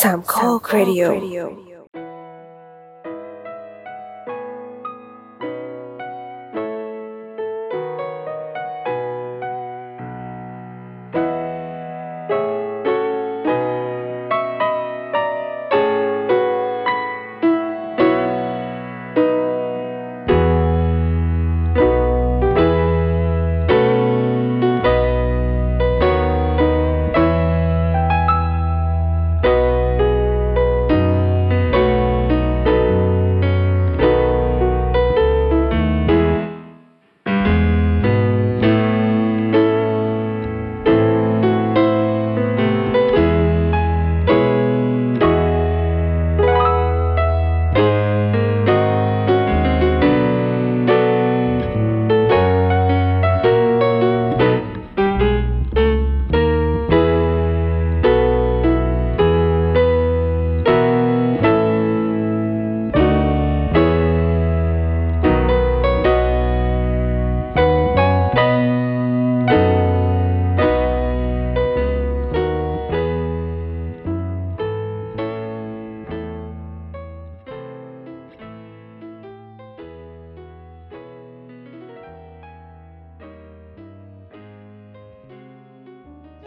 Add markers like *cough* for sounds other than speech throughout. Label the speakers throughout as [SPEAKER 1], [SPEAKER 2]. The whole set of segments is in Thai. [SPEAKER 1] สามข้อครดิโอ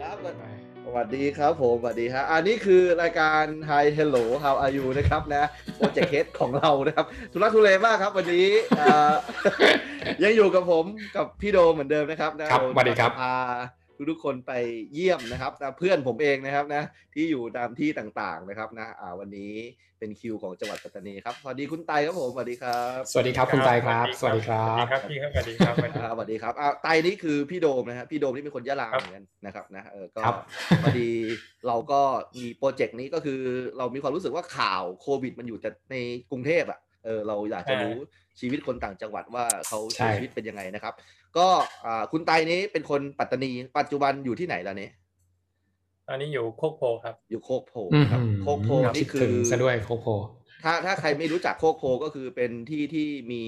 [SPEAKER 2] ครับสวัสดีครับผมสวัสดีฮะอันนี้คือรายการ Hi Hello How Are You นะครับนะโปรเจกต์เฮดของเรานะครับ ทุรักทุเลมากครับ วันนี้เอ่อ *laughs* ยังอยู่กับผมกับพี่โดมเหมือนเดิมนะครับนะครับ เา
[SPEAKER 3] สวัสดีครับ
[SPEAKER 2] พาทุกๆคนไปเยี่ยมนะครับนะเพื่อนผมเองนะครับนะที่อยู่ตามที่ต่างๆนะครับนะอ่าวันนี้เป็นคิวของจังหวัดปัตตานีครับสวัสดีคุณไตครับผมสวัสดีครับ
[SPEAKER 3] สวัสดีครับคุณตายครับ สวัสดีครับ
[SPEAKER 4] สวัสดีครับ พี่ครับ สวัสดีค
[SPEAKER 2] อ่า
[SPEAKER 4] รับ
[SPEAKER 2] สวัสดีครับอ่าไตนี่คือพี่โดมนะฮะพี่โดมนี่เป็นคนยะลาเหมือนกันนะครับนะเออก็
[SPEAKER 3] ครับ
[SPEAKER 2] พอดีเราก็มีโปรเจกต์นี้ก็คือเรามีความรู้สึกว่าข่าวโควิด มันอยู่แต่ในกรุงเทพอ่ะเออเราอยากจะรู้ชีวิตคนต่างจังหวัดว่าเขาใช้
[SPEAKER 3] ใช่
[SPEAKER 2] ชีวิตเป็นยังไงนะครับ ก็อ่าคุณไตนี้เป็นคนปัตตานี ปัจจุบันอยู่ที่ไหนล่ะเนี่ย
[SPEAKER 4] ตอนนี้อยู่โคกโพครับ
[SPEAKER 2] อยู่โคกโพ
[SPEAKER 3] อืม
[SPEAKER 2] ครับโคกโพนี่
[SPEAKER 3] ด
[SPEAKER 2] คื
[SPEAKER 3] ถึง
[SPEAKER 2] อ
[SPEAKER 3] ซะด้วยโคกโพ
[SPEAKER 2] ถ้าถ้าใครไม่รู้จักโคกโพก็คือเป็นที่ที่มี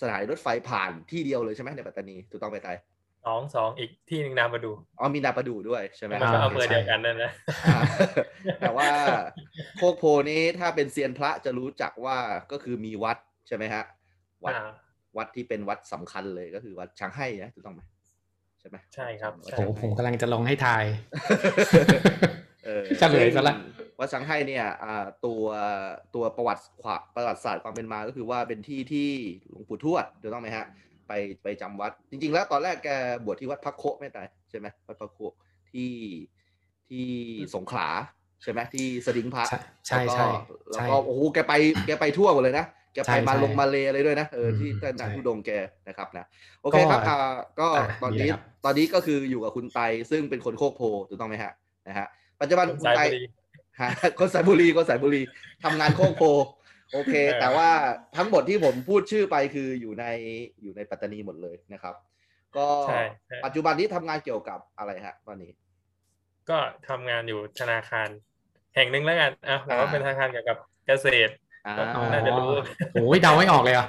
[SPEAKER 2] สถานีรถไฟผ่านที่เดียวเลยใช่ไหมในปัตตานีถูกต้องไปไต
[SPEAKER 4] สองสองอีกที่หนึ่งนามาดู
[SPEAKER 2] อ๋อมีนาประดูด้วยใช่ไหม
[SPEAKER 4] แล้ว
[SPEAKER 3] อ่า
[SPEAKER 4] ก็อำเภอเดียวกันนั่นนะ
[SPEAKER 2] อ่าแต่ว่าโคกโพนี้ถ้าเป็นเซียนพระจะรู้จักว่าก็คือมีวัดใช่ไหมฮะวัด
[SPEAKER 4] อ่า
[SPEAKER 2] วัดที่เป็นวัดสำคัญเลยก็คือวัดช้างให้นะถูกต้องไหมใช่ไหม
[SPEAKER 4] ใช่ครับ
[SPEAKER 2] โอ้
[SPEAKER 4] ใช่
[SPEAKER 3] โหผมกำลังจะลองให้ทาย
[SPEAKER 2] เออ
[SPEAKER 3] เฉลยซะละ
[SPEAKER 2] ซึ่งวัดช้างให้เนี่ยอ่าตัวตัวประวัติขวาประวัติศาสตร์ความเป็นมาก็คือว่าเป็นที่ที่หลวงปู่ทวดถูกต้องไหมฮะ ไปไปจำวัดจริง ๆ แล้วตอนแรกแกบวชที่วัดพระโคะไม่ตายใช่ไหมวัดพระโคะที่ที่สงขลาใช่ไหมที่สดิงพระ
[SPEAKER 3] ใช่ใช่ใช่
[SPEAKER 2] แล้วก็
[SPEAKER 3] ใช่
[SPEAKER 2] แล้วก็โอ้โหแกไปแกไปทั่วหมดเลยนะ แก
[SPEAKER 3] ใช่
[SPEAKER 2] ไปมา
[SPEAKER 3] ใช่
[SPEAKER 2] ลงมาเลอะไรด้วยนะเอออ
[SPEAKER 3] ม
[SPEAKER 2] ที่ท่าน
[SPEAKER 3] ใช่
[SPEAKER 2] ดานทุดงแกนะครับนะโอเคครับ
[SPEAKER 3] ก็
[SPEAKER 2] อ่าก็
[SPEAKER 3] อ่ะ
[SPEAKER 2] ตอน
[SPEAKER 3] มี
[SPEAKER 2] นี้
[SPEAKER 3] อะไรครับ
[SPEAKER 2] ตอนนี้ก็คืออยู่กับคุณไตซึ่งเป็นคนโคกโพถูกต้องไหมฮะนะฮะปัจจุบันคุณ
[SPEAKER 4] สาย
[SPEAKER 2] ไต
[SPEAKER 4] บุรี
[SPEAKER 2] ฮะ *laughs* คนสายบุรีคนสายบุรีทำงานโคกโพโอ *laughs* เค
[SPEAKER 4] เออ
[SPEAKER 2] แต่ว่าทั้งหมดที่ผมพูดชื่อไปคืออยู่ในอยู่ในปัตตานีหมดเลยนะครับ ก็
[SPEAKER 4] ใช่ใช่
[SPEAKER 2] ปัจจุบันนี้ทำงานเกี่ยวกับอะไรฮะตอนนี้
[SPEAKER 4] ก็ทำงานอยู่ธนาคาร แห่งหนึ่งแล้วกันอ่ะผมว่า
[SPEAKER 2] อ่า
[SPEAKER 4] เป็นธนาคารเกี่ยวกับเกษตร
[SPEAKER 2] อ่า
[SPEAKER 3] อ๋อ
[SPEAKER 2] *laughs*
[SPEAKER 4] น่าจะรู้
[SPEAKER 3] โอ้ยเดาไม่ออกเลยอ่ะ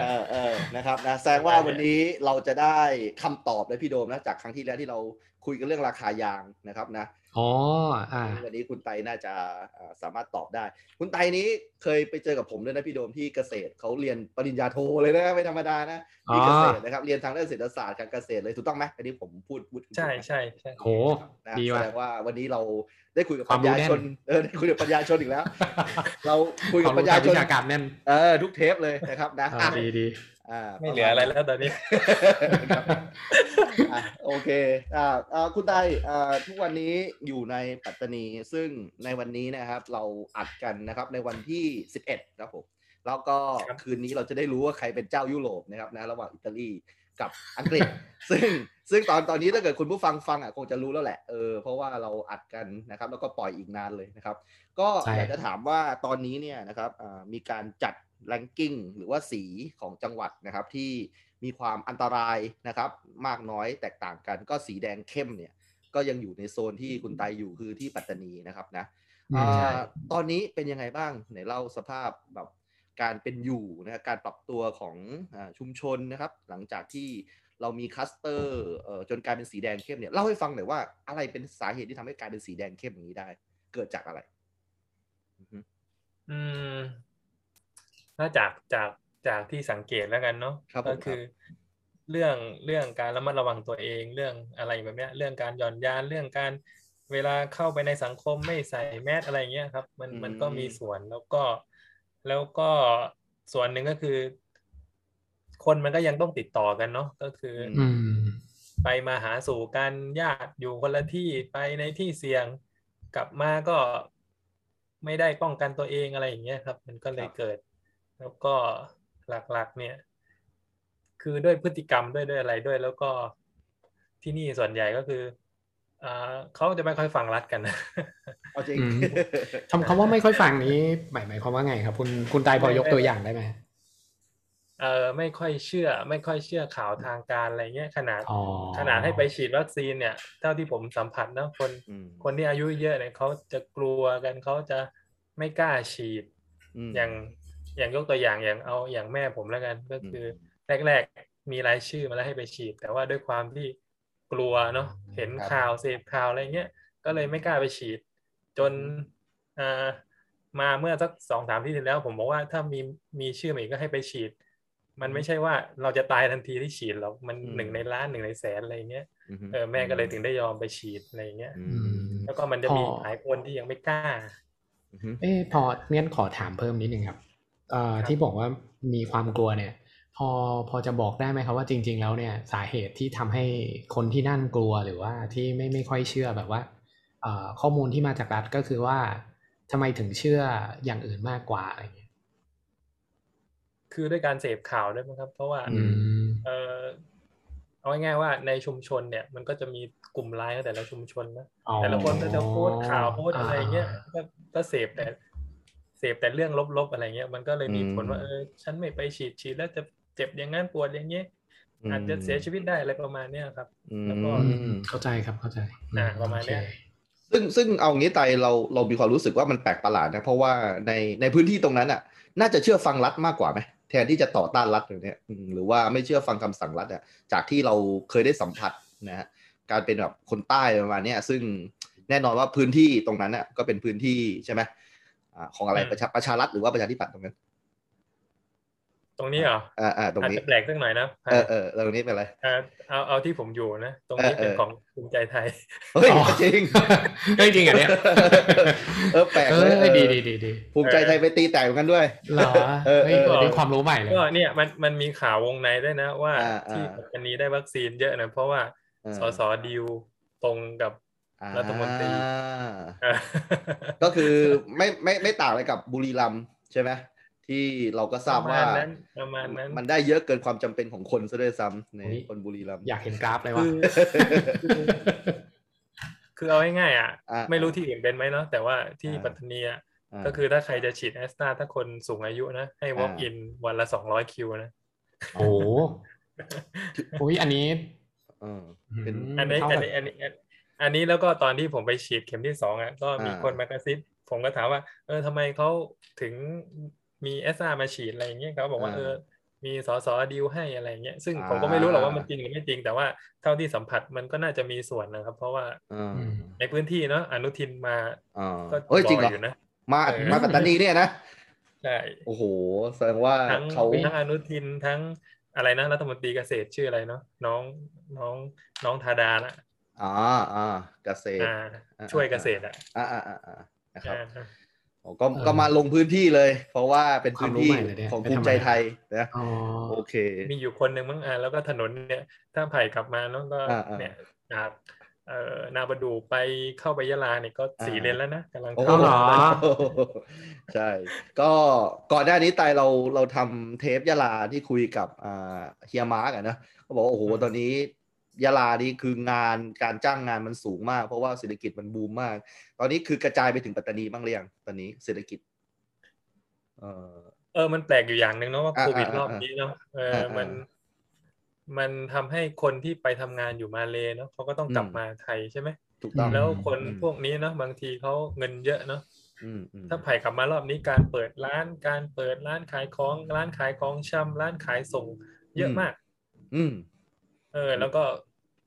[SPEAKER 2] เออเออนะครับนะแสดงว่าวันนี้เราจะได้คำตอบเลยพี่โดมนะจากครั้งที่แล้วที่เราคุยกันเรื่องราคายางนะครับนะ
[SPEAKER 3] อ๋ออ่า
[SPEAKER 2] วันนี้คุณไตน่าจะเอ่อสามารถตอบได้ คุณไตนี้เคยไปเจอกับผมด้วยนะพี่โดมที่เกษตรเขาเรียนปริญญาโทเลยนะไม่ธรรมดานะที่เกษตรนะครับเรียนทางด้านเศรษฐศาสตร์การเกษตรเลยถูกต้องไหมอันนี้ผมพูดพูดถูกไหม
[SPEAKER 4] ใช่ใช่ใช่
[SPEAKER 3] โห
[SPEAKER 2] นะ
[SPEAKER 3] ดี
[SPEAKER 2] แส
[SPEAKER 3] ว่ะ
[SPEAKER 2] ดงว่าวันนี้เราได้คุยกับ
[SPEAKER 3] ค
[SPEAKER 2] ปั
[SPEAKER 3] วาม
[SPEAKER 2] ญ
[SPEAKER 3] รู้
[SPEAKER 2] ญา
[SPEAKER 3] แน่น
[SPEAKER 2] ชนเออได้คุยกับปัญญาชนอีกแล้ว เราคุย
[SPEAKER 3] ค
[SPEAKER 2] กั
[SPEAKER 3] วา
[SPEAKER 2] บ
[SPEAKER 3] ม
[SPEAKER 2] ปัญ
[SPEAKER 3] รู้ทางวิ
[SPEAKER 2] ญาชน
[SPEAKER 3] ชาการแน่น
[SPEAKER 2] เออทุกเทปเลยนะครับนะ
[SPEAKER 3] อ่า
[SPEAKER 2] อ่ะ
[SPEAKER 3] ดีดี
[SPEAKER 2] อ่า
[SPEAKER 4] ไม่เหลืออะไรแล้วตอนนี้
[SPEAKER 2] ครับอ่ะโอเคอ่าอ่าคุณไตอ่าทุกวันนี้อยู่ในปัตตานีซึ่งในวันนี้นะครับ เราอัดกันนะครับในวันที่ 11 ครับผมแล้วก็
[SPEAKER 4] ครับ
[SPEAKER 2] คืนนี้เราจะได้รู้ว่าใครเป็นเจ้ายุโรปนะครับนะระหว่างอิตาลีกับอังกฤษ *laughs* ซึ่งซึ่งตอนตอนนี้ถ้าเกิดคุณผู้ฟังฟังอ่ะคงจะรู้แล้วแหละเออเพราะว่าเราอัดกันนะครับ แล้วก็ปล่อยอีกนานเลยนะครับ ก็
[SPEAKER 3] ใช่
[SPEAKER 2] อยากจะถามว่าตอนนี้เนี่ยนะครับอ่ามีการจัดแรงกิ้งหรือว่าสีของจังหวัดนะครับที่มีความอันตรายนะครับ มากน้อยแตกต่างกัน ก็สีแดงเข้มเนี่ยก็ยังอยู่ในโซนที่คุณไตอยู่คือที่ปัตตานีนะครับนะ
[SPEAKER 3] อื
[SPEAKER 2] อ่าม ตอนนี้เป็นยังไงบ้างไหนเล่าสภาพแบบการเป็นอยู่นะครับการปรับตัวของอาชุมชนนะครับ หลังจากที่เรามีคลัสเตอร์เอ่อจนกลายเป็นสีแดงเข้มเนี่ยเล่าให้ฟังหน่อยว่าอะไรเป็นสาเหตุที่ทำให้กลายเป็นสีแดงเข้มอย่างนี้ได้ เกิดจากอะไร
[SPEAKER 4] อืมถ้าจากจากจากที่สังเกตแล้วกันเนาะ
[SPEAKER 2] ครับผม
[SPEAKER 4] ก็คือ เรื่องเรื่องการระมัดระวังตัวเองเรื่องอะไรแบบเนี้ย เรื่องการหย่อนยานเรื่องการเวลาเข้าไปในสังคมไม่ใส่แมสอะไรเงี้ยครับ มัน
[SPEAKER 2] อืม
[SPEAKER 4] มันก็มีส่วนแล้วก็ แล้วก็ส่วนหนึ่งก็คือ คนมันก็ยังต้องติดต่อกันเนาะก็คืออ
[SPEAKER 3] อืม
[SPEAKER 4] ไปมาหาสู่กันญาติอยู่คนละที่ไปในที่เสี่ยงกลับมาก็ไม่ได้ป้องกันตัวเองอะไรอย่างเงี้ยครับ มันก็เลย
[SPEAKER 2] ครับ
[SPEAKER 4] เกิด แล้วก็หลักๆ เนี่ย คือด้วยพฤติกรรมด้วยด้วยอะไรด้วย แล้วก็ที่นี่ส่วนใหญ่ก็คืออ่าเขาจะไม่ค่อยฟังรัฐกันนะ *laughs*
[SPEAKER 2] เอาจริง
[SPEAKER 3] อืม คำคำว่าไม่ค่อยฟังนี้หมายหมายความว่าไงครับ คุณคุณตายพอยกตัวอย่างได้ไหม
[SPEAKER 4] เออไม่ค่อยเชื่อ ไม่ค่อยเชื่อข่าวทางการอะไรเงี้ยขนาด
[SPEAKER 3] อ๋อ
[SPEAKER 4] ขนาดให้ไปฉีดวัคซีนเนี่ย เท่าที่ผมสัมผัสนะคน
[SPEAKER 2] อืม
[SPEAKER 4] คนที่อายุเยอะเนี่ยเขาจะกลัวกันเขาจะไม่กล้าฉีด
[SPEAKER 2] ม
[SPEAKER 4] อย่างอย่างยกตัวอย่างอย่างเอาอย่างแม่ผมแล้วกันก็คืออแรกๆมีรายชื่อมาแล้วให้ไปฉีด แต่ว่าด้วยความที่กลัวเนาะเห็น
[SPEAKER 2] ครับ
[SPEAKER 4] ข่าวเสพข่าวอะไรเงี้ยก็เลยไม่กล้าไปฉีด จนอ่ามาเมื่อสักสองสามที่ที่แล้ว ผมบอกว่าถ้ามีมีชื่อมาอีกก็ให้ไปฉีด มันไม่ใช่ว่าเราจะตายทันทีที่ฉีดหรอกมัน
[SPEAKER 2] อืม
[SPEAKER 4] หนึ่งในล้านหนึ่งในแสนอะไรเงี้ย
[SPEAKER 2] อื
[SPEAKER 4] เออแม่ก็เลยถึงได้ยอมไปฉีดอะไรเงี้ย
[SPEAKER 2] อื
[SPEAKER 3] อื
[SPEAKER 2] ม
[SPEAKER 3] ม
[SPEAKER 4] แล้วก็มันจะมี
[SPEAKER 3] อ๋อ
[SPEAKER 4] หลายคนที่ยังไม่กล้า
[SPEAKER 2] อืม
[SPEAKER 3] เออพองั้นขอถามเพิ่มนิดนึงครับเอ่อ
[SPEAKER 4] ครับ
[SPEAKER 3] ที่บอกว่ามีความกลัวเนี่ย พอพอจะบอกได้ไหมครับว่าจริง ๆ แล้วเนี่ย สาเหตุที่ทำให้คนที่นั่นกลัวหรือว่าที่ไม่ไม่ค่อยเชื่อแบบว่าเอ่อข้อมูลที่มาจากรัฐก็คือว่าทำไมถึงเชื่ออย่างอื่นมากกว่าอะไรเงี้ย
[SPEAKER 4] คือด้วยการเสพข่าวด้วยมั้งครับ เพราะว่า
[SPEAKER 3] อืม
[SPEAKER 4] เออเอาง่ายๆว่าในชุมชนเนี่ย มันก็จะมีกลุ่มไลน์ของแต่ละชุมชนนะ
[SPEAKER 3] อ๋อ
[SPEAKER 4] แต่ละคนก็จะโพสต์ข่าวโพสต์อะไรเงี้ย
[SPEAKER 3] า
[SPEAKER 4] ก็ก็เสพแต่เสพแต่เรื่องลบๆอะไรเงี้ย มันก็เลยมีผล
[SPEAKER 2] อืม
[SPEAKER 4] ว่าเออฉันไม่ไปฉีดฉีดแล้วจะเจ็บอย่างนั้นปวดอย่างเงี้ยอาจจะเสียชีวิตได้อะไรประมาณเนี้ยครับ
[SPEAKER 2] อืม
[SPEAKER 4] แล้วก็
[SPEAKER 3] อืมเข้าใจครับเข้าใจ
[SPEAKER 4] อ่าประมาณเนี้ย
[SPEAKER 3] โอเค *laughs*
[SPEAKER 2] ซึ่งซึ่งเอางี้ไตเราเรามีความรู้สึกว่ามันแปลกประหลาดนะเพราะว่าในในพื้นที่ตรงนั้นอ่ะ น่าจะเชื่อฟังรัฐมากกว่าไหมแทนที่จะต่อต้านรัฐอย่างเนี้ยอืมหรือว่าไม่เชื่อฟังคำสั่งรัฐอ่ะจากที่เราเคยได้สัมผัสนะฮะการเป็นแบบคนใต้ประมาณเนี้ยซึ่งแน่นอนว่าพื้นที่ตรงนั้นอ่ะก็เป็นพื้นที่ใช่ไหมอ่าของอะไร
[SPEAKER 4] อืม
[SPEAKER 2] ประชาประชารัฐหรือว่าประชาธิปัตย์ตรงนั้น
[SPEAKER 4] ตรงนี้เหรอ
[SPEAKER 2] อ่าอ่าตรง
[SPEAKER 4] อาจ
[SPEAKER 2] นี้
[SPEAKER 4] จะแปลกสักหน่อยนะ
[SPEAKER 2] เออเออตรงนี้เป็นไร
[SPEAKER 4] เออเอาเอาที่ผมอยู่นะตรง
[SPEAKER 2] เอ
[SPEAKER 4] นี้
[SPEAKER 2] อเออ
[SPEAKER 4] เป็นของภูมิใจไทย
[SPEAKER 2] เฮ้ย
[SPEAKER 3] อ๋อ
[SPEAKER 2] จริง
[SPEAKER 3] เฮ้ยจริงเหรอ่ะเนี่ย
[SPEAKER 2] เออแปลกเลย
[SPEAKER 3] ออดี
[SPEAKER 2] เออ
[SPEAKER 3] ดีดีดี
[SPEAKER 2] ภูมิใจไทยไปตีแตกเหมือนกันด้วย
[SPEAKER 3] เหรอ
[SPEAKER 2] เออ
[SPEAKER 3] เฮ้ย
[SPEAKER 2] เออ
[SPEAKER 3] ได้ความรู้ใหม่เลย
[SPEAKER 4] ก็เนี่ยมันมันมีข่าววงในด้วยนะว่า
[SPEAKER 2] อ่าอ่า
[SPEAKER 4] ที่ปัตตานีได้วัคซีนเยอะนะเพราะว่า
[SPEAKER 2] เออ
[SPEAKER 4] สสดิวตรงกับ *laughs* รัฐมนตรี
[SPEAKER 2] อ่า
[SPEAKER 4] เอ่อ
[SPEAKER 2] ก็คือไม่ไม่ไม่ต่างอะไรกับบุรีรัมย์ใช่ไหมที่เราก็ทราบว่า
[SPEAKER 4] ประมาณนั้นประมาณนั้น
[SPEAKER 2] นได้เยอะเกินความจำเป็นของคนซะด้วยซ้ำใน
[SPEAKER 3] อุ๊ย
[SPEAKER 2] คนบุรีรัมย์
[SPEAKER 3] อยากเห็นกราฟเลยว่า
[SPEAKER 4] คือ คือเอาง่ายๆอ่ะ
[SPEAKER 2] อ่า
[SPEAKER 4] ไม่รู้ที่อื่นเป็นไหมเนาะแต่ว่าที่
[SPEAKER 2] อ่า
[SPEAKER 4] ปัตตานีอ่ะ
[SPEAKER 2] อ่า
[SPEAKER 4] ก็คือถ้าใครจะฉีดแอสตราถ้าคนสูงอายุนะให้ walk
[SPEAKER 2] อ่า
[SPEAKER 4] in วันละสองร้อยคิวนะ
[SPEAKER 3] โอ้โหอุ๊ยอันนี้
[SPEAKER 2] เออ
[SPEAKER 3] อืม
[SPEAKER 2] เป็น
[SPEAKER 4] อันนี้
[SPEAKER 3] เข้า
[SPEAKER 4] อัน
[SPEAKER 3] กับ
[SPEAKER 4] นี้อันนี้อันนี้อันนี้แล้วก็ตอนที่ผมไปฉีดเข็มที่สองอ่ะก็มี
[SPEAKER 2] อ่า
[SPEAKER 4] คนมากระซิบผมก็ถามว่า เออทำไมเขาถึงมีเอสอามาฉีดอะไรอย่างเงี้ยเขาบอกว่าเออ มีสอสอดีลให้อะไรอย่างเงี้ยซึ่งผมก็ไม่รู้หรอกว่ามันจริงหรือไม่จริง แต่ว่าเท่าที่สัมผัสมันก็น่าจะมีส่วนนะครับ เพราะว่า
[SPEAKER 2] เออ
[SPEAKER 3] ม
[SPEAKER 4] ในพื้นที่เนาะอนุทินมา
[SPEAKER 2] เออ
[SPEAKER 4] ก็
[SPEAKER 2] เฮ้ยจริงเหรอ
[SPEAKER 4] อยู่นะ
[SPEAKER 2] มา
[SPEAKER 4] เออ
[SPEAKER 2] มาปัตตานีเนี่ยนะ
[SPEAKER 4] ใช่
[SPEAKER 2] โอ้โห แสดงว่า
[SPEAKER 4] ทั้ง
[SPEAKER 2] เขา
[SPEAKER 4] ทั้งอนุทินทั้งอะไรนะรัฐมนตรีเกษตรชื่ออะไรเนาะน้องน้องน้องธาดานะ
[SPEAKER 2] อ่าอ่าเกษตร
[SPEAKER 4] อ่า ช่วยเกษตรอ่ะ
[SPEAKER 2] อ่าอ่าอ่าอ่านะครับ
[SPEAKER 4] อ่า
[SPEAKER 2] โอ้ก็
[SPEAKER 3] เออ
[SPEAKER 2] ก็มาลงพื้นที่เลย เพราะว่าเป็นพื้นที่
[SPEAKER 3] ความรู้ใหม่เลยเนี่ย
[SPEAKER 2] ของ
[SPEAKER 3] ไปทำ
[SPEAKER 2] ภูมิใจไทยนะ
[SPEAKER 3] อ๋อ
[SPEAKER 2] โอเค
[SPEAKER 4] มีอยู่คนหนึ่งมั้งอ่าแล้วก็ถนนเนี่ยถ้าไผ่กลับมาเน้องก็
[SPEAKER 2] อ่าอ่า
[SPEAKER 4] เนี่ยจากเอ่อนาบดูไปเข้าไปยะลาเนี่ยก็สี่
[SPEAKER 2] อ่า
[SPEAKER 4] เลนแล้วนะกำลัง
[SPEAKER 2] โอ้
[SPEAKER 4] เข้า
[SPEAKER 3] เหรอ
[SPEAKER 2] ใช่ ก็ก่อนหน้านี้ไตายเราเราทำเทปยะลาที่คุยกับอ่าเฮียมาร์กอะนะเขาบอกว่าโอ้โหตอนนี้ยะลานี่คืองานการจ้างงานมันสูงมาก เพราะว่าเศรษฐกิจมันบูมมาก ตอนนี้คือกระจายไปถึงปัตตานีบ้างหรือยังตอนนี้เศรษฐกิจเออ
[SPEAKER 4] เออมันแปลกอยู่อย่างหนึ่งเนาะว่า
[SPEAKER 2] อ่า
[SPEAKER 4] โควิด
[SPEAKER 2] อ่าร
[SPEAKER 4] อบนี้เนาะเอออา
[SPEAKER 2] อ่ามั
[SPEAKER 4] มัน มันทำให้คนที่ไปทำงานอยู่มาเลเนาะเขาก็ต้องกลับ
[SPEAKER 2] อืม
[SPEAKER 4] มาไทยใช่ไหม
[SPEAKER 2] ถูกต้อง
[SPEAKER 4] แล้วคน
[SPEAKER 2] อืม
[SPEAKER 4] พวกนี้เนาะบางทีเขาเงินเยอะเนาะ
[SPEAKER 2] อืมอืม
[SPEAKER 4] ถ้าไผ่กลับมารอบนี้การเปิดร้านการเปิดร้านขายของร้านขายของชำร้านขายส่ง เยอะ
[SPEAKER 2] อืม
[SPEAKER 4] มาก
[SPEAKER 2] อืม
[SPEAKER 4] เออแล้วก็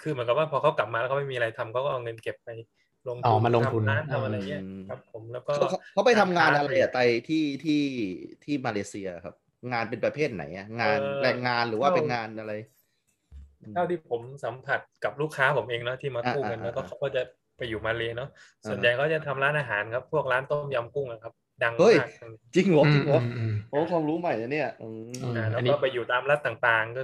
[SPEAKER 4] คือเหมือนกับว่าพอเขากลับมาแล้วเขาไม่มีอะไรทำเขาก็เอาเงินเก็บไป ลง
[SPEAKER 3] อ๋
[SPEAKER 4] ทุ
[SPEAKER 3] อน มาลงทุน
[SPEAKER 4] ทำร้าน
[SPEAKER 3] อืม
[SPEAKER 4] ทำอะไรเงี้ยครับ ผมแล้วก็
[SPEAKER 2] เขาเขาไปทำงานอะไรอะไตที่ที่ที่มาเลเซียครับ งานเป็นประเภทไหนอะงาน
[SPEAKER 4] เอ่อ
[SPEAKER 2] แรงงานหรือว่าเป็นงานอะไร
[SPEAKER 4] เท่าที่ผมสัมผัสกับลูกค้าผมเองเนาะที่มากู้กัน
[SPEAKER 2] อ่า
[SPEAKER 4] แล้วก็
[SPEAKER 2] อ่า
[SPEAKER 4] เขาก็จะไปอยู่มาเลเนาะส่วน
[SPEAKER 2] อ่า
[SPEAKER 4] ใหญ่เขาจะทำร้านอาหารครับ พวกร้านต้มยำกุ้งอะครับ ดัง
[SPEAKER 2] เฮ้ย
[SPEAKER 4] มาก
[SPEAKER 2] จริงเหรอ
[SPEAKER 3] อื
[SPEAKER 2] จ
[SPEAKER 3] ม
[SPEAKER 2] ริงเหร
[SPEAKER 3] อื
[SPEAKER 2] อ
[SPEAKER 3] มอืม
[SPEAKER 2] โอ้ความรู้ใหม่นะเนี่ยอืม
[SPEAKER 3] อืม
[SPEAKER 4] อ่าแล้ว
[SPEAKER 3] นนี้
[SPEAKER 4] ก็ไปอยู่ตามรัฐต่างๆ ก็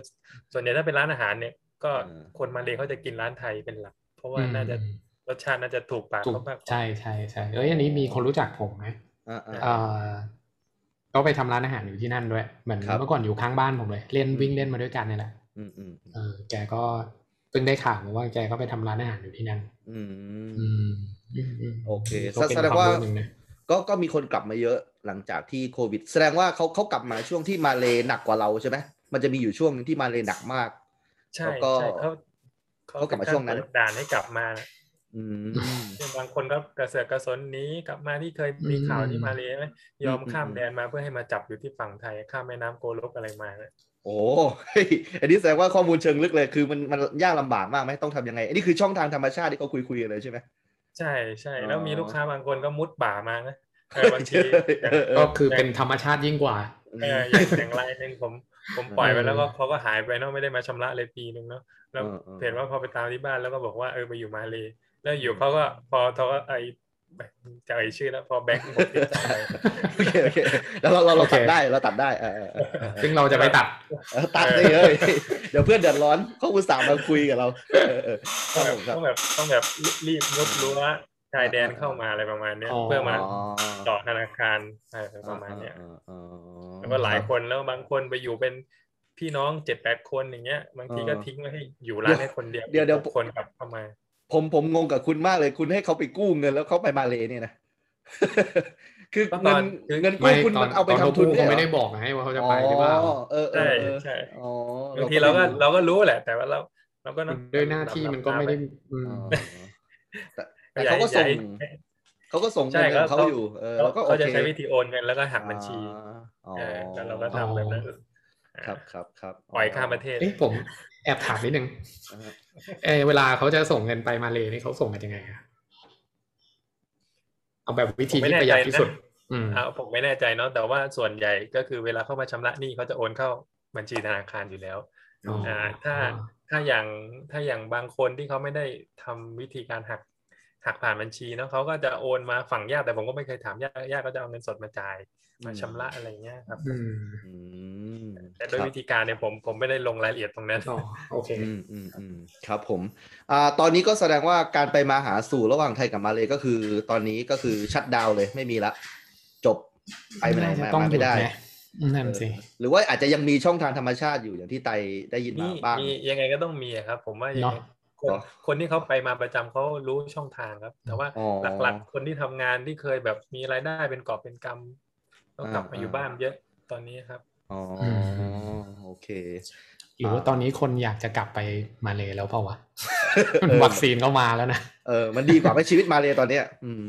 [SPEAKER 4] ส่วนใหญ่ถ้าเป็นร้านอาหารเนี่ย ก็
[SPEAKER 2] อ่า
[SPEAKER 4] คนมาเลเขาจะกินร้านไทยเป็นหลัก เพราะว่าน่าจะ
[SPEAKER 3] อืม
[SPEAKER 4] รสชาติน่าจะถูกปาก
[SPEAKER 3] ถูก
[SPEAKER 4] เขามากกว่า
[SPEAKER 3] ใช่ใช่ใช่เอ้ยอันนี้มีคนรู้จักผมนะ
[SPEAKER 2] อ่าอ่า
[SPEAKER 3] เออก็ไปทำร้านอาหารอยู่ที่นั่นด้วย เหมือน
[SPEAKER 2] ครับ
[SPEAKER 3] เมื่อก่อนอยู่ข้างบ้านผมเลย เล่น
[SPEAKER 2] อืม
[SPEAKER 3] วิ่งเล่นมาด้วยกันเนี่ยแหละ
[SPEAKER 2] อืมอืม
[SPEAKER 3] เออแกก็เพิ่งได้ข่าวมาว่าแกก็ไปทำร้านอาหารอยู่ที่นั่น
[SPEAKER 2] อืม
[SPEAKER 3] อืมอืมม
[SPEAKER 2] โอเค
[SPEAKER 3] ก็เป็น
[SPEAKER 2] แสดง
[SPEAKER 3] ค
[SPEAKER 2] ว่า
[SPEAKER 3] วามรู้หนึ่งนะ
[SPEAKER 2] ก็ก็มีคนกลับมาเยอะหลังจากที่โควิด แสดงว่าเขาเขากลับมาช่วงที่มาเลหนักกว่าเราใช่ไหมมันจะมีอยู่ช่วงหนึ่งที่มาเลหนักมาก
[SPEAKER 4] ใช่
[SPEAKER 2] แล้วก็
[SPEAKER 4] ใช่เขา
[SPEAKER 2] เขากลับมาช่วงนั้น
[SPEAKER 4] เปิดด่านให้กลับมานะ
[SPEAKER 2] อืม
[SPEAKER 4] ซึ่งบางคนก็กระเสือกกระสนหนี้กลับมาที่เคยมีข่าวที่มาเลยไหมยอม
[SPEAKER 2] อืม
[SPEAKER 4] ข้ามแดนมาเพื่อให้มาจับอยู่ที่ฝั่งไทยข้ามแม่น้ำโกลกอะไรมาเนี่ย
[SPEAKER 2] โอ้ *laughs* เฮ้ยอันนี้แสดงว่าข้อมูลเชิงลึกเลยคือมันมันยากลำบากมากไหมต้องทำยังไง อันนี้คือช่องทางธรรมชาติที่เขาคุยคุยๆกันเลยใช่ไหม
[SPEAKER 4] ใช่ใช่
[SPEAKER 2] อ๋อ
[SPEAKER 4] แล้วมีลูกค้าบางคนก็มุดบ่ามานะเออบางที
[SPEAKER 2] เออเอ
[SPEAKER 3] ก็
[SPEAKER 2] อ
[SPEAKER 3] คือเป็นธรรมชาติยิ่งกว่า
[SPEAKER 4] เอ
[SPEAKER 2] *laughs*
[SPEAKER 4] ออย่างอย่างไรหนึ่งผมผมปล่อยไปแล้วก็เขาก็หายไปเนาะไม่ได้มาชำระเลยปีหนึ่งเนาะแล้ว
[SPEAKER 2] ออ
[SPEAKER 4] เห็นว่าพอไปตามที่บ้านแล้วก็บอกว่าเออไปอยู่มาเลยแล้วอยู่เขาก็พอเขาก็ไอจะไอยชื่อแล้วพอแบงค์ผมติดต่อไป
[SPEAKER 2] โอเคโอเคแล้วเราเราเรา
[SPEAKER 3] โอเค
[SPEAKER 2] ตัดได้เราตัดได้เออเออเออเออ
[SPEAKER 3] ซึ่งเราจะไปตัด
[SPEAKER 2] เออตัดได้เลยเดี๋ยวเพื่อนเดือดร้อนเขาอุตส่าห์มาคุยกับเราเออเออค
[SPEAKER 4] ต้
[SPEAKER 2] รั
[SPEAKER 4] อบ ง
[SPEAKER 2] ผมค
[SPEAKER 4] แบบ
[SPEAKER 2] รับ
[SPEAKER 4] ต้องแบบต้องแบบรีบมุดรั้วชายแดนเข้ามาอะไรประมาณเนี้ย
[SPEAKER 3] อ๋อ
[SPEAKER 4] เพื่อมา
[SPEAKER 2] อ๋อ
[SPEAKER 4] ต่อธนาคารอะไรประมาณเนี้ย
[SPEAKER 2] ออเออเออ
[SPEAKER 4] แล้วก็หลายคนแล้วบางคนไปอยู่เป็นพี่น้องเจ็ดแปดคนอย่างเงี้ย บางทีก็
[SPEAKER 2] เออ
[SPEAKER 4] ทิ้งไว้ให้อยู่ร้านให้คนเดียว
[SPEAKER 2] เดี๋ยวเดี๋ยว
[SPEAKER 4] หกคนกลับเข้ามา
[SPEAKER 2] ผมผมงงกับคุณมากเลยคุณให้เขาไปกู้เงินแล้วเขาไปมาเลเนี่ยนะ *laughs* คือ
[SPEAKER 4] ก็ต
[SPEAKER 2] เงิ
[SPEAKER 4] อน นคือ
[SPEAKER 2] เงิน
[SPEAKER 3] ไม่
[SPEAKER 2] กู้คุณ
[SPEAKER 3] ตอ
[SPEAKER 2] มัน นเอาไป
[SPEAKER 3] ตอนเขา
[SPEAKER 2] ทำทุ
[SPEAKER 3] พู
[SPEAKER 2] น
[SPEAKER 3] ด
[SPEAKER 2] เนี่
[SPEAKER 3] เขา
[SPEAKER 2] ย
[SPEAKER 3] ไม่
[SPEAKER 2] เหร
[SPEAKER 3] ได้
[SPEAKER 2] อ
[SPEAKER 3] บอกนะว่าเขาจะไปหรือเปล่า
[SPEAKER 2] อเออเอ
[SPEAKER 4] ใช่
[SPEAKER 2] อเออ
[SPEAKER 4] ใช่
[SPEAKER 2] อ๋อบ
[SPEAKER 4] างทีเราก็เราก็รู้แหละ แต่ว่าเราเราก็ต้อง
[SPEAKER 3] ด้วยหน้าที่มันก็ไม่ได้อื
[SPEAKER 2] อ๋
[SPEAKER 3] ม
[SPEAKER 2] อแต่แต่เขาก็ส่ง
[SPEAKER 4] อย่ให้
[SPEAKER 2] เขาก็ส่ง
[SPEAKER 4] ใช่
[SPEAKER 2] เงินของ
[SPEAKER 4] เขา
[SPEAKER 2] เขาอยู่เออ
[SPEAKER 4] เขา
[SPEAKER 2] แล้วก็โอ
[SPEAKER 4] เขาจะ
[SPEAKER 2] เค
[SPEAKER 4] ใช้วิธีโอนเงินแล้วก็หักบัญชี
[SPEAKER 2] อ๋อ
[SPEAKER 4] เออแล้วเราก็ทำแบบนั้น
[SPEAKER 2] ครับครับครับ
[SPEAKER 4] ปล่อยข้ามประเทศ
[SPEAKER 3] เอ้ยผมแอบถามนิดนึง
[SPEAKER 2] อ่า
[SPEAKER 3] เออเวลาเขาจะส่งเงินไปมาเลนี่เขาส่งกันยังไงอะเอาแบบวิธีที่ประหยัดที่สุด อืม
[SPEAKER 4] อ่าผมไม่แน่ใจเนาะแต่ว่าส่วนใหญ่ก็คือเวลาเข้ามาชำระหนี้เขาจะโอนเข้าบัญชีธนาคารอยู่แล้ว
[SPEAKER 2] อ๋ออ่
[SPEAKER 4] าถ้าถ้าอย่างถ้าอย่างบางคนที่เขาไม่ได้ทำวิธีการหักหักผ่านบัญชีเนาะเขาก็จะโอนมาฝั่งญาติแต่ผมก็ไม่เคยถามญาติญาติก็จะเอาเงินสดมาจ่ายมาชำระอะไรเงี้ยครับ
[SPEAKER 3] อืม
[SPEAKER 2] อืม
[SPEAKER 4] แต่โดวย
[SPEAKER 2] ครับ
[SPEAKER 4] วิธีการเนี่ยผมผมไม่ได้ลงรายละเอียดตรงนั้น
[SPEAKER 3] อ๋อโอเค
[SPEAKER 2] อืมอืมอืมครับผมอ่าตอนนี้ก็แสดงว่าการไปมาหาสู่ระหว่างไทยกับมาเลยก็คือ ตอนนี้ก็คือชัดดาวน์เลยไม่มีละ จบไปไม่ได้
[SPEAKER 3] น่าจะ
[SPEAKER 2] มา
[SPEAKER 3] ต้อง
[SPEAKER 2] มา
[SPEAKER 3] หยุ
[SPEAKER 2] ไม่
[SPEAKER 3] ด
[SPEAKER 2] ได้
[SPEAKER 3] นะนั่นสิ
[SPEAKER 2] เออหรือว่าอาจจะยังมีช่องทางธรรมชาติอยู่อย่างที่ไตได้ยินมา
[SPEAKER 4] นี่
[SPEAKER 2] บ้าง
[SPEAKER 4] มียังไงก็ต้องมีอะครับ ผมว่ายัง
[SPEAKER 3] เนาะ
[SPEAKER 4] ไงคน
[SPEAKER 2] เนาะ
[SPEAKER 4] คนที่เขาไปมาประจำเขารู้ช่องทางครับ แต่ว่า
[SPEAKER 2] อ๋อ
[SPEAKER 4] หลักๆ คนที่ทำงานที่เคยแบบมีรายได้เป็นกอบเป็นกำต้องกลับมา
[SPEAKER 2] อ่า
[SPEAKER 4] อยู่บ้านเยอะตอนนี้ครับ
[SPEAKER 2] อ๋ออ
[SPEAKER 3] ม
[SPEAKER 2] โอเค
[SPEAKER 3] หรือว่าตอนนี้คนอยากจะกลับไปมาเลแล้วเปล่าวะ
[SPEAKER 2] เออ
[SPEAKER 3] วัคซีนก็มาแล้วนะ
[SPEAKER 2] เออมันดีกว่าไหมชีวิตมาเลยตอนเนี้ย อืม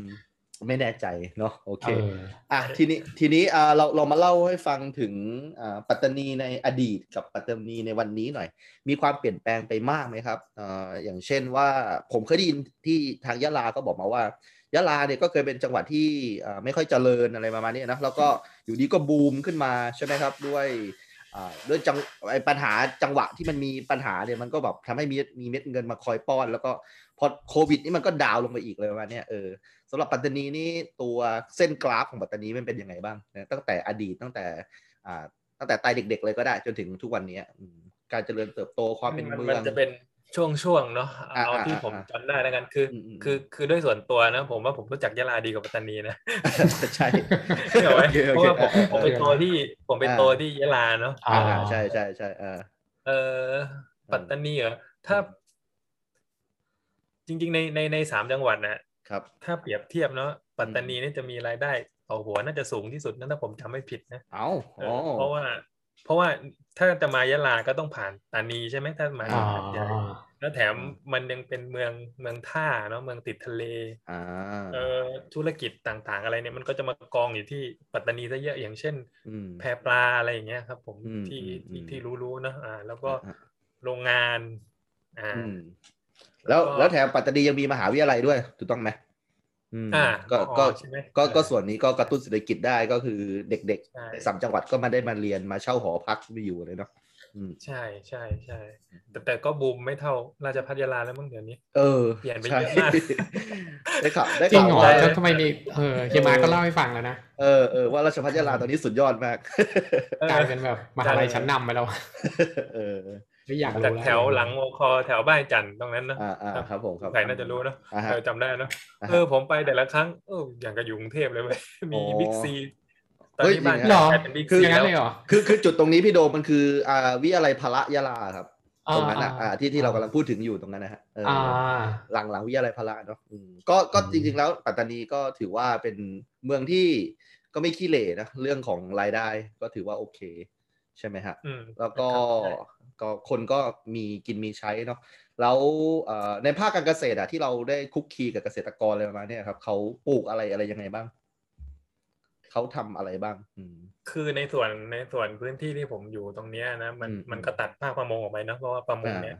[SPEAKER 2] ไม่แน่ใจเนาะโอเค
[SPEAKER 3] เออ
[SPEAKER 2] อ่ะทีนี้ทีนี้อ่าเราเรามาเล่าให้ฟังถึงอ่าปัตตานีในอดีตกับปัตตานีในวันนี้หน่อย มีความเปลี่ยนแปลงไปมากไหมครับอ่าอย่างเช่นว่าผมเคยได้ยินที่ทางยะลาก็บอกมาว่ายะลาเนี่ยก็เคยเป็นจังหวัดที่อ่าไม่ค่อยเจริญอะไรประมาณนี้นะแล้วก็อยู่ดีก็บูมขึ้นมาใช่ไหมครับด้วยอ่าด้วยจังไอ้ปัญหาจังหวะที่มันมีปัญหาเนี่ยมันก็แบบทำให้มีมีเม็ดเงินมาคอยป้อน แล้วก็พอโควิดนี่มันก็ดาวน์ลงไปอีกเลยประมาณเนี้ยเออ สำหรับปัตตานีนี่ตัวเส้นกราฟของปัตตานีมันเป็นยังไงบ้างนะตั้งแต่อดีตตั้งแต่อ่าตั้งแต่ไตายเด็ก ๆ เลยก็ได้จนถึงทุกวันนี้อืมการเจริญเติบโตความเป็น
[SPEAKER 4] มัน
[SPEAKER 2] เมื
[SPEAKER 4] มั
[SPEAKER 2] อน ง
[SPEAKER 4] จะเป็นช่วงๆเนาะ
[SPEAKER 2] อ่า
[SPEAKER 4] เอาที่
[SPEAKER 2] อ่า
[SPEAKER 4] ผม
[SPEAKER 2] อ่า
[SPEAKER 4] จำได้แล้วกันคืออ
[SPEAKER 2] มอืม
[SPEAKER 4] คือคือด้วยส่วนตัวนะ ผมว่าผมรู้จักยะลาดีกว่าปัตตานีนะ
[SPEAKER 2] *laughs* ใช่
[SPEAKER 4] *laughs* เชื่อไหม
[SPEAKER 2] โอคโอ
[SPEAKER 4] เพ
[SPEAKER 2] ค
[SPEAKER 4] ราะว่าผมผมไป
[SPEAKER 2] เออ
[SPEAKER 4] โตที่ผมไป
[SPEAKER 2] อ่า
[SPEAKER 4] โตที่ยะลาเนาะ
[SPEAKER 2] เอออ่าใช่ใช่ใช่เออ
[SPEAKER 4] เออปัตตานีเหรอถ้า
[SPEAKER 2] อืม
[SPEAKER 4] จริง ๆ ในในในสามจังหวัดนะครับ ถ้าเปรียบเทียบเนาะปัตตานีนี่จะมีรายได้ต่อหัวน่าจะสูงที่สุดนั่นถ้าผมจำไม่ผิดนะ
[SPEAKER 2] เอา
[SPEAKER 4] เอ
[SPEAKER 2] อ๋อ
[SPEAKER 4] อเพราะว่า เพราะว่าถ้าจะมายะลาก็ต้องผ่านตานีใช่ไหมถ้ามา
[SPEAKER 3] อ๋อ
[SPEAKER 4] หาดใหญ่แล้วแถม
[SPEAKER 2] อืม
[SPEAKER 4] มันยังเป็นเมืองเมืองท่าเนาะเมืองติดทะเล
[SPEAKER 2] อ่า
[SPEAKER 4] เออธุรกิจต่างๆ อะไรเนี่ยมันก็จะมากองอยู่ที่ปัตตานีซะเยอะอย่างเช่น
[SPEAKER 2] อืม
[SPEAKER 4] แพปลาอะไรอย่างเงี้ยครับ ผม
[SPEAKER 2] อืม
[SPEAKER 4] ที่
[SPEAKER 2] อืมอืม
[SPEAKER 4] ที่ที่รู้ๆเนอะอ่า แล้วก็
[SPEAKER 2] อ่ะ
[SPEAKER 4] โรงงาน อ่า
[SPEAKER 2] อืม แล้วแล้วแถมปัตตานียังมีมหาวิทยาลัยด้วยถูกต้องไหมอืม
[SPEAKER 4] อ่า
[SPEAKER 2] ก็ก็
[SPEAKER 4] ใช่ไหม
[SPEAKER 2] ก็ก็ส่วนนี้ก็กระตุ้นเศรษฐกิจได้ก็คือเด็ก
[SPEAKER 4] ใช่
[SPEAKER 2] ๆในสามจังหวัดก็มาได้มาเรียนมาเช่าหอพักไปอยู่เลยเนาะอืม
[SPEAKER 4] ใช่ใช่ใช่แต่แต่ก็บูมไม่เท่าราชพัฒยาลาแล้วมั้งเดี๋ยวนี้
[SPEAKER 2] เออ
[SPEAKER 4] เปลี่ยนไป
[SPEAKER 2] ใช่
[SPEAKER 4] เยอะมาก
[SPEAKER 2] *laughs* ได้ข่าวได้
[SPEAKER 3] จริง
[SPEAKER 2] ข่าว
[SPEAKER 3] เหรอ
[SPEAKER 2] ว่า
[SPEAKER 4] ได้
[SPEAKER 3] แล้วทำไมมีเออเฮียมาร์คก็เล่าให้ฟังแล้วนะ
[SPEAKER 2] เออเออว่าราชพัฒยาลาตอนนี้สุดยอดมาก *laughs*
[SPEAKER 4] เออ
[SPEAKER 3] กลายเป็นแบบมหาลัยชั้นนำไปแล้ว
[SPEAKER 2] เออ
[SPEAKER 3] ไม่อยากรู้
[SPEAKER 4] จาก
[SPEAKER 3] ล้ว
[SPEAKER 4] แถวหลังโอคอแถวบ้านจันทร์ตรงนั้นนะ
[SPEAKER 2] อ่าอ่าครับผมครับ
[SPEAKER 4] ใครน่าจะรู้เนอะ
[SPEAKER 2] อ่าฮะ
[SPEAKER 4] เออจำได้เนอะ
[SPEAKER 2] อ่าฮะ
[SPEAKER 4] เออผมไปแต่ละครั้งเอออย่างกับอยู่กรุงเทพเลยเว้ย *laughs* มี
[SPEAKER 2] อ๋อ
[SPEAKER 4] บิ๊กซีตอน
[SPEAKER 2] เฮ้ย
[SPEAKER 4] นี้บ้าน
[SPEAKER 2] จริง
[SPEAKER 3] เหร
[SPEAKER 2] นะ
[SPEAKER 3] อ
[SPEAKER 4] ลายเป็นบิ๊ก
[SPEAKER 3] คืออ
[SPEAKER 4] ซี
[SPEAKER 3] ย่างนั้
[SPEAKER 4] แล้
[SPEAKER 3] นเลย
[SPEAKER 4] ว
[SPEAKER 3] เหรอ
[SPEAKER 2] คือคือจุดตรงนี้พี่โดมมันคืออ่าวิอะไรพละยะลาครับ ตรงนั้นอ่ะ
[SPEAKER 3] อ่า
[SPEAKER 2] อ่าที่ที่เรากำลังพูดถึงอยู่ตรงนั้นนะฮะเอออ
[SPEAKER 3] อ่า
[SPEAKER 2] หลังหลังวิทยาลัยพละเนาะอืมก็ก็
[SPEAKER 3] อืม
[SPEAKER 2] จริงๆแล้วปัตตานีก็ถือว่าเป็นเมืองที่ก็ไม่ขี้เหร่นะเรื่องของรายได้ก็ถือว่าโอเค ใช่ไหมฮะ
[SPEAKER 4] อืม
[SPEAKER 2] แล้วก็
[SPEAKER 4] ครับ
[SPEAKER 2] ก็คนก็มีกินมีใช้เนาะแล้วเอ่อในภาคการเกษตรอะที่เราได้คุกคีกับเกษตรกรอะไรประมาณเนี้ยครับเขาปลูกอะไรอะไรยังไงบ้าง เขาทำอะไรบ้าง อืม
[SPEAKER 4] คือในส่วนในส่วนพื้นที่ที่ผมอยู่ตรงเนี้ยนะมัน
[SPEAKER 2] อืม
[SPEAKER 4] มันก็ตัดภาคประมงออกไปเนอะเพราะว่าประมงเนี่ย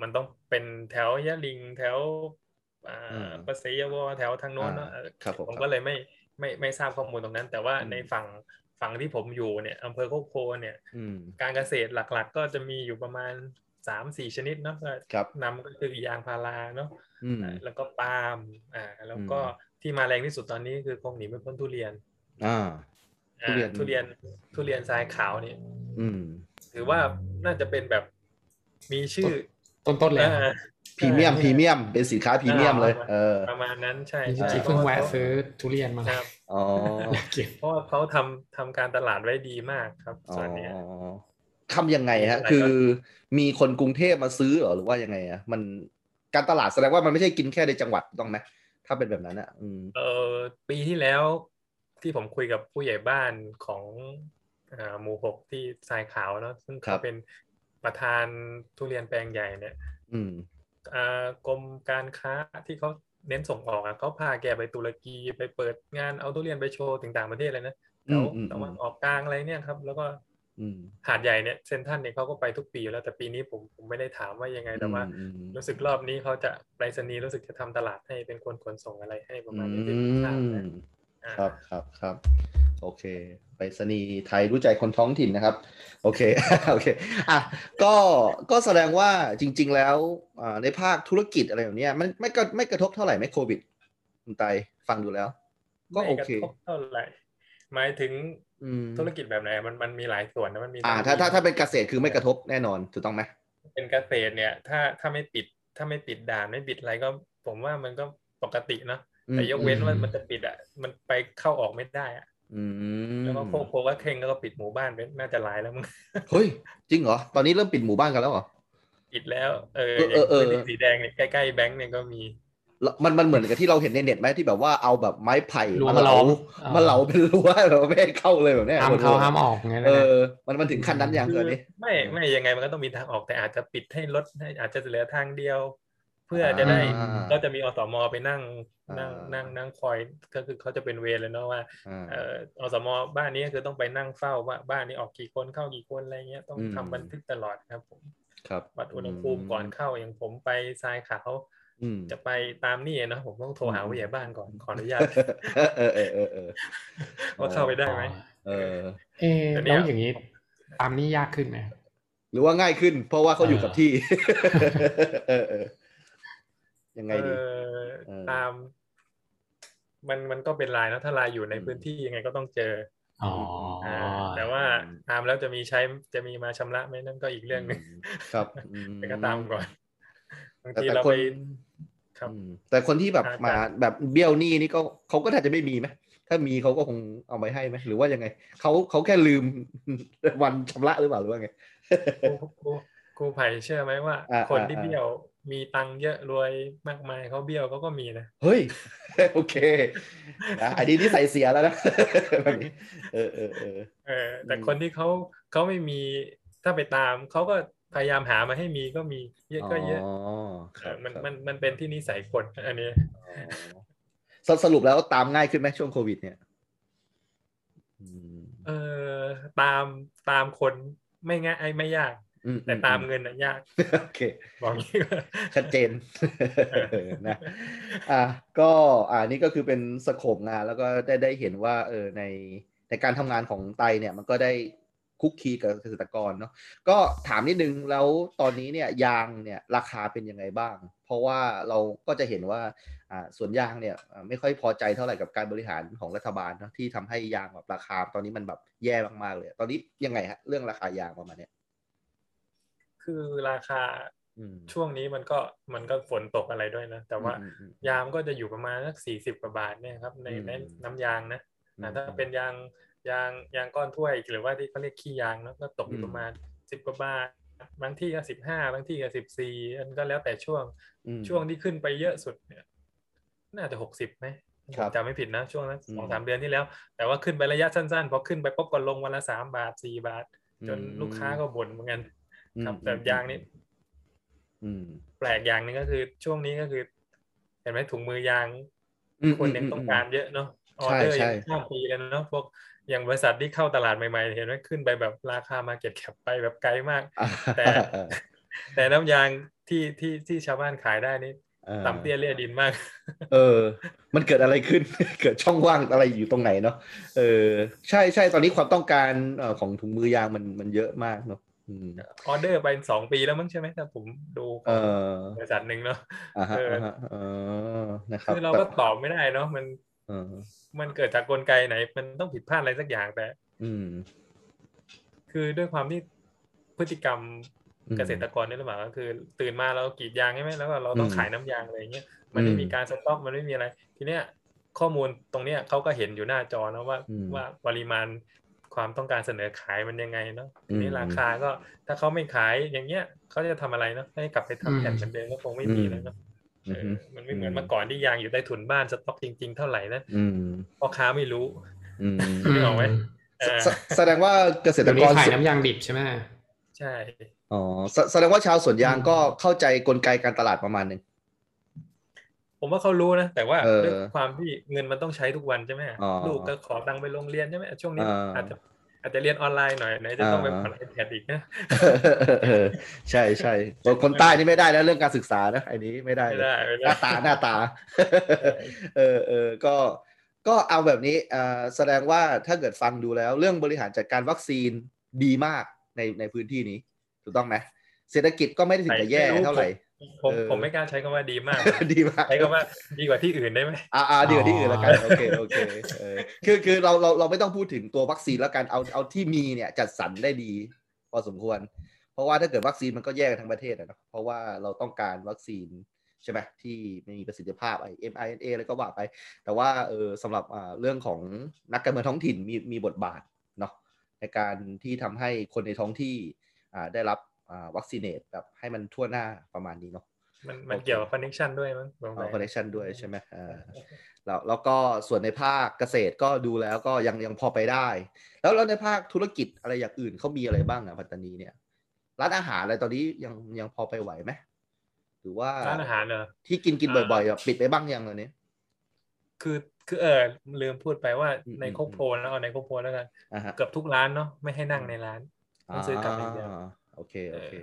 [SPEAKER 4] มันต้องเป็นแถวยะลิงแถวอ่า
[SPEAKER 2] อ่า
[SPEAKER 4] ประเสยวอแถวทางโน้นเนอะ
[SPEAKER 2] อ่าครับผม
[SPEAKER 4] ผมก็เลยไม่ไม่ไม่ทราบข้อมูลตรงนั้น แต่ว่า
[SPEAKER 2] อืม
[SPEAKER 4] ในฝั่งฝั่งที่ผมอยู่เนี่ยอำเภอโคกโพเนี่ย
[SPEAKER 2] อืม
[SPEAKER 4] การเกษตรหลักๆ ก็จะมีอยู่ประมาณสามสี่ชนิดเนาะก็
[SPEAKER 2] ครับ
[SPEAKER 4] นำก็คือยางพาราเนาะ
[SPEAKER 2] อืม
[SPEAKER 4] อ่าแล้วก็ปาล์มอ่าแล้วก็
[SPEAKER 2] อื
[SPEAKER 4] ที่มาแรงที่สุดตอนนี้คือคงหนีไม่พ้นทุเรียน
[SPEAKER 2] อ่า
[SPEAKER 4] อ่า
[SPEAKER 2] ทุเรียน
[SPEAKER 4] ทุเรียนทุเรียนทรายขาวนี่
[SPEAKER 2] อืม
[SPEAKER 4] ถือว่าน่าจะเป็นแบบมีชื่อ
[SPEAKER 3] ต้นๆเลยอะ
[SPEAKER 4] เอ่อ
[SPEAKER 2] พรีเมียมพรีเมียมเป็นสินค้าพรีเมียมเลย
[SPEAKER 4] อ่า
[SPEAKER 2] เออ
[SPEAKER 4] ประมาณนั้นใช่
[SPEAKER 3] จ
[SPEAKER 4] ใช่
[SPEAKER 3] ริงๆเพิ่งแวะซื้อทุเรียนมา
[SPEAKER 4] ครับ *laughs*
[SPEAKER 2] อ๋อ
[SPEAKER 3] เก็บ
[SPEAKER 4] เพราะว่าเขาทำทำการตลาดไว้ดีมากครับ ส่วนเนี้ย
[SPEAKER 2] อ๋อทำยังไงฮะ
[SPEAKER 4] อะไรก็
[SPEAKER 2] คือมีคนกรุงเทพมาซื้อเหรอหรือว่ายังไงอะมันการตลาดแสดงว่ามันไม่ใช่กินแค่ในจังหวัดถูกต้องไหมถ้าเป็นแบบนั้นอ่ะ อืม
[SPEAKER 4] เออปีที่แล้วที่ผมคุยกับผู้ใหญ่บ้านของอ่าหมู่หกที่ทรายขาวเนาะซึ่ง
[SPEAKER 2] ครั
[SPEAKER 4] เขา
[SPEAKER 2] บ
[SPEAKER 4] เป็นประธานทุเรียนแปลงใหญ่เนี่ย
[SPEAKER 2] อืม
[SPEAKER 4] อ่ากรมการค้าที่เขาเน้นส่งออกอะเขาพาแกไปตุรกีไปเปิดงานเอาทุเรียนไปโชว์ถึงต่างประเทศเลยนะ
[SPEAKER 2] อื
[SPEAKER 4] แถว
[SPEAKER 2] มอืม
[SPEAKER 4] ตะวันออกกลางอะไรเนี่ยครับ แล้วก็
[SPEAKER 2] อืม
[SPEAKER 4] หาดใหญ่เนี่ยเซนทรันเนี่ยเขาก็ไปทุกปีอยู่แล้วแต่ปีนี้ผมผมไม่ได้ถามว่ายังไงแต่ว่า
[SPEAKER 2] อืม
[SPEAKER 4] รู้สึกรอบนี้เขาจะไปรษณีย์รู้สึกจะทำตลาดให้เป็นคนขนส่งอะไรให้ประ
[SPEAKER 2] อื
[SPEAKER 4] มาณ
[SPEAKER 2] ม
[SPEAKER 4] นี้ที่ผมทราบนะครับ
[SPEAKER 2] ครับครับ โอเค ไปสนีย์ไทยรู้ใจคนท้องถิ่นนะครับ โอเค *laughs* โอเคอ่ะก็ก็แสดงว่าจริง ๆ แล้วอ่าในภาคธุรกิจอะไรแบบเนี้ยมันไม่กระไม่กระทบเท่าไหร่ไหมโควิดคุณไตฟังดูแล้ว ก็
[SPEAKER 4] ไม่
[SPEAKER 2] โอก
[SPEAKER 4] ระ
[SPEAKER 2] เค
[SPEAKER 4] ทบเท่าไหร่หมายถึง
[SPEAKER 2] อืม
[SPEAKER 4] ธุรกิจแบบไหนมันมันมีหลายส่วนนะมันมี
[SPEAKER 2] อ่า
[SPEAKER 4] ทั้ง
[SPEAKER 2] ถ้าถ้าถ้าเป็นเกษตรคือไม่กระทบแน่นอนถูกต้องไหม
[SPEAKER 4] เป็นเกษตรเนี่ย ถ้าถ้าไม่ปิดถ้าไม่ปิดด่านไม่ปิดอะไรก็ ผมว่ามันก็ปกติเนอะ
[SPEAKER 2] อืม
[SPEAKER 4] แต่ยกเว้นว่า
[SPEAKER 3] อืม
[SPEAKER 4] มันจะปิดอ่ะมันไปเข้าออกไม่ได้อ่ะ
[SPEAKER 2] อืม
[SPEAKER 4] แล้วก็โคโคก็เคร่งแล้วก็ปิดหมู่บ้านไปน่าจะหลายแล้วมึง *laughs*
[SPEAKER 2] เฮ้ยจริงเหรอ ตอนนี้เริ่มปิดหมู่บ้านกันแล้วเหรอ
[SPEAKER 4] ปิดแล้ว เออ
[SPEAKER 2] เออเออเออ
[SPEAKER 4] พื้นที่สีแดงเนี่ยใกล้ๆแบงก์เนี่ยก็มี
[SPEAKER 2] แล้วมันมันเหมือนกับที่เราเห็นในเน็ตไหมที่แบบว่าเอาแบบไม้ไผ่
[SPEAKER 3] รั้ว
[SPEAKER 2] มา
[SPEAKER 3] มา
[SPEAKER 2] เห
[SPEAKER 3] ล้
[SPEAKER 2] ลา
[SPEAKER 3] อม
[SPEAKER 2] มาเหลาเป็นรั้วแบบไม่ให้เข้าเลยแบบเนี้ย
[SPEAKER 3] ห้ามเข้า
[SPEAKER 2] โหดๆ
[SPEAKER 3] ห้ามออกอย่างเงี้ย
[SPEAKER 2] เอ
[SPEAKER 3] นะ
[SPEAKER 2] อ มันมันถึงขั้นนั้นอย่าง
[SPEAKER 4] คื
[SPEAKER 2] เกินนี้
[SPEAKER 4] ไม่ไม่ยังไงมันก็ต้องมีทางออกแต่อาจจะปิดให้รถให้อาจจะเหลือทางเดียว เพื่อจะได้
[SPEAKER 2] อ่า
[SPEAKER 4] ก็จะมีอสมไปนั่งนั่ง
[SPEAKER 2] อ่า
[SPEAKER 4] นั่งนั่งคอยก็คือเขาจะเป็นเวรเลยเนาะว่า
[SPEAKER 2] อ่า
[SPEAKER 4] เอ่ออสมบ้านนี้ก็คือต้องไปนั่งเฝ้าว่าบ้านนี้ออกกี่คนเข้ากี่คนอะไรเงี้ยต้อง
[SPEAKER 2] อืม
[SPEAKER 4] ทำบันทึกตลอดครับผม
[SPEAKER 2] ครับ
[SPEAKER 4] วัดอุณหภูมิก่อนเข้าอย่างผมไปทรายขาว
[SPEAKER 2] อืม
[SPEAKER 4] จะไปตามนี่เนาะผมต้องโทรหา
[SPEAKER 2] อืม
[SPEAKER 4] ผู้ใหญ่บ้านก่อนขออนุญาต
[SPEAKER 2] เออเออเออเออ
[SPEAKER 4] *laughs* ว่าเข้าไปได้ไหม
[SPEAKER 2] เออ
[SPEAKER 3] เอะ
[SPEAKER 4] แต่เนี่
[SPEAKER 3] แล้
[SPEAKER 4] ย
[SPEAKER 3] วอย่างนี้ตามนี่ยากขึ้นไหม
[SPEAKER 2] หรือว่าง่ายขึ้น เพราะว่าเขาอยู่กับที่ เออเออยังไงดี
[SPEAKER 4] เออ
[SPEAKER 2] เออ
[SPEAKER 4] ตาม มันมันก็เป็นลายนะถ้าลายอยู่ใน
[SPEAKER 2] อืม
[SPEAKER 4] พื้นที่ยังไงก็ต้องเจอ
[SPEAKER 3] อ๋ออา
[SPEAKER 4] แต่ว่าตามแล้วจะมีใช้จะมีมาชำระไหมนั่นก็อีกเรื่องหนึ่ง
[SPEAKER 2] ครับอืม
[SPEAKER 4] แต่ก็ตามก่อน *laughs* บาง
[SPEAKER 2] แต่
[SPEAKER 4] ที
[SPEAKER 2] แต่
[SPEAKER 4] เรา
[SPEAKER 2] ค
[SPEAKER 4] ไป
[SPEAKER 2] น
[SPEAKER 4] ครับ
[SPEAKER 2] อืมแต่คนที่แบบ
[SPEAKER 4] อ่า
[SPEAKER 2] มา
[SPEAKER 4] ใช่
[SPEAKER 2] แบบเบี้ยวหนี้นี่ก็เขาก็แทบจะไม่มีไหมถ้ามีเขาก็คงเอาไปให้ไหมหรือว่ายังไงเขาเขาแค่ลืม วันชำระหรือเปล่าหรือว่าไง
[SPEAKER 4] ครูครูครูไผ่เชื่อไหมว่า
[SPEAKER 2] อ่า
[SPEAKER 4] คน
[SPEAKER 2] อ่า
[SPEAKER 4] ที่
[SPEAKER 2] อ่า
[SPEAKER 4] เบี้ยวมีตังค์เยอะรวยมากมายเขาเบี้ยวเขาก็มีนะ
[SPEAKER 2] เฮ้ย *laughs* โอเคอ่ะอันนี้นี่ใส่เสียแล้วนะ *laughs* แบบนี้เออเออเออ
[SPEAKER 4] เออ แต่
[SPEAKER 2] อืม
[SPEAKER 4] คนที่เขาเขาไม่มีถ้าไปตามเขาก็พยายามหามาให้มีก็มีเยอะก็เยอะ
[SPEAKER 2] ครับ
[SPEAKER 4] เออมันมันมันเป็นที่นิสัยคนอันนี้
[SPEAKER 2] อ๋อสรุปแล้วตามง่ายขึ้นไหมช่วงโควิด เนี่ยอืม
[SPEAKER 4] เออตามตามคนไม่ง่ายไม่ยาก
[SPEAKER 2] อื
[SPEAKER 4] แต่ตาม
[SPEAKER 2] *laughs*
[SPEAKER 4] เงินน่ะยาก
[SPEAKER 2] โอเค
[SPEAKER 4] บอกงี้ก่อน
[SPEAKER 2] ชัดเจน *laughs* นะอ่ะก็อ่านี่ก็คือเป็นสโคปงานแล้วก็ได้ได้เห็นว่าเออในในการทำงานของไตเนี่ยมันก็ได้คุกคีกับเกษตรกรเนาะก็ถามนิดนึงแล้วตอนนี้เนี่ยยางเนี่ยราคาเป็นยังไงบ้าง เพราะว่าเราก็จะเห็นว่าอ่าสวนยางเนี่ยอ่าไม่ค่อยพอใจเท่าไหร่กับการบริหารของรัฐบาลเนาะที่ทำให้ยางแบบราคาตอนนี้มันแบบแย่มากๆเลย ตอนนี้ยังไงฮะเรื่องราคายางประมาณเนี้ย
[SPEAKER 4] คือราคา
[SPEAKER 2] อืม
[SPEAKER 4] ช่วงนี้มันก็มันก็ฝนตกอะไรด้วยนะ แต่ว่า
[SPEAKER 2] อืมอืมอืม
[SPEAKER 4] ยางก็จะอยู่ประมาณสักสี่สิบกว่าบาทเนี่ยครับใน
[SPEAKER 2] อืม
[SPEAKER 4] ในน้ำยางนะอ่ะถ้าเป็นยางยางยางก้อนถ้วยหรือว่าที่เขาเรียกขี้ยางเนาะก็ตกอยู่ประมาณสิบกว่าบาทบางที่ก็สิบห้าบางที่ก็สิบสี่อันก็แล้วแต่ช่วง
[SPEAKER 2] อืม
[SPEAKER 4] ช่วงที่ขึ้นไปเยอะสุดเนี่ยน่าจะหกสิบไหม
[SPEAKER 2] ค
[SPEAKER 4] ผ
[SPEAKER 2] รั
[SPEAKER 4] ม
[SPEAKER 2] บ
[SPEAKER 4] จำไม่ผิดนะช่วงนั้น
[SPEAKER 2] อืม
[SPEAKER 4] สองสามเดือนที่แล้ว แต่ว่าขึ้นไประยะสั้นๆพอขึ้นไปปุ๊บก็ลงวันละสามบาทสี่บาท จนลูกค้าก็บ่นเหมือนกันครับแต่ยางนี่
[SPEAKER 2] อืม
[SPEAKER 4] แปลกอย่างหนึงก็คือช่วงนี้ก็คือเห็นไหมถุงมือยาง
[SPEAKER 2] อืม
[SPEAKER 4] คนยังต้องการเยอะเนาะออเดอร์
[SPEAKER 2] ใช่
[SPEAKER 4] ยัง
[SPEAKER 2] ใช่
[SPEAKER 4] ข้ามปีเลยเนาะพวกอย่างบริษัทที่เข้าตลาดใหม่ๆเห็นไหมขึ้นไปแบบราคามาเก็ตแคปไปแบบไกลมาก แต่ แต่น้ำยางที่ที่ที่ชาวบ้านขายได้นี่
[SPEAKER 2] อ่า
[SPEAKER 4] ต่ำเตี้ยเลี่ยดินมาก
[SPEAKER 2] เออ มันเกิดอะไรขึ้น *laughs* เกิดช่องว่างอะไรอยู่ตรงไหนเนาะเออ ใช่ใช่ตอนนี้ความต้องการเอ่อของถุงมือยางมันมันเยอะมากเนาะอืม
[SPEAKER 4] ออเดอร์ไปสองปีแล้วมั้งใช่ไหมถ้าผมดูข
[SPEAKER 2] เอ
[SPEAKER 4] อง
[SPEAKER 2] อบ
[SPEAKER 4] ริษัทหนึ่งเนาะ
[SPEAKER 2] อ่าฮะ
[SPEAKER 4] เออ
[SPEAKER 2] า
[SPEAKER 4] อ่
[SPEAKER 2] ฮะเออนะครับ
[SPEAKER 4] คือเราก็ตอบไม่ได้เนาะมัน
[SPEAKER 2] เออ
[SPEAKER 4] มันเกิดจากกลไกไหน มันต้องผิดพลาดอะไรสักอย่างแต่
[SPEAKER 2] อืม
[SPEAKER 4] คือด้วยความที่พฤติกรรม
[SPEAKER 2] อืม
[SPEAKER 4] เกษตรกรนี่หรือเปล่าก็คือ ตื่นมาเรากรีดยางใช่ไหมแล้วก็เราต้อง
[SPEAKER 2] อืม
[SPEAKER 4] ขายน้ำยางอะไรอย่างเงี้ยมันไม่
[SPEAKER 2] อืม
[SPEAKER 4] มีการสต็อกมันไม่มีอะไร ทีเนี้ยข้อมูลตรงเนี้ยเขาก็เห็นอยู่หน้าจอนะว่า
[SPEAKER 2] อืม
[SPEAKER 4] ว่าปริมาณความต้องการเสนอขายมันยังไงเนาะทีนี้
[SPEAKER 2] อืม
[SPEAKER 4] ราคาก็ถ้าเขาไม่ขายอย่างเงี้ยเขาจะทำอะไรเนาะให้กลับไปทำแผ่น
[SPEAKER 3] อืม
[SPEAKER 4] เหมือนเดิมก็คงไม่
[SPEAKER 2] อืม
[SPEAKER 4] มีแล้วเนาะ
[SPEAKER 2] อื
[SPEAKER 4] เออ
[SPEAKER 2] ม
[SPEAKER 4] มันไม่เหมือนเมื่อก่อนที่ยางอยู่ใต้ถุนบ้านสต็อกจริง ๆ เท่าไหร่นะ
[SPEAKER 2] อืม
[SPEAKER 4] พ่อค้าไม่รู้
[SPEAKER 2] อืม
[SPEAKER 4] นึกออกไหม เออ
[SPEAKER 2] แสแสดงว่าเกษต
[SPEAKER 3] เดี๋
[SPEAKER 2] ร
[SPEAKER 3] ยว
[SPEAKER 2] ก
[SPEAKER 3] นี้
[SPEAKER 2] ร
[SPEAKER 3] ขายน้ำยางดิบใช่ไหม
[SPEAKER 4] ใช่
[SPEAKER 2] อ๋อแสแสดงว่าชาวสวนยาง
[SPEAKER 3] อืม
[SPEAKER 2] ก็เข้าใจกลไกการตลาดประมาณหนึ่ง
[SPEAKER 4] ผมว่าเขารู้นะ แต่ว่า
[SPEAKER 2] เออ
[SPEAKER 4] ด้วยความที่เงินมันต้องใช้ทุกวันใช่ไหม
[SPEAKER 2] อ๋อ
[SPEAKER 4] ลูกก็ขอตังค์ไปโรงเรียนใช่ไหมช่วงนี้
[SPEAKER 2] อ่า
[SPEAKER 4] อาจจะอาจจะเรียนออนไลน์หน่อยไหนจะ
[SPEAKER 2] อ่า
[SPEAKER 4] ต้องไปผ่อนไอแพดอีกนะ
[SPEAKER 2] เออ *laughs* ใช่ใช่คนใต้นี่ไม่ได้แล้วเรื่องการศึกษานะอันนี้ไม่ได้
[SPEAKER 4] ไม่
[SPEAKER 2] เลย
[SPEAKER 4] ได้ไม่
[SPEAKER 2] ห
[SPEAKER 4] ได้
[SPEAKER 2] น้าตาหน้าตา *laughs* เออเออก็ก็เอาแบบนี้อ่าแสดงว่าถ้าเกิดฟังดูแล้ว เรื่องบริหารจัดการวัคซีนดีมากในในพื้นที่นี้ ถูกต้องไหมเศรษฐกิจก็ไม่ได้ถึงกับแย่
[SPEAKER 4] ไม่รู้
[SPEAKER 2] เท่า *laughs* ไหร่
[SPEAKER 4] ผม
[SPEAKER 2] เออ
[SPEAKER 4] ผมไม่กล้าใช้คำว่าดีมาก
[SPEAKER 2] ดีมาก
[SPEAKER 4] ใช้คำว่าดีกว่าที่อื่นได้ไหม
[SPEAKER 2] อ่าอ่าเดี๋ยวที่อื่นแล้วกันโอเคโอเคเออคือคือเราเราเราไม่ต้องพูดถึงตัววัคซีนแล้วกันเอาเอาที่มีเนี่ยจัดสรรได้ดี พอสมควร เพราะว่าถ้าเกิดวัคซีนมันก็แยกกันทั้งประเทศอะเนาะเพราะว่าเราต้องการวัคซีนใช่ไหมที่มีประสิทธิภาพไอ mRNA แล้วก็ว่าไป แต่ว่าเออสำหรับอ่าเรื่องของนักการเมืองท้องถิ่นมีมีบทบาทเนาะในการที่ทำให้คนในท้องที่อ่าได้รับอ่าวัคซีเนตแบบให้มันทั่วหน้าประมาณนี้เนาะ
[SPEAKER 4] มันมัน
[SPEAKER 2] โอเค
[SPEAKER 4] เกี่ยวกับคอนเนคชันด้วยมั้งสงสั
[SPEAKER 2] เอา
[SPEAKER 4] ย
[SPEAKER 2] คอนเนคชันด้วยใช่ไหมอ่า แล้วแล้วก็ส่วนในภาคเกษตรก็ดูแล้วก็ยังยังพอไปได้ แล้วแล้วในภาคธุรกิจอะไรอย่างอื่นเขามีอะไรบ้างอ่ะปัตตานีเนี่ย ร้านอาหารอะไรตอนนี้ยังยังพอไปไหวไหมหรือว่า
[SPEAKER 4] ร้านอาหารเหรอ
[SPEAKER 2] ที่กินกิน
[SPEAKER 4] อ่า
[SPEAKER 2] บ่อยๆอ่ะปิดไปบ้างยังตอนนี้
[SPEAKER 4] คือคือเออลืมพูดไปว่า
[SPEAKER 2] อืม
[SPEAKER 4] ใน
[SPEAKER 2] อืม
[SPEAKER 4] โคกโพนแล้วเอาในโคกโพนแล้วกัน
[SPEAKER 2] อ่าฮะ
[SPEAKER 4] เกือบทุกร้านเนาะไม่ให้นั่งในร้าน ต้องซื้อกลับอย่างเดียว
[SPEAKER 2] อ่าโอเคโอเค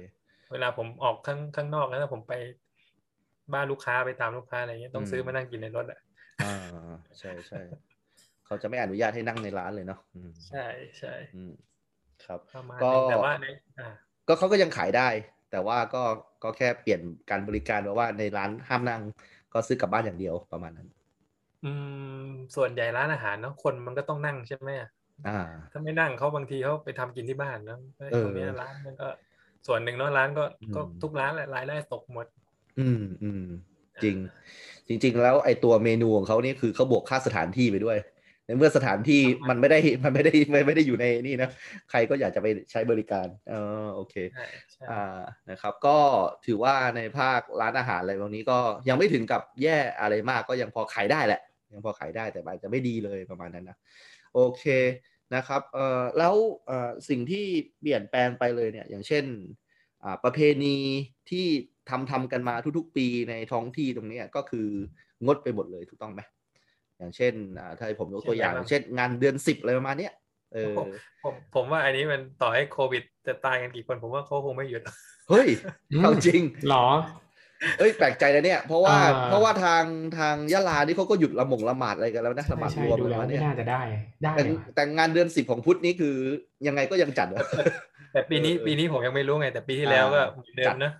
[SPEAKER 4] เวลาผมออกข้างข้างนอกแล้วถ้าผมไปบ้านลูกค้าไปตามลูกค้าอะไรเงี้ยต้อง
[SPEAKER 2] อืม
[SPEAKER 4] ซื้อมานั่งกินในรถอ่ะ
[SPEAKER 2] อ่าใช่ใช่เขาจะไม่อนุญาตให้นั่งในร้านเลยเนาะอืม
[SPEAKER 4] ใช่ใช่
[SPEAKER 2] อืมครับ
[SPEAKER 4] ประมาณ
[SPEAKER 2] ก็
[SPEAKER 4] นั้นแต่ว่าในอ่า
[SPEAKER 2] ก็เขาก็ยังขายได้ แต่ว่าก็ก็แค่เปลี่ยนการบริการว่าว่าในร้านห้ามนั่งก็ซื้อกลับบ้านอย่างเดียวประมาณนั้น
[SPEAKER 4] อืมส่วนใหญ่ร้านอาหารเนาะคนมันก็ต้องนั่งใช่ไหมอะ
[SPEAKER 2] อ่า
[SPEAKER 4] ถ้าไม่นั่งเขาบางทีเขาไปทำกินที่บ้านเนาะไอ้
[SPEAKER 2] เออ
[SPEAKER 4] ตรงเนี้ยร้านมันก็ ส่วนหนึ่งเนาะร้านก็
[SPEAKER 2] อืม
[SPEAKER 4] ก็ทุกร้านแหละรายได้ตกหมด
[SPEAKER 2] อืมอืม จริง จริง ๆ แล้วไอตัวเมนูของเขานี่คือเขาบวกค่าสถานที่ไปด้วย ในเมื่อสถานที่มันไม่ได้มันไม่ได้ไม่ไม่ได้อยู่ในนี่นะ ใครก็อยากจะไปใช้บริการเออโอเค
[SPEAKER 4] ใช่ใช่
[SPEAKER 2] อ่านะครับ ก็ถือว่าในภาคร้านอาหารอะไรพวกนี้ก็ยังไม่ถึงกับแย่อะไรมากก็ยังพอขายได้แหละ ยังพอขายได้แต่อาจจะไม่ดีเลยประมาณนั้นนะโอเคนะครับเอ่อแล้วเอ่อสิ่งที่เปลี่ยนแปลงไปเลยเนี่ยอย่างเช่นอ่าประเพณีที่ทำทำกันมาทุกๆ ปีในท้องที่ตรงเนี้ยก็คืองดไปหมดเลยถูกต้องไหมอย่างเช่นอ่าถ้าให้ผมยกตัวอย่างอย่างเช่นงานเดือนสิบอะไรประมาณเนี้ย เออ
[SPEAKER 4] ผมผมว่าอันนี้มันต่อให้โควิด จะตายกันกี่คนผมว่าเขาคงไม่หยุดหรอก
[SPEAKER 2] เฮ้ยเอาจริง
[SPEAKER 3] หรอ
[SPEAKER 2] เอ้ยแปลกใจนะเนี่ย เพราะว่า
[SPEAKER 3] อ่า
[SPEAKER 2] เพราะว่าทางทางยะลานี่เขาก็หยุดละหมงละหมาดอะไรกันแล้วนะละหมาด
[SPEAKER 3] ใช่
[SPEAKER 2] รวม
[SPEAKER 3] ดู
[SPEAKER 2] อะไร
[SPEAKER 3] แล้ว
[SPEAKER 2] วะ
[SPEAKER 3] ไม่
[SPEAKER 2] เนี่ย
[SPEAKER 3] น่าจะได้ ได้
[SPEAKER 2] แต่ง
[SPEAKER 3] เหรอ
[SPEAKER 2] แต่งงานเดือนสิบของพุทธนี่คือยังไงก็ยังจัดวะ
[SPEAKER 4] แต่ปีนี้
[SPEAKER 2] เออเออ
[SPEAKER 4] ปีนี้ผมยังไม่รู้ไงแต่ปีที่แล้วก็
[SPEAKER 2] อ่า
[SPEAKER 4] เหมือนเดิมนะ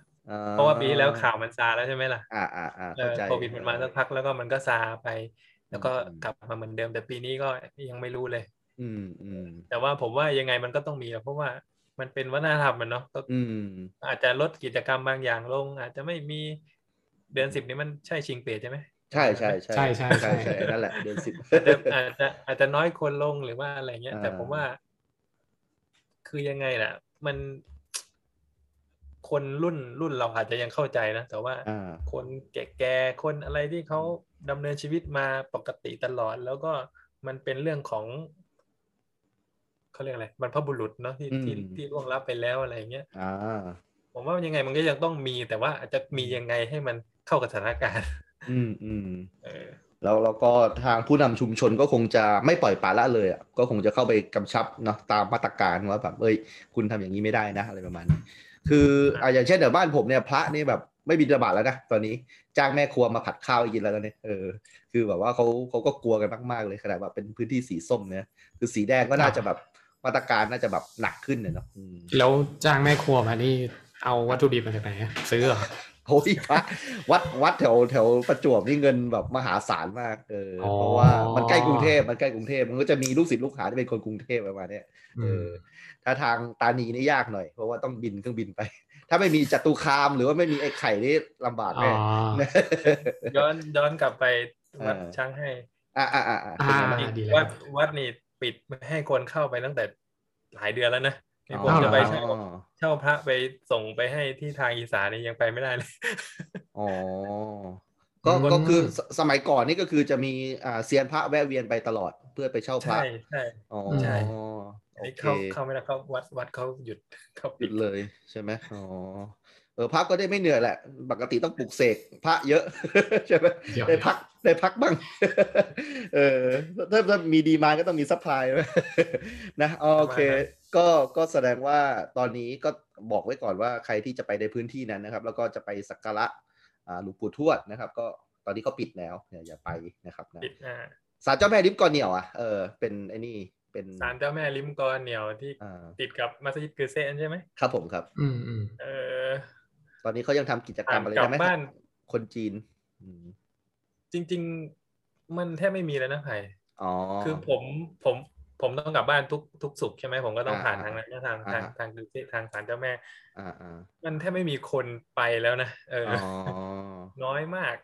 [SPEAKER 4] เพราะว่าปีที่แล้วข่าวมันซาแล้วใช่ไหมล่ะ
[SPEAKER 2] อ่าอ่าอ่า
[SPEAKER 4] เอ
[SPEAKER 2] เข้า
[SPEAKER 4] อ
[SPEAKER 2] ใจ
[SPEAKER 4] โควิดมันมาสักพักแล้วก็มันก็ซาไป แล้วก็
[SPEAKER 2] อืม
[SPEAKER 4] กลับมาเหมือนเดิม แต่ปีนี้ก็ยังไม่รู้เลย
[SPEAKER 2] อืมอืม
[SPEAKER 4] แต่ว่าผมว่ายังไงมันก็ต้องมีแหละเพราะว่ามันเป็นวัฒนธรรมมันเนาะก็
[SPEAKER 2] อืม
[SPEAKER 4] อาจจะลดกิจกรรมบางอย่างลง อาจจะไม่มีเดือนสิบนี้มันใช่ชิงเปรตใช่ไหม
[SPEAKER 2] ใช่ใช่ใช่
[SPEAKER 3] ใช่ใช่
[SPEAKER 2] ใช่
[SPEAKER 3] ใช่
[SPEAKER 2] ใช่นั่นแหละเดือนสิบ
[SPEAKER 4] อาจจะอาจจะอาจจะน้อยคนลงหรือว่าอะไรเงี้ย
[SPEAKER 2] อ่า
[SPEAKER 4] แต่ผมว่า คือยังไงล่ะ มัน คนรุ่นรุ่นเราอาจจะยังเข้าใจนะ แต่ว่า
[SPEAKER 2] อ่า
[SPEAKER 4] คนแก่ๆคนอะไรที่เขาดำเนินชีวิตมาปกติตลอด แล้วก็มันเป็นเรื่องของเขาเรียกอะไรบรรพบุรุษเนาะที่
[SPEAKER 2] อืม
[SPEAKER 4] ที่ที่ล่วงลับไปแล้วอะไรเงี้ย
[SPEAKER 2] อ่า
[SPEAKER 4] ผมว่ายังไงมันก็ยังต้องมี แต่ว่าอาจจะมียังไงให้มันเข้ากับสถานการณ์ *laughs*
[SPEAKER 2] อืมอืม
[SPEAKER 4] เออ
[SPEAKER 2] แล้วแล้วก็ทางผู้นำชุมชนก็คงจะไม่ปล่อยปละละเลยอ่ะก็คงจะเข้าไปกำชับเนาะตามมาตรการว่าแบบเอ้ย คุณทำอย่างนี้ไม่ได้นะ อะไรประมาณนี้คืออ่ะอย่างเช่นเดี๋ยวบ้านผมเนี่ยพระนี่แบบไม่บินระบาดแล้วนะตอนนี้จ้างแม่ครัวมาผัดข้าวให้กินแล้วนะเนี่ยเออคือแบบว่าเขาเขาก็กลัวกันมากๆเลยขนาดแบบเป็นพื้นที่สีส้มเนี่ยคือสีแดงก็น่าจะแบบมาตรการน่าจะแบบหนักขึ้นเนี่ยเนาะอืม
[SPEAKER 3] แล้วจ้างแม่ครัวมานี่เอาวัตถุดิบมาจากไหนอะซื้อเหรอ
[SPEAKER 2] โอ้ยพระวัดวัดแถวแถวประจวบนี่เงินแบบมหาศาลมากเอออ
[SPEAKER 3] อ
[SPEAKER 2] เพราะว่ามันใกล้กรุงเทพมันใกล้กรุงเทพมันก็จะมีลูกศิษย์ลูกหาที่เป็นคนกรุงเทพประมาณเนี้ย
[SPEAKER 3] อื
[SPEAKER 2] เอ
[SPEAKER 3] ม
[SPEAKER 2] อถ้าทางตานีนี่ยากหน่อยเพราะว่าต้องบินเครื่องบินไป ถ้าไม่มีจตุคามหรือว่าไม่มีไอ้ไข่นี่ลำบาก
[SPEAKER 3] อ๋
[SPEAKER 2] แน่
[SPEAKER 3] อ
[SPEAKER 2] *laughs*
[SPEAKER 4] ย้อนย้อนกลับไปวัด
[SPEAKER 2] เออ
[SPEAKER 4] ช้างให้
[SPEAKER 2] อ่ะอ่ะอ่ะอ่ะเป็นไงบ้าง
[SPEAKER 3] อ่าดีแล้ว
[SPEAKER 4] วัดวัดนี่ปิดไม่ให้คนเข้าไปตั้งแต่หลายเดือนแล้วนะนี่ผม
[SPEAKER 3] อ้าว
[SPEAKER 4] จะไป
[SPEAKER 3] เหรอ
[SPEAKER 4] เช่าเช่าพระไปส่งไปให้ที่ทางอีสานนี่ยังไปไม่ได้เลย
[SPEAKER 2] อ๋อ ก็
[SPEAKER 3] มัน
[SPEAKER 2] ก็คือสสมัยก่อนนี่ก็คือจะมีอ่าเซียนพระแวะเวียนไปตลอดเพื่อไปเช่าพระ
[SPEAKER 4] ใช่ใช่
[SPEAKER 2] อ๋อ
[SPEAKER 4] ใช่
[SPEAKER 2] โอ
[SPEAKER 4] นี่
[SPEAKER 2] เค
[SPEAKER 4] เข้าเข้าไม่ได้เขาวัดวัดเขาหยุด *laughs* เขา
[SPEAKER 2] หยุ
[SPEAKER 4] ปิ
[SPEAKER 2] ด
[SPEAKER 4] ด
[SPEAKER 2] เลยใช่ไหมอ๋อ เออพักก็ได้ไม่เหนื่อยแหละ ปกติต้องปลุกเสกพระเยอะ *laughs* ใช่ไหม
[SPEAKER 3] เดี๋ยว
[SPEAKER 2] ได้พักได้พักบ้าง *laughs* เออถ้าถ้ามีดีมานด์ก็ต้องมีซัพพลาย *laughs* นะอ๋อโอเค ก็ก็แสดงว่าตอนนี้ก็บอกไว้ก่อนว่าใครที่จะไปในพื้นที่นั้นนะครับ แล้วก็จะไปสักการะอ่าหลวงปู่ทวดนะครับ ก็ตอนนี้เขาปิดแล้วเนี่ยอย่าไปนะครับนะ
[SPEAKER 4] ปิดอ่า
[SPEAKER 2] ศาลเจ้าแม่ริมกอนเหนียวอ่ะเออเป็นไอ้นี่เป็น
[SPEAKER 4] ศาลเจ้าแม่ลิมกอนเหนียวที่
[SPEAKER 2] อ่า
[SPEAKER 4] ติดกับมัสยิดกือเซนใช่ไหม
[SPEAKER 2] ครับผมครับ
[SPEAKER 3] อืมอืม
[SPEAKER 4] เออ
[SPEAKER 2] ตอนนี้เขายังทำกิจกรรมอะไร
[SPEAKER 4] อ่ะกลั
[SPEAKER 2] ได้
[SPEAKER 4] บ
[SPEAKER 2] ไหม
[SPEAKER 4] บ้าน
[SPEAKER 2] คนจีนอืม
[SPEAKER 4] จริง ๆ มันแทบไม่มีแล้วนะไผ่
[SPEAKER 2] อ๋อ
[SPEAKER 4] คือผมผมผมต้องกลับบ้านทุกทุกสุขใช่ไหมผมก็ต้อง
[SPEAKER 2] อ่า
[SPEAKER 4] ผ่านทางนั้นทางทาง
[SPEAKER 2] อ่า
[SPEAKER 4] ทางคือทางศาลเจ้าแม่
[SPEAKER 2] อ่าอ่า
[SPEAKER 4] มันแทบไม่มีคนไปแล้วนะเอออ
[SPEAKER 2] อ๋อ
[SPEAKER 4] น้อยมาก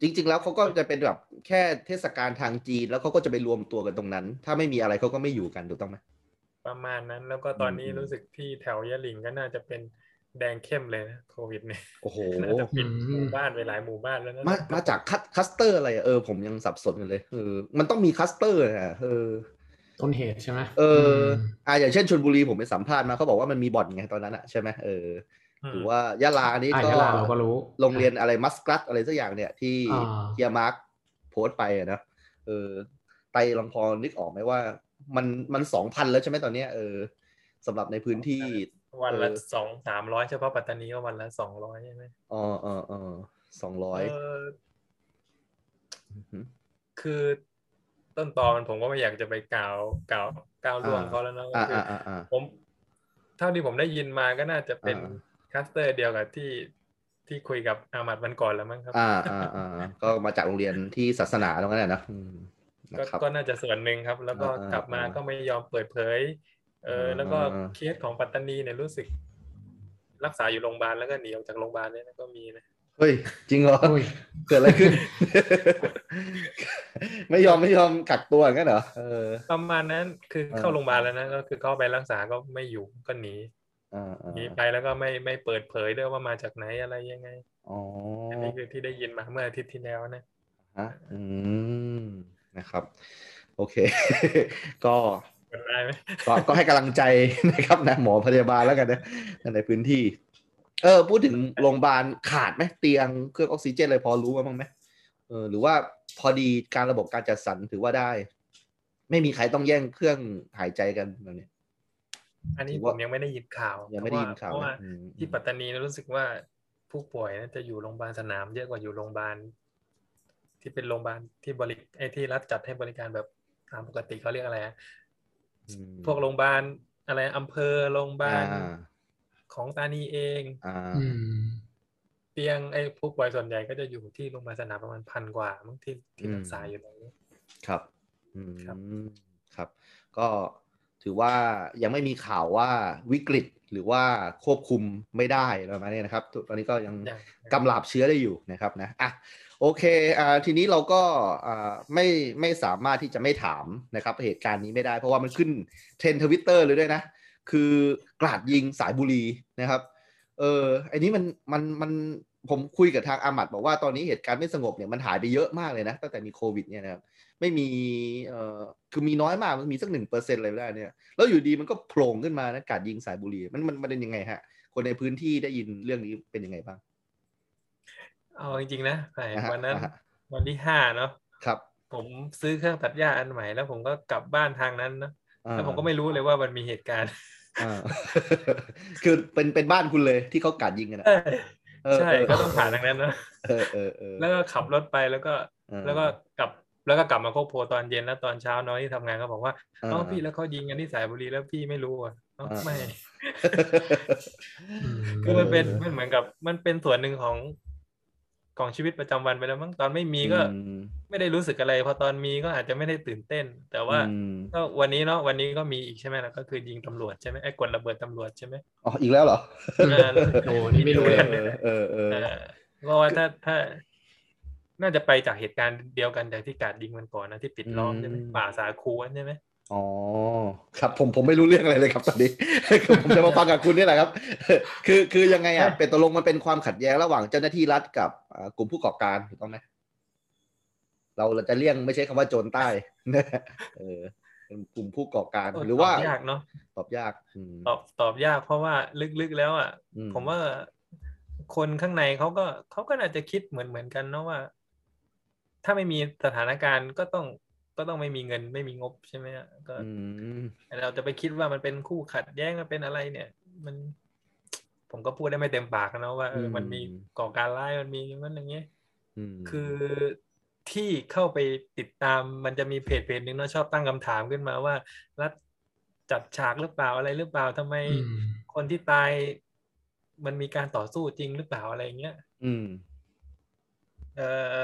[SPEAKER 2] จริง ๆ แล้วเขาก็จะเป็นแบบแค่เทศกาลทางจีน แล้วเขาก็จะไปรวมตัวกันตรงนั้น ถ้าไม่มีอะไรเขาก็ไม่อยู่กันถูกต้องไหม
[SPEAKER 4] ประมาณนั้นแล้วก็ตอนนี้
[SPEAKER 2] อืม
[SPEAKER 4] รู้สึกที่แถวยะหลิงก็น่าจะเป็นแดงเข้มเลยนะโควิดเนี่ย
[SPEAKER 2] โอ้โห
[SPEAKER 4] น่าจะปิดหมู่บ้านไปหลายหมู่บ้านแล้วนะ
[SPEAKER 2] มามาจากคัสคัสเตอร์อะไรอะเออผมยังสับสนอยู่เลยเออมันต้องมีคัสเตอร์นะเออ
[SPEAKER 3] ต้นเหตุใช่ไหม
[SPEAKER 2] เอออ
[SPEAKER 3] ม
[SPEAKER 2] อ่าอย่างเช่นชลบุรีผมไปสัมภาษณ์มาเขาบอกว่ามันมีบ่อนไงตอนนั้นอะใช่ไหมเออ
[SPEAKER 4] อืม
[SPEAKER 2] หรือว่ายะลานี่
[SPEAKER 3] อ่ะยะลาเราก็รู้
[SPEAKER 2] โรงเรียนอะไรมัสกัตอะไรสักอย่างเนี่ยที่
[SPEAKER 3] อ่า
[SPEAKER 2] เฮียมาร์คโพสต์ไปอะนะเออไตรลองพอนึกออกไหมว่า มันมันสองพันแล้วใช่ไหมตอนเนี้ยเออสำหรับในพื้นที่
[SPEAKER 4] วันละ
[SPEAKER 2] เออ
[SPEAKER 4] สองสามร้อยเฉพาะปัตตานีก็วันละสองร้อยใช่ไหม
[SPEAKER 2] อ๋อเออเออสองร้อย
[SPEAKER 4] เออ คือต้นตอมันผมก็ไม่อยากจะไปกล่าวกล่าวกล่าวล่วงเขาแล้วเนอะก็
[SPEAKER 2] อ่า
[SPEAKER 4] คือ
[SPEAKER 2] อ่า
[SPEAKER 4] อ
[SPEAKER 2] อ่าอ่า
[SPEAKER 4] ผมเท่าที่ผมได้ยินมาก็น่าจะเป็น
[SPEAKER 2] อ่า
[SPEAKER 4] คลัสเตอร์เดียวกับที่ที่คุยกับอามัดวันก่อนแล้วมั้งครับ
[SPEAKER 2] อ่าอ่าอ่าก็มาจากโรงเรียนที่ศาสนาตรงนั้นแหละนะอืมนะ
[SPEAKER 4] ก็
[SPEAKER 2] ครับ
[SPEAKER 4] ก็น่าจะส่วนหนึ่งครับ แล้วก็
[SPEAKER 2] อ่าอ่าก
[SPEAKER 4] ลับมา
[SPEAKER 2] อ่า
[SPEAKER 4] ก็ไม่ยอมเปิดเผย เออ
[SPEAKER 2] อ่า
[SPEAKER 4] แล้วก็
[SPEAKER 2] อ่า
[SPEAKER 4] เคสของปัตตานีเนี่ยรู้สึก รักษาอยู่โรงพยาบาลแล้วก็หนีออกจากโรงพยาบาลเนี่ยนะก็มีนะ
[SPEAKER 2] เฮ้ย จริงเหรอ
[SPEAKER 3] อุ้ย
[SPEAKER 2] เกิดอะไรขึ้น *laughs* ไม่ยอมไม่ยอมกักตัวงั้นเหรอเออ
[SPEAKER 4] ประมาณนั้นคือ
[SPEAKER 2] อ่า
[SPEAKER 4] เข้าโรงพยาบาลแล้วนะก็คือเข้าไปรักษาก็ไม่อยู่ก็หนี
[SPEAKER 2] อ่าอ่า
[SPEAKER 4] หนีไปแล้วก็ไม่ไม่เปิดเผยด้วยว่ามาจากไหนอะไรยังไง
[SPEAKER 2] อ๋อ
[SPEAKER 4] อันนี้คือที่ได้ยินมาเมื่ออาทิตย์ที่แล้วนะ
[SPEAKER 2] ฮะอืม นะครับ โอเค *laughs* ก็
[SPEAKER 4] เปิดได้ไหม
[SPEAKER 2] ก็ก็ให้กำลังใจนะครับนะหมอพยาบาลแล้วกันนะในพื้นที่ เออ พูดถึงโรงพยาบาลขาดไหมเตียงเครื่องออกซิเจนอะไรพอรู้มาบ้างไหมเออ หรือว่าพอดีการระบบการจัดสรรถือว่าได้ ไม่มีใครต้องแย่งเครื่องหายใจกันแบบนี้
[SPEAKER 4] อันนี้
[SPEAKER 2] ถือ
[SPEAKER 4] ผ
[SPEAKER 2] ว่า
[SPEAKER 4] มยังไม่ได้ยินข่าว
[SPEAKER 2] ยังไม่ได้ยินข่าว
[SPEAKER 4] เพราะว่า
[SPEAKER 2] นะอืม
[SPEAKER 4] ที่ปัตตานีเนี่ยรู้สึกว่าผู้ป่วยน่าจะอยู่โรงพยาบาลสนามเยอะกว่าอยู่โรงพยาบาลที่เป็นโรงพยาบาลที่บริไอที่รัฐจัดให้บริการแบบตามปกติเขาเรียกอะไรอะ
[SPEAKER 2] อืม
[SPEAKER 4] พวกโรงพยาบาลอะไรอำเภอโรงพยาบาล
[SPEAKER 2] อ่
[SPEAKER 4] ของตานีเอง
[SPEAKER 2] อ่า
[SPEAKER 3] อืม
[SPEAKER 4] เตียงไอ้ผู้ป่วยส่วนใหญ่ก็จะอยู่ที่โรงพยาบาลสนามประมาณพันกว่ามั้งที่ที่รักษาอยู่ตรงนี้
[SPEAKER 2] ครับอืม
[SPEAKER 4] ครับ
[SPEAKER 2] ครับ ก็ถือว่ายังไม่มีข่าวว่าวิกฤตหรือว่าควบคุมไม่ได้อะไรประมาณนี้นะครับ ตอนนี้ก็ยัง
[SPEAKER 4] อย่าง
[SPEAKER 2] กำลาบเชื้อได้อยู่นะครับนะอ่ะโอเคอ่าทีนี้เราก็อ่าไม่ไม่สามารถที่จะไม่ถามนะครับเหตุการณ์นี้ไม่ได้ เพราะว่ามันขึ้นเทรนทวิตเตอร์เลยด้วยนะ คือกราดยิงสายบุรีนะครับเออไอ้นี้มันมันมันผมคุยกับทางอามัดบอกว่าตอนนี้เหตุการณ์ไม่สงบเนี่ยมันหายไปเยอะมากเลยนะตั้งแต่มีโควิดเนี่ยนะครับไม่มีเออคือมีน้อยมากมันมีสักหนึ่งเปอร์เซ็นต์อะไรไม่ได้เนี่ยแล้วอยู่ดีมันก็โผล่ขึ้นมานะกราดยิงสายบุรีมันมันมันเป็นยังไงฮะคนในพื้นที่ได้ยินเรื่องนี้เป็นยังไงบ้าง
[SPEAKER 4] เอาจริงๆนะไผ่
[SPEAKER 2] อ่าฮะ
[SPEAKER 4] วันนั้น
[SPEAKER 2] อ่าฮะ
[SPEAKER 4] วันที่ห้าเนาะ
[SPEAKER 2] ครับ
[SPEAKER 4] ผมซื้อเครื่องตัดหญ้าอันใหม่แล้วผมก็กลับบ้านทางนั้นเนาะ
[SPEAKER 2] อ่า
[SPEAKER 4] แล้วผมก็ไม่รู้เลยว่ามันมีเหตุการณ์
[SPEAKER 2] อ่า *laughs* คือเป็นเป็นบ้านคุณเลยที่เขากัดยิงกันอะเออ
[SPEAKER 4] ใช่
[SPEAKER 2] เออ
[SPEAKER 4] ก็ต้องผ่านทางนั้นเนาะ
[SPEAKER 2] เออเออเออ
[SPEAKER 4] แล้วก็ขับรถไปแล้วก็
[SPEAKER 2] เออ
[SPEAKER 4] แล้วก็กลับแล้วก็กลับมาโคกโพตอนเย็นแล้วตอนเช้าน้องที่ทำงานก็บอกว่า
[SPEAKER 2] เออ
[SPEAKER 4] เอ๋อพี่แล้วเขายิงกันที่สายบุรีแล้วพี่ไม่รู้อ่ะเอ้า
[SPEAKER 2] อ่า
[SPEAKER 4] ไม่
[SPEAKER 3] อืม
[SPEAKER 4] คือมันเป็น
[SPEAKER 2] เออ
[SPEAKER 4] มันเหมือนกับมันเป็นส่วนหนึ่งของของชีวิตประจำวันไปแล้วมั้งตอนไม่มีก็
[SPEAKER 2] อืม
[SPEAKER 4] ไม่ได้รู้สึกอะไรพอตอนมีก็อาจจะไม่ได้ตื่นเต้น แต่ว่า
[SPEAKER 2] อืม
[SPEAKER 4] ก็วันนี้เนาะวันนี้ก็มีอีกใช่ไหมแล้วก็คือยิงตำรวจใช่ไหมไอ้กดระเบิดตำรวจใช่ไหม
[SPEAKER 2] อ๋ออีกแล้วเหรอ
[SPEAKER 4] เออ
[SPEAKER 3] โอ้นี่ไม่รู้เลย
[SPEAKER 2] เออเออเออ
[SPEAKER 4] เออเพราะว่าถ้าถ้า น่าจะไปจากเหตุการณ์เดียวกันจากที่การดยิงมันก่อนนะที่ปิดล้อมใช่ไหมป่าสาคูใช่ไหม
[SPEAKER 2] อ๋อครับผมผมไม่รู้เรื่องอะไรเลยครับตอนนี้ *laughs* คือผมจะมาฟังกับคุณนี่แหละครับ *laughs* คือคือยังไงอ่ะเป็นตกลงมันเป็นความขัดแย้งระหว่างเจ้าหน้าที่รัฐกับอ่ากลุ่มผู้ก่อการถูกต้องไหมเราเราจะเลี่ยงไม่ใช้คำว่าโจรใต้ *laughs* เออเป็นกลุ่มผู้ก่อการหรือว่า
[SPEAKER 4] ตบยากเนาะ
[SPEAKER 2] ตอบยากอืม
[SPEAKER 4] ตอบตอบยากเพราะว่าลึกๆแล้วอ่ะ
[SPEAKER 2] อื
[SPEAKER 4] ผมว่าคนข้างในเขาก็เขาก็น่าจะคิดเหมือนเหมือนกันเนาะว่า ถ้าไม่มีสถานการณ์ก็ต้องก็ต้องไม่มีเงินไม่มีงบใช่ไหมฮะก็
[SPEAKER 2] อืม
[SPEAKER 4] เราจะไปคิดว่ามันเป็นคู่ขัดแย้งมันเป็นอะไรเนี่ย มัน ผมก็พูดได้ไม่เต็มปากนะว่าเอออ
[SPEAKER 2] ม
[SPEAKER 4] มันมีก่อการร้ายมันมีอย่างนั้นอย่างเงี้ย
[SPEAKER 2] อืม
[SPEAKER 4] คือที่เข้าไปติดตามมันจะมีเพจเพจหนึ่งเนาะชอบตั้งคำถามขึ้นมาว่ารัฐจัดฉากหรือเปล่าอะไรหรือเปล่าทำไม
[SPEAKER 3] อืม
[SPEAKER 4] คนที่ตาย มันมีการต่อสู้จริงหรือเปล่าอะไรอย่างเงี้ย
[SPEAKER 2] อืม
[SPEAKER 4] เออ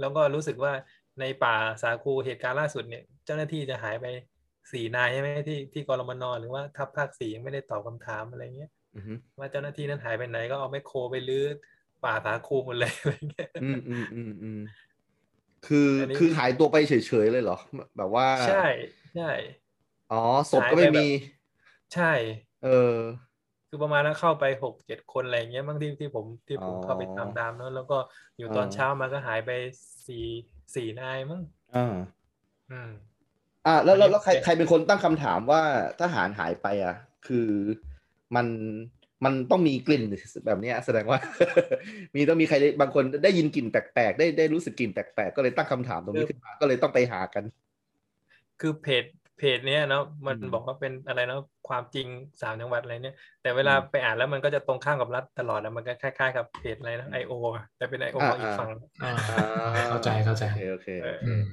[SPEAKER 4] แล้วก็รู้สึกว่าในป่าสาคูเหตุการณ์ล่าสุดเนี่ย เจ้าหน้าที่จะหายไปสี่นายใช่ไหมที่ที่กรมนหรือว่าทัพภาคสี่ยังไม่ได้ตอบคำถามอะไรเงี้ย
[SPEAKER 2] อืม
[SPEAKER 4] ว่าเจ้าหน้าที่นั้นหายไปไหนก็เอาไมคโครไปลื้อป่าสาคูหมดเลยอะไรเงี้ย
[SPEAKER 2] อืมอืมอืมอืมคืออน
[SPEAKER 4] นี้
[SPEAKER 2] คือหายตัวไปเฉยๆเลยเหรอ แบบว่า
[SPEAKER 4] ใช่ใช่
[SPEAKER 2] อ๋อศพก็ไม่
[SPEAKER 4] หายไปแบบ
[SPEAKER 2] มี
[SPEAKER 4] ใช่
[SPEAKER 2] เออ
[SPEAKER 4] คือประมาณนั้นเข้าไปหกเจ็ดคนอะไรเงี้ยบางที่ที่ผมที่ผม
[SPEAKER 2] อ๋อ
[SPEAKER 4] เข้าไปตามตามๆเนอะแล้วก็อยู่ตอน
[SPEAKER 2] อ่า
[SPEAKER 4] เช้ามาก็หายไปสี่สี่นายมั้ง
[SPEAKER 2] อ่า
[SPEAKER 4] อืม
[SPEAKER 2] อ่าแล้วแล้ว
[SPEAKER 4] อันนี้
[SPEAKER 2] แล้วใครใครเป็นคนตั้งคำถามว่าทหารหายไปอ่ะ คือมันมันต้องมีกลิ่นแบบเนี้ย แสดงว่า *laughs* มีต้องมีใครได้บางคนได้ยินกลิ่นแปลกๆได้ได้รู้สึกกลิ่นแปลกๆก็เลยตั้งคำถามตรงนี้ขึ้นมาก็เลยต้องไปหากัน
[SPEAKER 4] คือเพจเพจเนี้ยเนาะมัน
[SPEAKER 2] อืม
[SPEAKER 4] บอกว่าเป็นอะไรเนาะความจริงสามจังหวัดอะไรเนี่ย แต่เวลา
[SPEAKER 2] อืม
[SPEAKER 4] ไปอ่านแล้วมันก็จะตรงข้ามกับรัฐตลอดนะมันก็คล้ายๆกับเพจอะไรนะไอโอแต่เป็นไอโอ
[SPEAKER 2] อ่า
[SPEAKER 4] อีก
[SPEAKER 2] อ่า
[SPEAKER 4] ฝั่ง
[SPEAKER 3] อ่าเข้าใจเข้าใจ
[SPEAKER 2] โอเคโอเคโอเค
[SPEAKER 3] อืม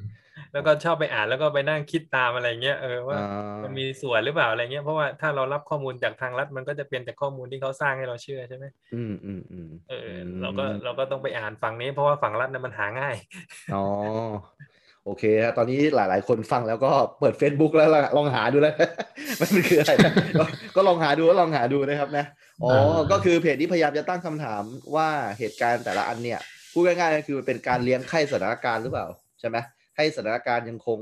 [SPEAKER 4] แล้วก็ชอบไปอ่านแล้วก็ไปนั่งคิดตามอะไรเงี้ยเออว่า
[SPEAKER 2] อ่า
[SPEAKER 4] มันมีส่วนหรือเปล่าอะไรเงี้ยเพราะว่าถ้าเรารับข้อมูลจากทางรัฐมันก็จะเป็นจากข้อมูลที่เขาสร้างให้เราเชื่อใช่ไหม
[SPEAKER 2] อืมอืมอืม
[SPEAKER 4] เอออ
[SPEAKER 2] ม
[SPEAKER 4] เราก็เราก็ต้องไปอ่านฝั่งนี้ เพราะว่าฝั่งรัฐเนี่ยมันหาง่าย
[SPEAKER 2] อ๋อโอเคฮะตอนนี้หลาย ๆ คนฟังแล้วก็เปิด Facebook แล้วล่ะลองหาดูแล้ว มันคืออะไรนะก็ก็ลองหาดูก็ลองหาดูนะครับนะอ๋อ
[SPEAKER 3] อ่า
[SPEAKER 2] ก็คือเพจนี้พยายามจะตั้งคำถามว่าเหตุการณ์แต่ละอันเนี่ยพูดง่ายๆก็คือเป็นการเลี้ยงไข้สถานการณ์หรือเปล่าใช่ไหมให้สถานการณ์ยังคง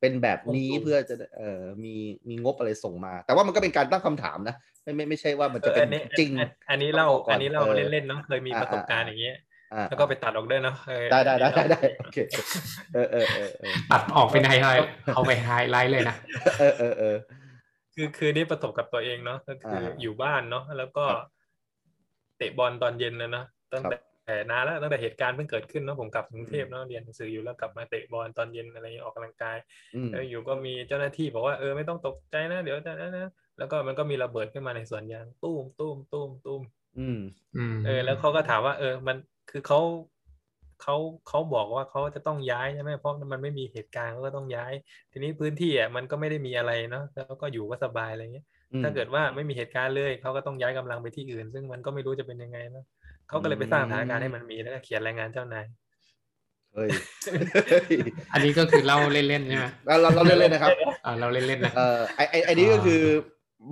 [SPEAKER 2] เป็นแบบนี้
[SPEAKER 4] คงอยู่
[SPEAKER 2] เพื่อจะเอ่อมีมีงบอะไรส่งมา แต่ว่ามันก็เป็นการตั้งคำถามนะไม่ไม่ไม่ใช่ว่ามันจะ
[SPEAKER 4] เออ
[SPEAKER 2] เป็
[SPEAKER 4] อั
[SPEAKER 2] น
[SPEAKER 4] นี้
[SPEAKER 2] จริง
[SPEAKER 4] อันอันนี้เล่า
[SPEAKER 2] ต้องบอกก่อน
[SPEAKER 4] อันนี้เล่า
[SPEAKER 2] เออ
[SPEAKER 4] เล่นๆเนาะเคยมี
[SPEAKER 2] อ่า
[SPEAKER 4] ประสบการณ์
[SPEAKER 2] อ่า
[SPEAKER 4] อย่างเงี้ย
[SPEAKER 2] อ่า
[SPEAKER 4] แล้วก็ไปตัดออกด้วยเนาะเออ
[SPEAKER 2] ได้ได้ได้ได้
[SPEAKER 4] อันนี้
[SPEAKER 2] ได้
[SPEAKER 4] เล่า
[SPEAKER 2] โอเคเออเออเออเออ
[SPEAKER 3] ตัดออกเป็นไฮไลท์เอาไปไฮไลท์เลยนะ
[SPEAKER 2] เออเออเออ
[SPEAKER 4] คือคือนี่ประสบกับตัวเองเนาะก็คืออาอยู่บ้านเนาะแล้วก็
[SPEAKER 2] ครับ
[SPEAKER 4] เตะบอลตอนเย็นนะเนอะตั้ง
[SPEAKER 2] ครับ
[SPEAKER 4] แต่ แต่นานแล้วตั้งแต่เหตุการณ์เพิ่งเกิดขึ้นเนาะผมกลับกรุงเทพเนาะเรียนหนังสืออยู่แล้วกลับมาเตะบอลตอนเย็นอะไรอย่างเงี้ยออกกำลังกาย
[SPEAKER 2] อืม
[SPEAKER 4] แล้วอยู่ก็มีเจ้าหน้าที่บอกว่าเออไม่ต้องตกใจนะ เดี๋ยวจะนะนะแล้วก็มันก็มีระเบิดขึ้นมาในสวนยางตุ้มตุ้มตุ้มตุ้ม
[SPEAKER 2] อืม
[SPEAKER 3] อืม
[SPEAKER 4] เออแล้วเขาก็ถามว่า เออมันคือเขาเขาเขาบอกว่าเขาจะต้องย้ายใช่ไหมเพราะมันไม่มีเหตุการณ์เขาก็ต้องย้าย ทีนี้พื้นที่อ่ะมันก็ไม่ได้มีอะไรเนาะแล้วก็อยู่ก็สบายอะไรเงี้ยถ้าเกิดว่าไม่มีเหตุการณ์เลยเขาก็ต้องย้ายกำลังไปที่อื่น ซึ่งมันก็ไม่รู้จะเป็นยังไงเนาะเขาก็เลยไปสร้างสถานการณ์ให้มันมีแล้วก็เขียนรายงานเจ้านาย
[SPEAKER 2] เฮ้ย
[SPEAKER 3] อันนี้ก็คือเล่าเล่นๆใช่ไหม
[SPEAKER 2] เราเราเราเล่นเลยนะครับ
[SPEAKER 3] อ่าเราเล่นๆนะ
[SPEAKER 2] เออไอไอไอนี้ก็คือ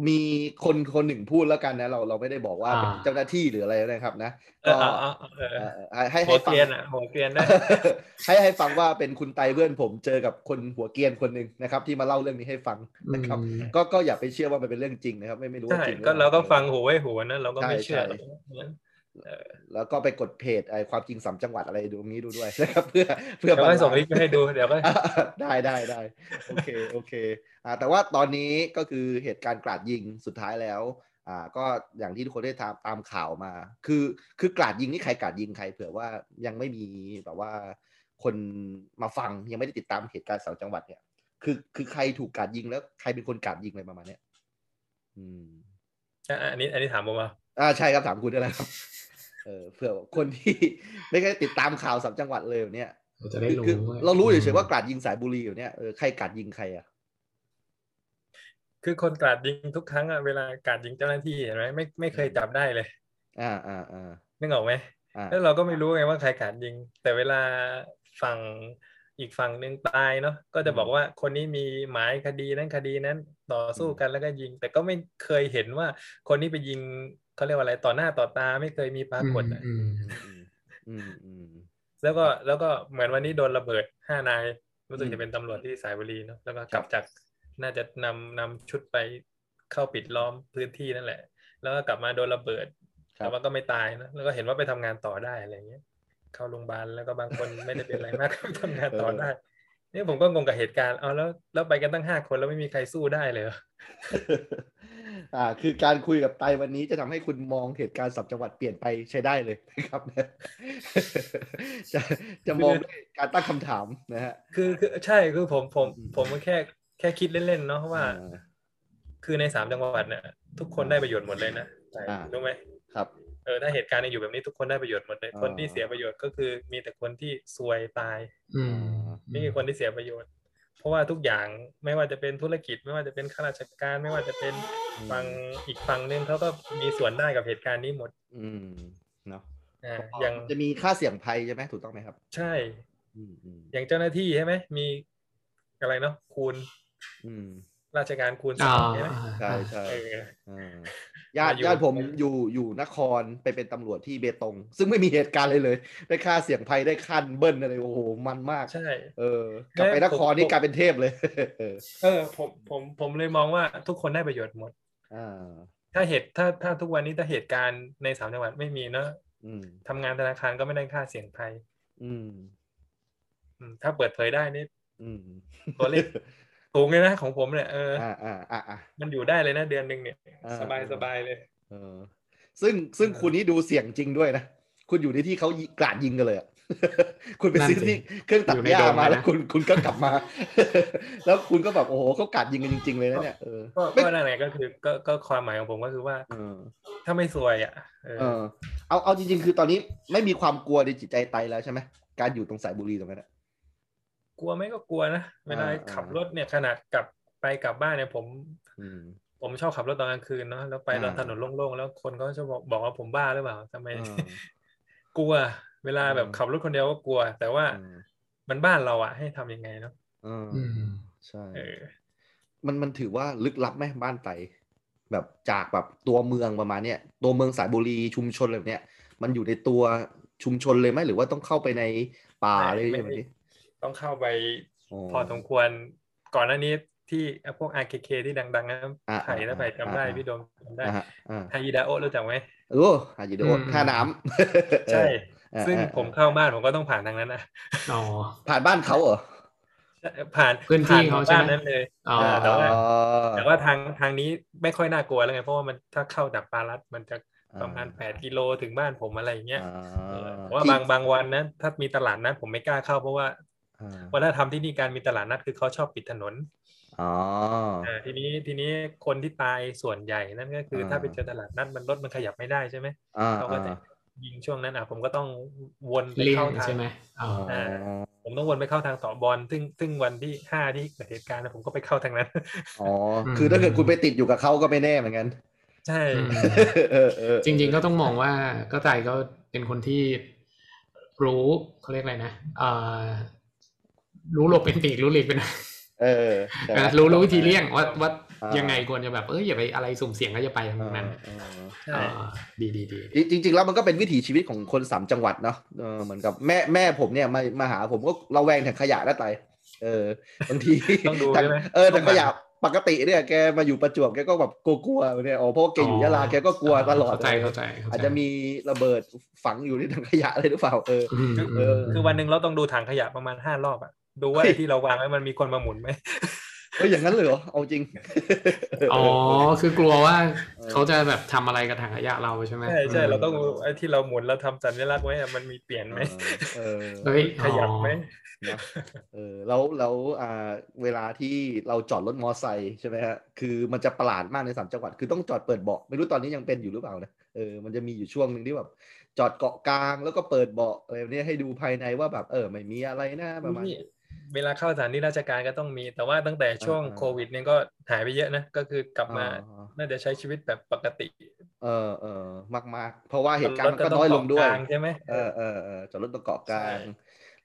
[SPEAKER 2] มีคนคนหนึ่งพูดแล้วกันนะ เราเราไม่ได้บอกว่า
[SPEAKER 3] อ่า
[SPEAKER 2] เป็นเจ้าหน้าที่หรืออะไรนะครับนะ
[SPEAKER 4] เอ
[SPEAKER 2] ก็
[SPEAKER 4] อเอาเอาเอาเออ
[SPEAKER 2] เอ่อให้ให้
[SPEAKER 4] หั
[SPEAKER 2] ให้
[SPEAKER 4] ว
[SPEAKER 2] ฟัง
[SPEAKER 4] เกรียนอ่ะหัวเกรียนได้
[SPEAKER 2] ให้ให้ฟังว่าเป็นคุณไตเพื่อนผมเจอกับคนหัวเกรียนคนหนึ่งนะครับ ที่มาเล่าเรื่องนี้ให้ฟังนะครับ
[SPEAKER 3] อืม
[SPEAKER 2] ก็ก็อย่าไปเชื่อว่ามันเป็นเรื่องจริงนะครับ ไม่ไม่รู้ว่า
[SPEAKER 4] ใช่
[SPEAKER 2] จริงหอ
[SPEAKER 4] ก็เราก็
[SPEAKER 2] ปล่
[SPEAKER 4] ฟังหูไว้หูนะเราก็ไม่
[SPEAKER 2] ใช่
[SPEAKER 4] เชื่อ
[SPEAKER 2] ใช่ แล้วก็ไปกดเพจไอความจริงสามจังหวัดอะไรดูนี้ดูด้วยนะครับ เพื่อเพื่
[SPEAKER 4] เดี๋
[SPEAKER 2] อ
[SPEAKER 4] ยวก็
[SPEAKER 2] บรร
[SPEAKER 4] ส่ง
[SPEAKER 2] ยาย
[SPEAKER 4] ลิงก์ไปให้ดูเดี๋ยวก็
[SPEAKER 2] อ่ะ *laughs* ได้ได้ได้โอเคโอเคอ่าแต่ว่าตอนนี้ก็คือเหตุการณ์กราดยิงสุดท้ายแล้วอ่าก็อย่างที่ทุกคนได้ตามตามข่าวมา คือคือกราดยิงนี่ใครกราดยิงใครเผื่อว่ายังไม่มีแบบว่า คนมาฟังยังไม่ได้ติดตามเหตุการณ์สองจังหวัดเนี่ย คือคือใครถูกกราดยิงแล้วใครเป็นคนกราดยิงอะไรประมาณเนี้ยอืม
[SPEAKER 4] อ่ะอันนี้อันนี้ถามผมมา
[SPEAKER 2] อ่าใช่ครับถามคุณด้วยนะครับเออเผื่อคนที่ *laughs* ไม่เคยติดตามข่าวสามจังหวัดเลยแบบเนี่ย
[SPEAKER 3] เราจะได้รู้
[SPEAKER 2] คือเรารู้เฉยๆว่ากราดยิงสายบุรีอยู่เนี่ยเออใครกราดยิงใครอ่ะ
[SPEAKER 4] คือคนกราดยิงทุกครั้งอะเวลากราดยิงเจ้าหน้าที่เห็นไหมไม่ไม่เคยจับได้เลย
[SPEAKER 2] อ่าอ่าอ่า
[SPEAKER 4] นึกออกไหม
[SPEAKER 2] อ่า
[SPEAKER 4] แล้วเราก็ไม่รู้ไงว่าใครกราดยิง แต่เวลาฝั่งอีกฝั่งหนึ่งตายเนาะก็จะบอกว่าคนนี้มีหมายคดีนั้นคดีนั้นต่อสู้กันแล้วก็ยิง แต่ก็ไม่เคยเห็นว่าคนนี้ไปยิงเขาเรียกว่าอะไรต่อหน้าต่อตาไม่เคยมีปรา
[SPEAKER 3] อืม
[SPEAKER 4] กฏอะ
[SPEAKER 3] อืม
[SPEAKER 2] อืมอืม *laughs*
[SPEAKER 4] แล้วก็แล้วก็เหมือนวันนี้โดนระเบิดห้านายรู้สึก
[SPEAKER 2] อืม
[SPEAKER 4] จะเป็นตำรวจที่สายบุรีเนาะแล้วก็
[SPEAKER 2] ค
[SPEAKER 4] ก
[SPEAKER 2] รั
[SPEAKER 4] ลั
[SPEAKER 2] บบ
[SPEAKER 4] จากน่าจะนำนำชุดไปเข้าปิดล้อมพื้นที่นั่นแหละ แล้วก็กลับมาโดนระเบิด
[SPEAKER 2] ครับ
[SPEAKER 4] แต่ว่าก็ไม่ตายนะแล้วก็เห็นว่าไปทำงานต่อได้อะไรอย่างเงี้ยเข้าโรงพยาบาลแล้วก็บางคนไม่ได้เป็นอะไรมาก *laughs* ก็ทำงานต่อได้นี่ผมก็งงกับเหตุการณ์เอาแล้วแล้วไปกันตั้งห้าคนแล้วไม่มีใครสู้ได้เลยเหรอ
[SPEAKER 2] อ่า คือการคุยกับไตวันนี้จะทำให้คุณมองเหตุการณ์สับจังหวัดเปลี่ยนไปใช้ได้เลยนะครับ *laughs* นะจะจะมองด้วยการตั้งคำถามนะฮะ
[SPEAKER 4] คือคือใช่คือผมผม
[SPEAKER 2] อืม
[SPEAKER 4] ผมก็แค่แค่คิดเล่นๆเนาะว่า
[SPEAKER 2] อ่า
[SPEAKER 4] คือในสามจังหวัดเนี่ยทุกคนได้ประโยชน์หมดเลยนะแต่
[SPEAKER 2] อ่า
[SPEAKER 4] รู้ไหม
[SPEAKER 2] ครับ
[SPEAKER 4] เออถ้าเหตุการณ์ยังอยู่แบบนี้ทุกคนได้ประโยชน์หมดเลย
[SPEAKER 2] อ่า
[SPEAKER 4] คนที่เสียประโยชน์ก็คือมีแต่คนที่ซวยตาย
[SPEAKER 3] อืม
[SPEAKER 4] นี่คือคนที่เสียประโยชน์ เพราะว่าทุกอย่างไม่ว่าจะเป็นธุรกิจ ไม่ว่าจะเป็นข้าราชการ ไม่ว่าจะเป็นฝั่งอีกฝั่งหนึงเขาก็มีส่วนได้กับเหตุการณ์นี้หมด
[SPEAKER 2] อืมเนาะ
[SPEAKER 4] อ่าอย่าง
[SPEAKER 2] จะมีค่าเสี่ยงภัยใช่ไหมถูกต้องไหมครับ
[SPEAKER 4] ใช่
[SPEAKER 2] อืมอืม
[SPEAKER 4] อย่างเจ้าหน้าที่ใช่ไหมมีอะไรเนาะคูณ
[SPEAKER 2] อืม
[SPEAKER 4] ราชการคูณส
[SPEAKER 3] อ่า
[SPEAKER 4] องใช่ไหม
[SPEAKER 2] ใช่ใช่
[SPEAKER 4] เออ
[SPEAKER 2] อ่าญาติ
[SPEAKER 4] มาอยู่
[SPEAKER 2] ญาติผมอยู่อยู่นครไปเป็นตำรวจที่เบตง ซึ่งไม่มีเหตุการณ์เลยเลย ได้ค่าเสียงภัยได้ขั้นเบิ้ลอะไรโอ้โหมันมาก
[SPEAKER 4] ใช่
[SPEAKER 2] เออกลับไปนครนี่กลายเป็นเทพเลย เออ
[SPEAKER 4] เออผมผมผมเลยมองว่าทุกคนได้ประโยชน์หมด
[SPEAKER 2] อ่า
[SPEAKER 4] ถ้าเหตุถ้าถ้าทุกวันนี้ถ้าเหตุการณ์ในสามจังหวัดไม่มีเนาะ
[SPEAKER 2] อืม
[SPEAKER 4] ทำงานธนาคารก็ไม่ได้ค่าเสี่ยงภัย
[SPEAKER 2] อืม
[SPEAKER 4] อืมถ้าเปิดเผยได้นี่
[SPEAKER 2] อืม
[SPEAKER 4] ตัวเลข สูงเลยนะของผมเนี่ยเออ
[SPEAKER 2] *laughs*
[SPEAKER 4] อ
[SPEAKER 2] อ่าอ่าอ่าอ่า
[SPEAKER 4] มันอยู่ได้เลยนะเดือนหนึ่งเนี่ย
[SPEAKER 2] อ่า
[SPEAKER 4] สบายสบายเลย
[SPEAKER 2] เออ ซึ่งซึ่ง
[SPEAKER 4] เออ
[SPEAKER 2] คุณนี่ดูเสียงจริงด้วยนะ คุณอยู่ในที่เขายิกราดยิงกันเลยอะ *laughs* คุณไปซื้อที่เครื่องตัดหญ้ามาแล้วคุณคุณก็กลับมา *laughs* แล้วคุณก็แบบโอ้โหเขากราดยิงกันจริง ๆ เลยนะเนี่ยเออ
[SPEAKER 4] ก็ก็นั่นแหละก็คือก็ก็ความหมายของผมก็คือว่า
[SPEAKER 2] เออ
[SPEAKER 4] ถ้าไม่ซวยอ่ะเออ
[SPEAKER 2] เออเอาเอาจริงๆ คือตอนนี้ไม่มีความกลัวในจิตใจไตแล้วใช่ไหมการอยู่ตรงสายบุรีตรงนั้นอะ
[SPEAKER 4] กลัวไหมก็กลัวนะเวลา
[SPEAKER 2] อ่า
[SPEAKER 4] ขับรถเนี่ยขนาดกลับไปกลับบ้านเนี่ยผม
[SPEAKER 2] อืม
[SPEAKER 4] ผมชอบขับรถตอนกลางคืนเนาะแล้วไป
[SPEAKER 2] อ่า
[SPEAKER 4] ตอนถนนโล่งๆแล้วคนก็จะบอกบอกว่าผมบ้าหรือเปล่าทำไม
[SPEAKER 2] เออ
[SPEAKER 4] *laughs* กลัว เวลาแบบ
[SPEAKER 2] อืม
[SPEAKER 4] ขับรถคนเดียวก็กลัว แต่ว่ามันบ้านเราอ่ะให้ทำยังไงเนาะ
[SPEAKER 2] เออ
[SPEAKER 3] อืม
[SPEAKER 2] ใช่
[SPEAKER 4] เออ
[SPEAKER 2] มันมันถือว่าลึกลับไหมบ้านไตแบบจากแบบตัวเมืองประมาณเนี้ยตัวเมืองสายบุรีชุมชนอะไรแบบเนี้ยมันอยู่ในตัวชุมชนเลยไหมหรือว่าต้องเข้าไปในป่า
[SPEAKER 4] ไม่
[SPEAKER 2] เลย
[SPEAKER 4] ไม่
[SPEAKER 2] แบบนี้
[SPEAKER 4] ต้องเข้าไป
[SPEAKER 2] อ๋อ
[SPEAKER 4] พอสมควรก่อนหน้านี้ที่พวก RKK ที่ดังๆนะ
[SPEAKER 2] อ่า
[SPEAKER 4] ไผ่นะไผ่
[SPEAKER 2] อ่า
[SPEAKER 4] จำได้
[SPEAKER 2] อ่า
[SPEAKER 4] พี่โดมจำได้
[SPEAKER 2] อ่าฮะอ่า
[SPEAKER 4] ไฮยิดาโอะรู้จักไหม
[SPEAKER 2] โอ้หาจิโด
[SPEAKER 3] อืม
[SPEAKER 2] ท่าน้ำ
[SPEAKER 4] ใช่
[SPEAKER 2] เออ
[SPEAKER 4] ซึ่ง
[SPEAKER 2] เออ
[SPEAKER 4] ผมเข้าบ้านผมก็ต้องผ่านทางนั้นนะ
[SPEAKER 3] อ๋อ
[SPEAKER 2] ผ่านบ้านเขาเหรอ
[SPEAKER 4] ผ่าน
[SPEAKER 3] พื้นที่เขาใช่
[SPEAKER 4] ผ่
[SPEAKER 3] ไหม
[SPEAKER 4] นบ้านนั้นเลย
[SPEAKER 3] อ๋อ
[SPEAKER 4] เแต่ว่า
[SPEAKER 2] อ๋อ
[SPEAKER 4] แต่ว่าทางทางนี้ไม่ค่อยน่ากลัวแล้วไงเพราะว่ามันถ้าเข้าจากปารัตมันจะ ประมาณแปดกิโลถึงบ้านผมอะไรอย่างเงี้ย
[SPEAKER 2] อ่
[SPEAKER 4] เออแต่ว่าบางบางวันนะถ้ามีตลาดนัดผมไม่กล้าเข้าเพราะว่า
[SPEAKER 2] อ่า
[SPEAKER 4] วัฒนธรรมที่นี่การมีตลาดนัดคือเขาชอบปิดถนน
[SPEAKER 2] อ๋อ
[SPEAKER 4] อ่าทีนี้ทีนี้คนที่ตายส่วนใหญ่นั่นก็คืออา ถ้าไปเจอตลาดนัดมันรถมันขยับไม่ได้ใช่ไหม
[SPEAKER 2] อ่า
[SPEAKER 4] เขาก็จะ
[SPEAKER 2] อ่า
[SPEAKER 4] ยิงช่วงนั้นอ่ะผมก็ต้องวนไป
[SPEAKER 3] เลี่ยง
[SPEAKER 4] เข้าทาง
[SPEAKER 3] ใช่ไหมอ๋อ
[SPEAKER 4] อ่า
[SPEAKER 2] อ๋อ
[SPEAKER 4] ผมต้องวนไปเข้าทางต่อบอลซึ่งซึ่งวันที่ห้าที่เกิดเหตุการณ์นะผมก็ไปเข้าทางนั้น
[SPEAKER 2] อ๋อ คือถ้าเกิดคุณไปติดอยู่กับเขาก็ไม่แน่เหมือนกัน
[SPEAKER 4] ใช่
[SPEAKER 3] อืม
[SPEAKER 2] เออเออ
[SPEAKER 3] จริง ๆ ก็ต้องมองว่าก็ใจก็เป็นคนที่รู้เขาเรียกอะไรนะเอ่อรู้หลบเป็นปีกรู้หลีกเป็น
[SPEAKER 2] เออใช่ไหม
[SPEAKER 3] *laughs* รู้รู้วิธีเลี่ยงว่าว่า
[SPEAKER 2] อ่ายั
[SPEAKER 3] ยังไงควรจะแบบเอออย่าไปอะไรสุ่มเสี่ยงก็อย่าไปทางนั้น
[SPEAKER 2] เออเออ
[SPEAKER 4] ใช่
[SPEAKER 3] อ่าดีดีดี
[SPEAKER 2] จริงจริง ๆ แล้วมันก็เป็นวิถีชีวิตของคนสามจังหวัดเนาะเออเหมือนกับแม่แม่ผมเนี่ยมามาหาผมก็ระแวงถังขยะได้ไตเออบางที
[SPEAKER 4] ต้องดู
[SPEAKER 2] ถั
[SPEAKER 4] ใช่ไหม
[SPEAKER 2] เออถังขยะปกติเนี่ยแกมาอยู่ประจวบแกก็แบบกลัวๆเนี่ยอ๋อเพราะว่าแกอยู่ยะลาแกก็กลัวตลอด
[SPEAKER 3] เข้าใจเข้าใจเข้
[SPEAKER 2] อาจจะมีระเบิดฝังอยู่ในถังขยะเลยหรือเปล่าเออ
[SPEAKER 3] อืม
[SPEAKER 2] เออ
[SPEAKER 3] ม
[SPEAKER 4] คือวันหนึ่งเราต้องดูถังขยะประมาณห้ารอบอะดูว่าไอ้ที่เราวางไว้มันมีคนมาหมุนไหม
[SPEAKER 2] เอยอย่างนั้นเลยเหรอเอาจริง
[SPEAKER 3] อ๋อคือกลัวว่าเขาจะแบบทำอะไรกับถังขยะเราใช่ไหม
[SPEAKER 4] ใช่ใช่
[SPEAKER 2] อืม
[SPEAKER 4] เราต้องดูไอ้ที่เราหมุนเราทำสัญลักษณ์ไว้อะมันมีเปลี่ยนไหม
[SPEAKER 2] เออ
[SPEAKER 3] เฮ้ย
[SPEAKER 4] ขยับไหม
[SPEAKER 3] อ๋อ
[SPEAKER 2] นะเออแล้วแล้วอ่าเวลาที่เราจอดรถมอไซค์ใช่ไหมฮะคือมันจะประหลาดมากในสามจังหวัดคือต้องจอดเปิดเบาะไม่รู้ตอนนี้ยังเป็นอยู่หรือเปล่านะเออมันจะมีอยู่ช่วงหนึ่งที่แบบจอดเกาะกลางแล้วก็เปิดเบาะอะไรแบบนี้ให้ดูภายในว่าแบบเออไม่มีอะไรนะประมาณนี้
[SPEAKER 4] เวลาเข้าสถานที่ราชการก็ต้องมี แต่ว่าตั้งแต่ช่วง
[SPEAKER 2] อ่า
[SPEAKER 4] โควิดเนี่ยก็หายไปเยอะนะ ก็คือกลับมา
[SPEAKER 2] อ๋อ
[SPEAKER 4] น่าจะใช้ชีวิตแบบปกติ
[SPEAKER 2] เออเออมากมากๆ เพราะว่าเหตุการณ์มันก็น้อยลงด้วย
[SPEAKER 4] รถก็ต้อเกาะกาใช่ไหม
[SPEAKER 2] เออเออเออจอดรถตรงเกาะกลาง
[SPEAKER 4] ใช่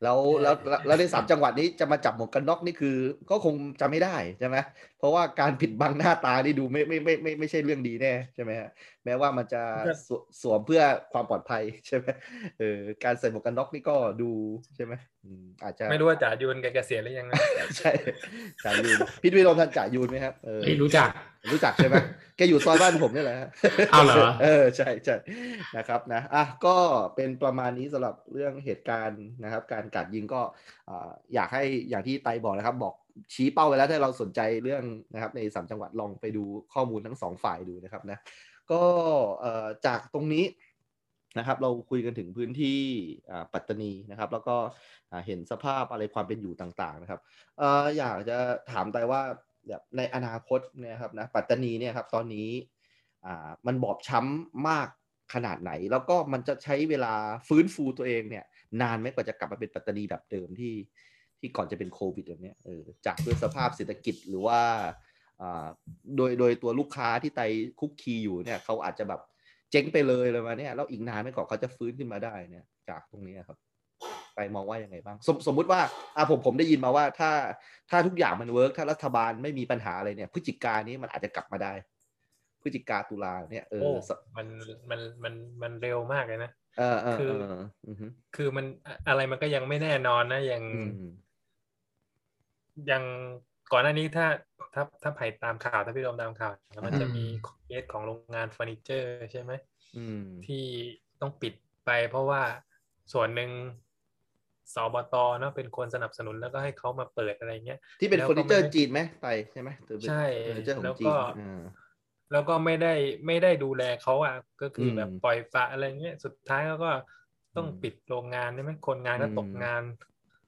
[SPEAKER 2] แล้วแล้ว
[SPEAKER 4] ใช่
[SPEAKER 2] แล้วแล้วในสามจังหวัดนี้จะมาจับหมวกกันน็อกนี่คือก็คงจะไม่ได้ใช่ไหมเพราะว่าการปิดบังหน้าตานี่ดูไม่ไม่ไม่ไม่ไม่ใช่เรื่องดีแน่ใช่ไหมฮะแม้ว่ามันจะสวสวมเพื่อความปลอดภัยใช่ไหมเออการใส่หมวกกันน็อกนี่ก็ดูใช่ไหมอืมอาจจะ
[SPEAKER 4] ไม่รู้ว่าจ่ายุนแกเกษียณหรือยังนะ
[SPEAKER 2] ใช่จ่ายูนพี่ดุยลองทันจ่ายูนไหมครับเออ
[SPEAKER 3] เฮ้ยรู้จัก
[SPEAKER 2] รู้จักใช่ไหมแกอยู่ซอยบ้านผมเนี่ยแหละฮะ
[SPEAKER 3] เอาเหรอ
[SPEAKER 2] เออใช่ใช่นะครับนะอ่ะก็เป็นประมาณนี้สำหรับเรื่องเหตุการณ์นะครับ การกราดยิงก็อ่าอยากให้อย่างที่ไตบอกนะครับ บอกชี้เป้าไว้แล้วถ้าเราสนใจเรื่องนะครับ ในสามจังหวัดลองไปดูข้อมูลทั้งสองฝ่ายดูนะครับนะก็เอ่อจากตรงนี้นะครับ เราคุยกันถึงพื้นที่อ่าปัตตานีนะครับ แล้วก็อ่าเห็นสภาพอะไรความเป็นอยู่ต่างๆนะครับ เอ่ออยากจะถามแต่ว่าแบบในอนาคตเนะครับนะปัตตานีเนี่ยครับตอนนี้อ่ามันบอบช้ำมากขนาดไหน แล้วก็มันจะใช้เวลาฟื้นฟูตัวเองเนี่ย นานไหมกว่าจะกลับมาเป็นปัตตานีแบบเดิมที่ที่ก่อนจะเป็นโควิดแบบเนี้ยเออจากด้วยสภาพเศรษฐกิจหรือว่าอ่าโดยโดยตัวลูกค้าที่ไตคุกคีอยู่เนี่ยเขาอาจจะแบบเจ๊งไปเลยเลยมาเนี่ยแล้วอีกนานไหมกว่อนเขาจะฟื้นขึ้นมาได้เนี่ยจากตรงเนี้ยครับ ไปมองว่ายังไงบ้างสมสมมุติว่าอ่ะผมผมได้ยินมาว่าถ้าถ้าทุกอย่างมันเวิร์กถ้ารัฐบาลไม่มีปัญหาอะไรเนี่ยพฤศจิกานี้มันอาจจะกลับมาได้พฤศจิกาตุลาเนี่ยเอ
[SPEAKER 4] โอ้
[SPEAKER 2] อส
[SPEAKER 4] มันมันมันมันเร็วมากเลยนะ
[SPEAKER 2] เออเออ
[SPEAKER 4] คื
[SPEAKER 2] เอ
[SPEAKER 4] อ
[SPEAKER 2] ออือฮึ
[SPEAKER 4] คือมันอะไรมันก็ยังไม่แน่นอนนะอย่าง
[SPEAKER 2] อืม
[SPEAKER 4] ยังก่อนหน้านี้ถ้าถ้าถ้าไผ่ตามข่าวถ้าพี่โดมตามข่าวเนี่ยมันจะ
[SPEAKER 3] อืม
[SPEAKER 4] มีเคสของโรงงานเฟอร์นิเจอร์ ใช่ไหม
[SPEAKER 2] อืม
[SPEAKER 4] ที่ต้องปิดไป เพราะว่าส่วนหนึ่งสบตเนาะเป็นคนสนับสนุนแล้วก็ให้เขามาเปิดอะไรเงี้ย
[SPEAKER 2] ที่เป็น
[SPEAKER 4] แล้ว
[SPEAKER 2] เฟอร์
[SPEAKER 4] ก็
[SPEAKER 2] นิเจอร์
[SPEAKER 4] ไม่ได้
[SPEAKER 2] จีนไหมไปใช่ไหมถือเป็น
[SPEAKER 4] ใช่
[SPEAKER 2] เฟอร์นิเจอร์ขอ
[SPEAKER 4] แล้
[SPEAKER 2] ง
[SPEAKER 4] ว
[SPEAKER 2] จี
[SPEAKER 4] ก็
[SPEAKER 2] นอ่า
[SPEAKER 4] แล้วก็ไม่ได้ไม่ได้ดูแลเขาอ่ะก็คืออ
[SPEAKER 2] ม
[SPEAKER 4] แบบปล่อยปละอะไรเงี้ยสุดท้ายเขาก็ต้อง
[SPEAKER 2] อืม
[SPEAKER 4] ปิดโรงงานใช่ไหมคนงานก็ตก
[SPEAKER 2] อืม
[SPEAKER 4] งาน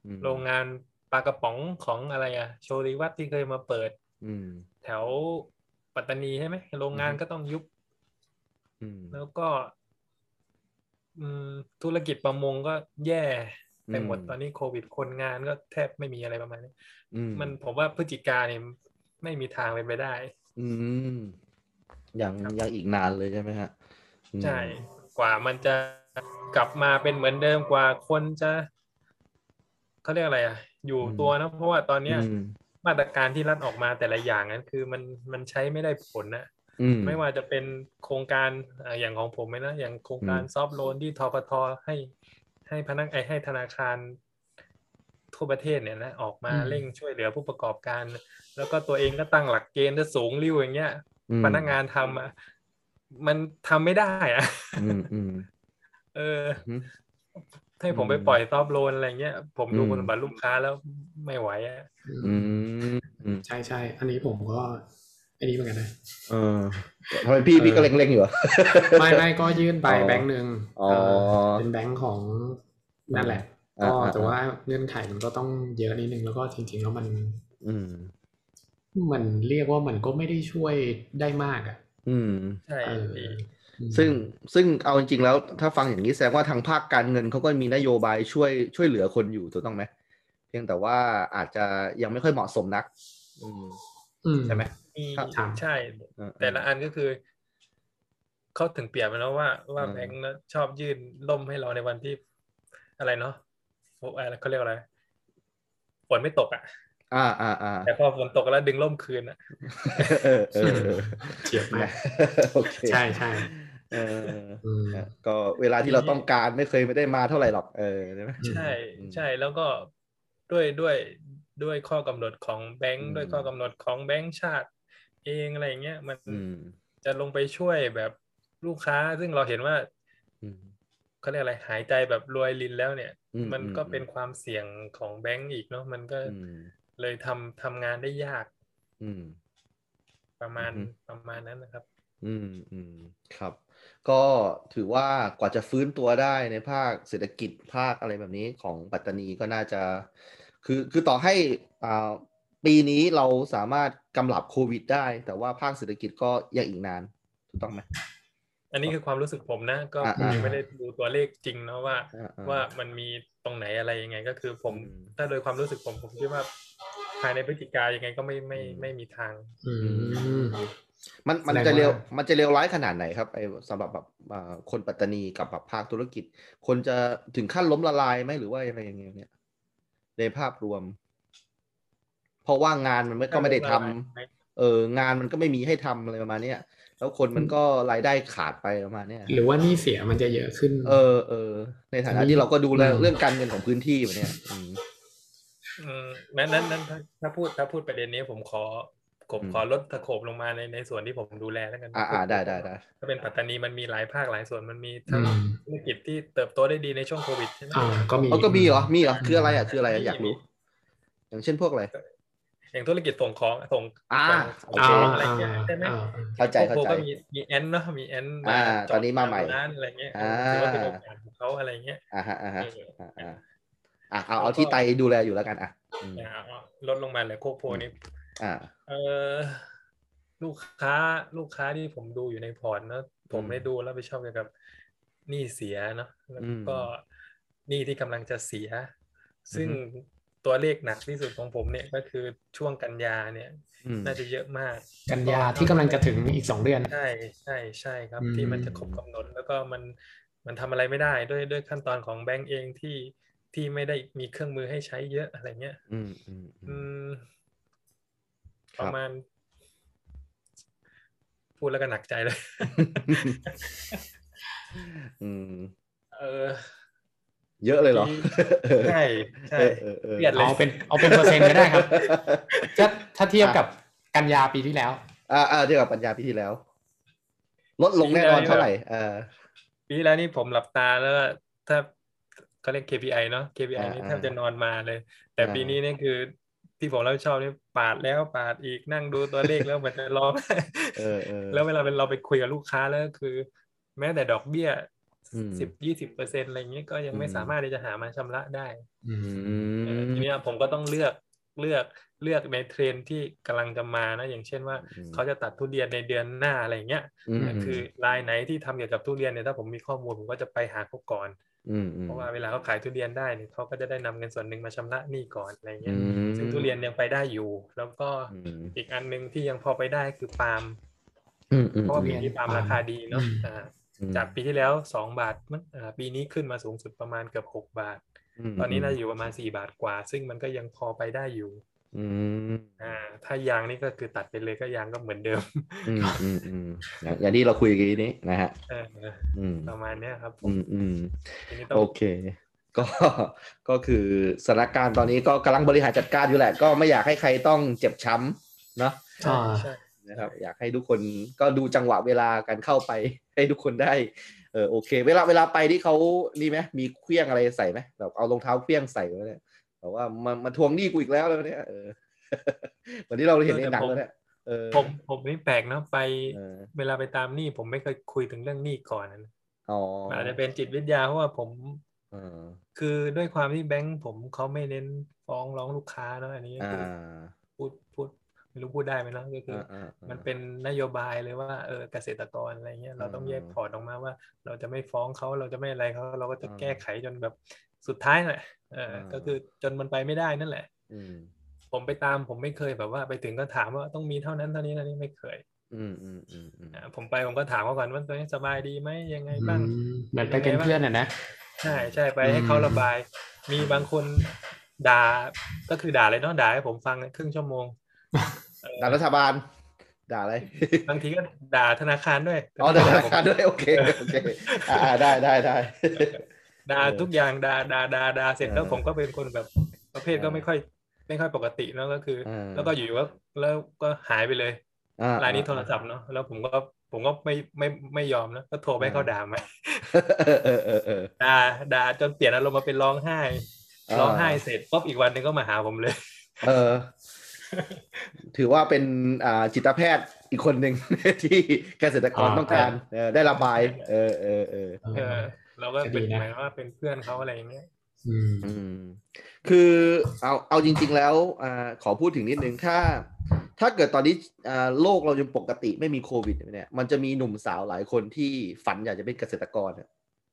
[SPEAKER 2] อืม
[SPEAKER 4] โรงงานปลากระป๋องของอะไรอะโชริวัตที่เคยมาเปิด
[SPEAKER 2] อืม
[SPEAKER 4] แถวปัตตานีใช่ไหมโรงงาน
[SPEAKER 2] อือฮึ
[SPEAKER 4] ก็ต้องยุบ
[SPEAKER 2] อืม
[SPEAKER 4] แล้วก็ อืมธุรกิจประมงก็แย่ไปหมดตอนนี้โควิดคนงานก็แทบไม่มีอะไรประมาณนี้
[SPEAKER 2] อืม
[SPEAKER 4] มันผมว่าพฤศจิกาเนี่ยไม่มีทางเป็นไปได้
[SPEAKER 2] อืมยัง
[SPEAKER 4] ครับ
[SPEAKER 2] ยังอีกนานเลยใช่ไหมฮะอืม
[SPEAKER 4] ใช่ กว่ามันจะกลับมาเป็นเหมือนเดิมกว่าคนจะเขาเรียกอะไรอ่ะ อยู่ตัวนะเพราะว่าตอนเนี้ย
[SPEAKER 2] อืม
[SPEAKER 4] มาตรการที่รัฐออกมาแต่ละอย่างนั้น คือมันมันใช้ไม่ได้ผลนะ
[SPEAKER 2] อืม
[SPEAKER 4] ไม่ว่าจะเป็นโครงการเอ่ออย่างของผมไหมนะ อย่างโครงการ
[SPEAKER 2] อืม
[SPEAKER 4] ซอฟโลนที่ทกทให้ให้พนักไอยให้ธนาคารทั่วประเทศเนี่ยนะออกมา
[SPEAKER 3] อืม
[SPEAKER 4] เร่งช่วยเหลือผู้ประกอบการ แล้วก็ตัวเองก็ตั้งหลักเกณฑ์ถ้าสูงริ้วอย่างเงี้ย
[SPEAKER 2] อืม
[SPEAKER 4] พนักงานทำอ่ะมันทำไม่ได้อ่ะ
[SPEAKER 2] อืมอืม
[SPEAKER 4] เออ
[SPEAKER 2] อืม
[SPEAKER 4] ให้ผม
[SPEAKER 2] อืม
[SPEAKER 4] ไปปล่อยซอฟโลนอะไรเงี้ยผมดู
[SPEAKER 2] อืม
[SPEAKER 4] คุณบัตรลูกค้าแล้วไม่ไหวอ่ะ
[SPEAKER 2] อืมอืม
[SPEAKER 3] ใช่ใช่ อันนี้ผมก็ อันนี้เหมือนกัน
[SPEAKER 2] *laughs*
[SPEAKER 3] นะ
[SPEAKER 2] เออทำไมพี่พี่ก็เล็งๆอยู่อะ
[SPEAKER 3] ไม่ไม่ก็ยื่นไป
[SPEAKER 2] อ๋อ
[SPEAKER 3] แบงค์หนึ่ง
[SPEAKER 2] อ๋อ
[SPEAKER 3] เออเป็นแบงค์ของนั่นแหละ
[SPEAKER 2] อ่า
[SPEAKER 3] ก็
[SPEAKER 2] อ่า
[SPEAKER 3] แต่ว่าเงื่อนไขมันก็ต้องเยอะนิดนึงแล้วก็จริงๆแล้วมัน
[SPEAKER 2] อืม
[SPEAKER 3] มันเรียกว่ามันก็ไม่ได้ช่วยได้มากอ่ะ
[SPEAKER 2] อืม
[SPEAKER 4] ใช่
[SPEAKER 3] เออ
[SPEAKER 4] ดี
[SPEAKER 2] ซึ่งซึ่งเอาจริงๆแล้วถ้าฟังอย่างนี้แสดงว่าทางภาคการเงินเขาก็มีนโยบายช่วยช่วยเหลือคนอยู่ถูกต้องไหมเพียงแต่ว่าอาจจะยังไม่ค่อยเหมาะสมนัก อืม
[SPEAKER 3] อืม
[SPEAKER 2] ใช่ไหม
[SPEAKER 4] มี
[SPEAKER 2] ครับ
[SPEAKER 3] ครับ
[SPEAKER 4] ใช่
[SPEAKER 2] เออ
[SPEAKER 4] แต่ละอันก็คือเขาถึงเปรียบไปแล้วว่าว่า
[SPEAKER 2] อืม
[SPEAKER 4] แบงค์นะชอบยื่นล่มให้เราในวันที่ อะไรเนาะโอ้อะไรเขาเรียกอะไรฝนไม่ตกอ่ะ
[SPEAKER 2] อ่าอ่าอ่า
[SPEAKER 4] แต่พอฝนตกแล้วดึงล่มคืนอ่ะ
[SPEAKER 2] *laughs* เออเออ
[SPEAKER 4] *laughs*
[SPEAKER 2] เออ
[SPEAKER 3] เฉียบมาก
[SPEAKER 2] *laughs* โอเค
[SPEAKER 3] ใช่ใช่
[SPEAKER 2] เออ
[SPEAKER 3] อืม
[SPEAKER 2] ก็เวลาที่เราต้องการไม่เคยไม่ได้มาเท่าไหร่หรอกเออใช่ไหม
[SPEAKER 4] ใช่
[SPEAKER 2] อืม
[SPEAKER 4] ใช่แล้วก็ด้วยด้วยด้วยข้อกำหนดของแบง
[SPEAKER 2] อื
[SPEAKER 4] ค์
[SPEAKER 2] ม
[SPEAKER 4] ด้วยข้อกำหนดของแบงค์ชาติเองอะไรอย่างเงี้ยมัน
[SPEAKER 2] อืม
[SPEAKER 4] จะลงไปช่วยแบบลูกค้า ซึ่งเราเห็นว่า
[SPEAKER 2] อืม
[SPEAKER 4] เขาเรียกอะไรหายใจแบบรวยลินแล้วเนี่ย
[SPEAKER 2] อื
[SPEAKER 4] มันก็เป็นความเสี่ยงของแบงค์อีกเนาะมันก็
[SPEAKER 2] อืม
[SPEAKER 4] เลยทำทำงานได้ยาก
[SPEAKER 2] อืม
[SPEAKER 4] ประมาณ
[SPEAKER 2] อือฮึ
[SPEAKER 4] ประมาณนั้นนะครับ
[SPEAKER 2] อืมอืมครับ ก็ถือว่ากว่าจะฟื้นตัวได้ในภาคเศรษฐกิจภาคอะไรแบบนี้ของปัตตานีก็น่าจะ คือคือต่อให้อ่าปีนี้เราสามารถกำลับโควิดได้ แต่ว่าภาคเศรษฐกิจก็ยังอีกนานถูกต้องไหม
[SPEAKER 4] อันนี้คือความรู้สึกผมนะ ก็
[SPEAKER 2] อ่า
[SPEAKER 4] ผมยัง
[SPEAKER 3] อ่า
[SPEAKER 4] ไม่ได้ดูตัวเลขจริงเนาะว่า
[SPEAKER 2] อ่าอ่า
[SPEAKER 4] ว่ามันมีตรงไหนอะไรยังไงก็คือผม
[SPEAKER 2] อืม
[SPEAKER 4] ถ้าโดยความรู้สึกผมผมคิดว่าภายในพฤศจิกายังไงก็ไม่ไม่
[SPEAKER 2] อืม
[SPEAKER 4] ไม่มีทาง
[SPEAKER 3] อืม
[SPEAKER 2] มันมัน
[SPEAKER 3] แสดง
[SPEAKER 2] จะเร็ว
[SPEAKER 3] ว่า
[SPEAKER 2] มันจะเร็วร้ายขนาดไหนครับไอ้สำหรับแบบอ่าคนปัตตานีกับแบบภาคธุรกิจ คนจะถึงขั้นล้มละลายไหมหรือว่าอะไรอย่างเงี้ยเนี่ยในภาพรวม เพราะว่างานมันไม่ก็ไม่ได้ทำ เอองานมันก็ไม่มีให้ทำอะไรประมาณเนี้ยแล้วคนมันก็รายได้ขาดไปประมาณเนี้ย
[SPEAKER 3] หรือว่าหนี่เสียมันจะเยอะขึ้น
[SPEAKER 2] เออเออในฐานะที่เราก็ดูแล
[SPEAKER 3] อืม
[SPEAKER 2] เรื่องการเงินของพื้นที่แบบเนี้ยอืม
[SPEAKER 4] อืมนั้นนั้นนั้นถ้าถ้าพูดถ้าพูดประเด็นนี้ผมขอผม
[SPEAKER 2] อืม
[SPEAKER 4] ขอลดตะโขบลงมาในในส่วนที่ผมดูแลแล้วกัน
[SPEAKER 2] อ่าอ่าได้ได้ได้
[SPEAKER 4] ถ้าเป็นปัตตานีมันมีหลายภาคหลายส่วนมันมี
[SPEAKER 3] อื
[SPEAKER 4] ทั้ง
[SPEAKER 3] ม
[SPEAKER 4] ธุรกิจที่เติบโตได้ดีในช่วงโควิดใช่ไหม
[SPEAKER 3] อ่าก็มี
[SPEAKER 2] เอาก็มีเหรอมีเหรอคืออะไรอ่ะคืออะไรอ่ะอยากรู้
[SPEAKER 4] มี
[SPEAKER 2] อย่างเช่นพวกอะไร
[SPEAKER 4] อย่างธุรกิจส่งของส่ง
[SPEAKER 2] อ่า
[SPEAKER 4] ส่ง
[SPEAKER 3] อ่า
[SPEAKER 4] ของ
[SPEAKER 3] อ่า
[SPEAKER 4] อะไรเงี้ยใช่ไหม
[SPEAKER 3] อ่า
[SPEAKER 2] เข้าใจเข้า
[SPEAKER 4] โค
[SPEAKER 2] ใจ
[SPEAKER 4] ก็มีมีแอนเนาะมีแอน
[SPEAKER 2] อ่า
[SPEAKER 4] จด
[SPEAKER 2] ตอนนี้มาใหม่
[SPEAKER 4] ตร้านอะไรเงี้ย
[SPEAKER 2] อ่า
[SPEAKER 4] ถือว่าเป็นโอกาสของเขาอะไรเงี้ย
[SPEAKER 2] อ่าฮะอ่าฮะ
[SPEAKER 4] เออ
[SPEAKER 2] อ่าอ่าอ่ะเอาเอาที่ไตดูแลอยู่แล้วกันอ่ะอืม
[SPEAKER 4] อ่าเอาลดลงมาเหลยโคกโพนี่
[SPEAKER 2] อ่า
[SPEAKER 4] เออลูกค้าลูกค้าที่ผมดูอยู่ในพอร์ตเนาะผม
[SPEAKER 2] อืม
[SPEAKER 4] ได้ดูแล้วไปชอบเกี่ยวกับหนี้เสียเนาะแล้ว
[SPEAKER 2] อืม
[SPEAKER 4] ก็หนี้ที่กำลังจะเสีย ซึ่ง
[SPEAKER 2] อื
[SPEAKER 4] ตัวเลขหนักที่สุดของผมเนี่ยก็คือช่วงกันยาเนี่ย
[SPEAKER 2] อืม
[SPEAKER 4] น่าจะเยอะมาก
[SPEAKER 3] กันยาที่กำลังจะถึงอีกสองเดือน
[SPEAKER 4] ใช่ใช่ใช่ครับ
[SPEAKER 3] อืม
[SPEAKER 4] ที่มันจะครบกำหนดแล้วก็มันมันทำอะไรไม่ได้ด้วยด้วยขั้นตอนของแบงก์เองที่ที่ไม่ได้มีเครื่องมือให้ใช้เยอะอะไรเงี้ย
[SPEAKER 2] อืมอืม
[SPEAKER 4] อื
[SPEAKER 2] อืม
[SPEAKER 4] ม
[SPEAKER 2] ค
[SPEAKER 4] ป
[SPEAKER 2] รับ
[SPEAKER 4] ระมาณ พูดแล้วก็หนักใจ
[SPEAKER 2] *laughs*
[SPEAKER 4] เลย
[SPEAKER 2] อืม
[SPEAKER 4] เออ
[SPEAKER 2] เยอะเลยเหรอ
[SPEAKER 4] ใช่ใช่
[SPEAKER 2] เออเออเออ
[SPEAKER 4] เครียด
[SPEAKER 3] เอาเป็นเอาเป็นเปอร์เซ็นต์ก็ได้ครับ *laughs* ถ้าถ้าเทียบกับกันยาปีที่แล้ว
[SPEAKER 2] อ่าอ่าเทียบกับปัญญาปีที่แล้ว ลดลงแน่นอนเท่าไหร่เออ
[SPEAKER 4] ปีที่แล้วนี่ผมหลับตาแล้วก็ถ้าเขาเรียก KPI เนาะ KPI
[SPEAKER 2] อ่า
[SPEAKER 4] นี่
[SPEAKER 2] อ่า
[SPEAKER 4] แทบจะนอนมาเลย แต่
[SPEAKER 2] อ่า
[SPEAKER 4] ปีนี้นี่คือ ที่ผมรับผิดชอบนี่ปาดแล้วปาดอีกนั่งดูตัวเลขแล้วเหมือนจะร้อง
[SPEAKER 2] เออเออ
[SPEAKER 4] แล้วเวลาเป็นเราไปคุยกับลูกค้าแล้วก็คือ แม้แต่ดอกเบี้ย
[SPEAKER 2] อืม
[SPEAKER 4] สิบยี่สิบเปอร์เซ็นต์อะไรเงี้ยก็ยังไม่
[SPEAKER 2] อืม
[SPEAKER 4] สามารถที่จะหามาชำระได้
[SPEAKER 3] อื
[SPEAKER 2] อื
[SPEAKER 3] ม
[SPEAKER 2] ม
[SPEAKER 4] เออทีเนี้ยผมก็ต้องเลือกเลือกเลือกในเทรนด์ที่กำลังจะมานะ อย่างเช่นว่า
[SPEAKER 2] อืม
[SPEAKER 4] เขาจะตัดทุเรียนในเดือนหน้าอะไรเงี้ย
[SPEAKER 2] ม
[SPEAKER 3] อืม
[SPEAKER 4] คือรายไหนที่ทำเกี่ยวกับทุเรียนเนี่ยถ้าผมมีข้อมูลผมก็จะไปหาเขาก่อน
[SPEAKER 2] อืมอืม
[SPEAKER 4] เพราะว่าเวลาเขาขายทุเรียนได้เนี่ยเขาก็จะได้นำเงินส่วนหนึ่งมาชำระหนี้ก่อนอะไร
[SPEAKER 2] อื
[SPEAKER 4] เงี้ย
[SPEAKER 2] ม
[SPEAKER 4] ซึ่งทุเรียนยังไปได้อยู่ แล้วก็
[SPEAKER 2] อืม
[SPEAKER 4] อีกอันหนึ่งที่ยังพอไปได้คือปาล์ม
[SPEAKER 2] อืมอืม
[SPEAKER 4] เพราะว่าปี
[SPEAKER 2] อืม
[SPEAKER 4] นี้ปาล์มราคาดีเนาะ
[SPEAKER 3] อืม
[SPEAKER 4] อ่าจากปีที่แล้วสองบาทมั้งอ่าปีนี้ขึ้นมาสูงสุดประมาณเกือบหกบาท
[SPEAKER 2] ม
[SPEAKER 4] ตอนนี้น่าจะอยู่ประมาณสี่บาทกว่า ซึ่งมันก็ยังพอไปได้อยู่
[SPEAKER 2] อืม
[SPEAKER 4] อ่าถ้ายางนี่ก็คือตัดไปเลยก็ยางก็เหมือนเดิม *laughs*
[SPEAKER 2] อืมอืมอืมอย่างอย่างที่เราคุยกันนี้นะฮะ
[SPEAKER 4] เออ
[SPEAKER 2] อืม
[SPEAKER 4] ประมาณเนี้ยครับผ
[SPEAKER 2] อื
[SPEAKER 4] ม
[SPEAKER 2] มอืม
[SPEAKER 4] ทีนี้ต้อง
[SPEAKER 2] โอเค ก็ *laughs* ก็คือสถานการณ์ตอนนี้ก็กำลังบริหารจัดการอยู่แหละ ก็ไม่อยากให้ใครต้องเจ็บช้ำเนาะ
[SPEAKER 4] ใช่
[SPEAKER 3] อ่า
[SPEAKER 4] ใช่
[SPEAKER 2] นะครับอยากให้ทุกคนก็ดูจังหวะเวลาการเข้าไป *laughs* ให้ทุกคนได้เออโอเค เวลาเวลาไปที่เขานี่ไหมมีเครื่องอะไรใส่ไหมแบบเอารองเท้าเครื่องใส่ไว้ *laughs* เนี่ยแบบว่ามามาทวงหนี้กูอีกแล้วแล้วเนี่ยเออ วันนี้เราเห็นในหนังแล้วเนี่ย เออ
[SPEAKER 4] ผมผมนี่แปลกเนาะไป
[SPEAKER 2] เออ
[SPEAKER 4] เวลาไปตามหนี้ผมไม่เคยคุยถึงเรื่องหนี้ก่อนนะ
[SPEAKER 2] อ๋อ
[SPEAKER 4] มัน
[SPEAKER 2] อา
[SPEAKER 4] อาจจะเป็นจิตวิทยาเพราะว่าผม
[SPEAKER 2] เออ
[SPEAKER 4] คือด้วยความที่แบงก์ผมเขาไม่เน้นฟ้องร้องลูกค้าเนาะอันนี้ก็
[SPEAKER 2] อ่า
[SPEAKER 4] คือพูดพูดไม่รู้พูดได้ไหมเนาะก็คือ
[SPEAKER 2] อ่า
[SPEAKER 4] อ
[SPEAKER 2] อ่า
[SPEAKER 4] มันเป็นนโยบายเลยว่าเออเกษตรกรอะไรเงี้ยเราต้องแยก
[SPEAKER 2] อืม
[SPEAKER 4] พอร์ตออกมาว่า เราจะไม่ฟ้องเขาเราจะไม่อะไรเขาเราก็จะ
[SPEAKER 2] อืม
[SPEAKER 4] แก้ไขจนแบบสุดท้ายแหละเอออ
[SPEAKER 2] ม
[SPEAKER 4] ก็คือจนมันไปไม่ได้นั่นแหละ
[SPEAKER 2] อืม
[SPEAKER 4] ผมไปตามผมไม่เคยแบบว่าไปถึงก็ถามว่าต้องมีเท่านั้นเท่านี้เท่านี้ไม่เคย
[SPEAKER 2] อืมอืมอืมอืม
[SPEAKER 4] อ่าผมไปผมก็ถามเขาก่อนว่าตัวนี้สบายดีไหมยังไงบ้าง
[SPEAKER 3] อืมเหมือนไปเป็นเพื่อนอ่ะนะ
[SPEAKER 4] ใช่ใช่ไปให้เขาระบาย มีบางคนด่าก็คือด่าเลยเนาะด่าให้ผมฟังครึ่งชั่วโมง
[SPEAKER 2] ด่ารัฐบาล ด่าอะไร
[SPEAKER 4] บางทีก็ด่าธนาคารด้วย
[SPEAKER 2] อ๋อด่าธนาคารด้วยโอเคโอเคอ่าอ่าได้ได้ได้
[SPEAKER 4] ด่าทุกอย่างด่าด่าด่าด่าเสร็จแล้ว
[SPEAKER 2] เออ
[SPEAKER 4] ผมก็เป็นคนแบบประเภทก็
[SPEAKER 2] เออ
[SPEAKER 4] ไม่ค่อย ไม่ค่อยปกติเนาะก็คือ
[SPEAKER 2] เออ
[SPEAKER 4] แล้วก็อยู่ก็แล้วก็หายไปเลย
[SPEAKER 2] อ่
[SPEAKER 4] รายนี้โทรศัพท์เนาะแล้วผมก็ผมก็ไม่ไม่ไม่ยอมนะก็โทรไปให้เขาด่ามา
[SPEAKER 2] เออเออเออ
[SPEAKER 4] ด่าด่าจนเปลี่ยนอารมณ์มาเป็นร้องไห้
[SPEAKER 2] เออ
[SPEAKER 4] ร้องไห้เสร็จปุ๊บอีกวันหนึงก็มาหาผมเลย
[SPEAKER 2] เออ ถือว่าเป็นอ่าจิตแพทย์อีกคนหนึ่ง *laughs* ที่เกษตรกร
[SPEAKER 3] อ่า
[SPEAKER 2] ต้องการเออได้ระบาย เออเออเออ
[SPEAKER 4] เออเราก็เป็น
[SPEAKER 3] จะดีนะ
[SPEAKER 4] หมายว่าเป็นเพื่อนเขาอะไรอย่างเงี้ย
[SPEAKER 3] ม
[SPEAKER 2] อืมคือเอาเอาจริง ๆ แล้วอ่าขอพูดถึงนิดนึงถ้า ถ้าเกิดตอนนี้อ่าโลกเรายังปกติไม่มีโควิดเนี่ยมันจะมีหนุ่มสาวหลายคนที่ฝันอยากจะเป็นเกษตรกรอะ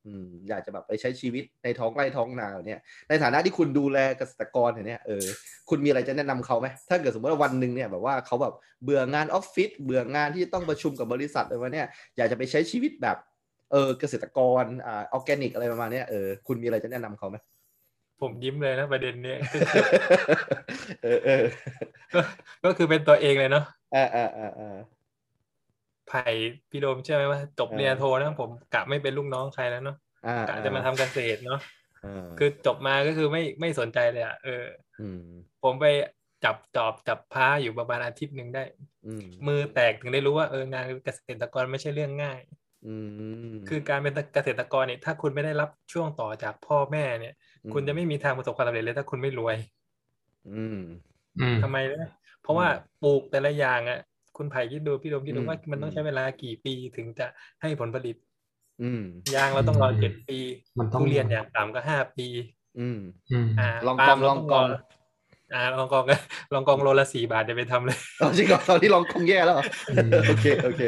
[SPEAKER 2] อืมอยากจะแบบไปใช้ชีวิตในท้องไร่ท้องนาเนี่ย ในฐานะที่คุณดูแลเกษตรกรเนี่ยเออคุณมีอะไรจะแนะนำเขาไหมถ้าเกิดสมมติว่าวันหนึ่งเนี่ยแบบว่าเขาแบบเบื่องานออฟฟิศเบื่องานที่จะต้องประชุมกับบริษัทอะไรวะเนี่ยอยากจะไปใช้ชีวิตแบบเออเกษตรกรอ่าออร์แกนิกอะไรประมาณเนี้ยเออคุณมีอะไรจะแนะนำเขาไหม
[SPEAKER 4] ผมยิ้มเลยนะประเด็นเนี้ย *laughs*
[SPEAKER 2] เออเออ
[SPEAKER 4] ก็ก็คือเป็นตัวเองเลยเนาะ
[SPEAKER 2] อ่าอ่าอ่าอ่า
[SPEAKER 4] ไผ่พี่โดมเชื่อไหมว่าจบ
[SPEAKER 2] เออ
[SPEAKER 4] เรียนโทนะผมกะไม่เป็นลูกน้องใครแล้วเนาะ
[SPEAKER 2] อ่าก
[SPEAKER 4] ะจะมาทำเกษตรเนาะ
[SPEAKER 2] เออ
[SPEAKER 4] คือจบมาก็คือไม่ไม่สนใจเลยอ่ะเออ
[SPEAKER 2] ม
[SPEAKER 4] ผมไปจับจอบจับพ้าอยู่ประมาณอาทิตย์หนึ่งได้
[SPEAKER 2] อืม
[SPEAKER 4] มือแตกถึงได้รู้ว่าเอองานเกษตรกรไม่ใช่เรื่องง่าย
[SPEAKER 2] อืม
[SPEAKER 4] คือการเป็นเกษตรกรเนี่ยถ้าคุณไม่ได้รับช่วงต่อจากพ่อแม่เนี่ย คุณจะไม่มีทางประสบความสำเร็จเลยถ้าคุณไม่รวย
[SPEAKER 2] อืม
[SPEAKER 3] อืม
[SPEAKER 4] ทำไมนะเพราะว่าปลูกแต่ละอย่างอ่ะ คุณไผ่คิดดูพี่โดมคิดดู
[SPEAKER 2] อืม
[SPEAKER 4] ว่ามันต้อง
[SPEAKER 2] อืม
[SPEAKER 4] ใช้เวลากี่ปีถึงจะให้ผลผลิต
[SPEAKER 2] อืม
[SPEAKER 4] ยางเราต้องรอเจ็ดปี
[SPEAKER 3] มันต้อง
[SPEAKER 4] ทุเรียนอย่างต่ำก็ห้าปี
[SPEAKER 2] อืม
[SPEAKER 3] อืม
[SPEAKER 4] อ่า
[SPEAKER 2] ลอง
[SPEAKER 4] ปาล์ม
[SPEAKER 2] กองลองกอ
[SPEAKER 4] เราต้
[SPEAKER 2] ง
[SPEAKER 4] รอ่าลองกอง *laughs* ลองกองโลละสี่บาทจะไปทำเลย *laughs*
[SPEAKER 2] เอาจริงเหรอตอนที่ลองคงแย่แล้วเหรอ
[SPEAKER 3] อืม
[SPEAKER 2] โอเคโอเค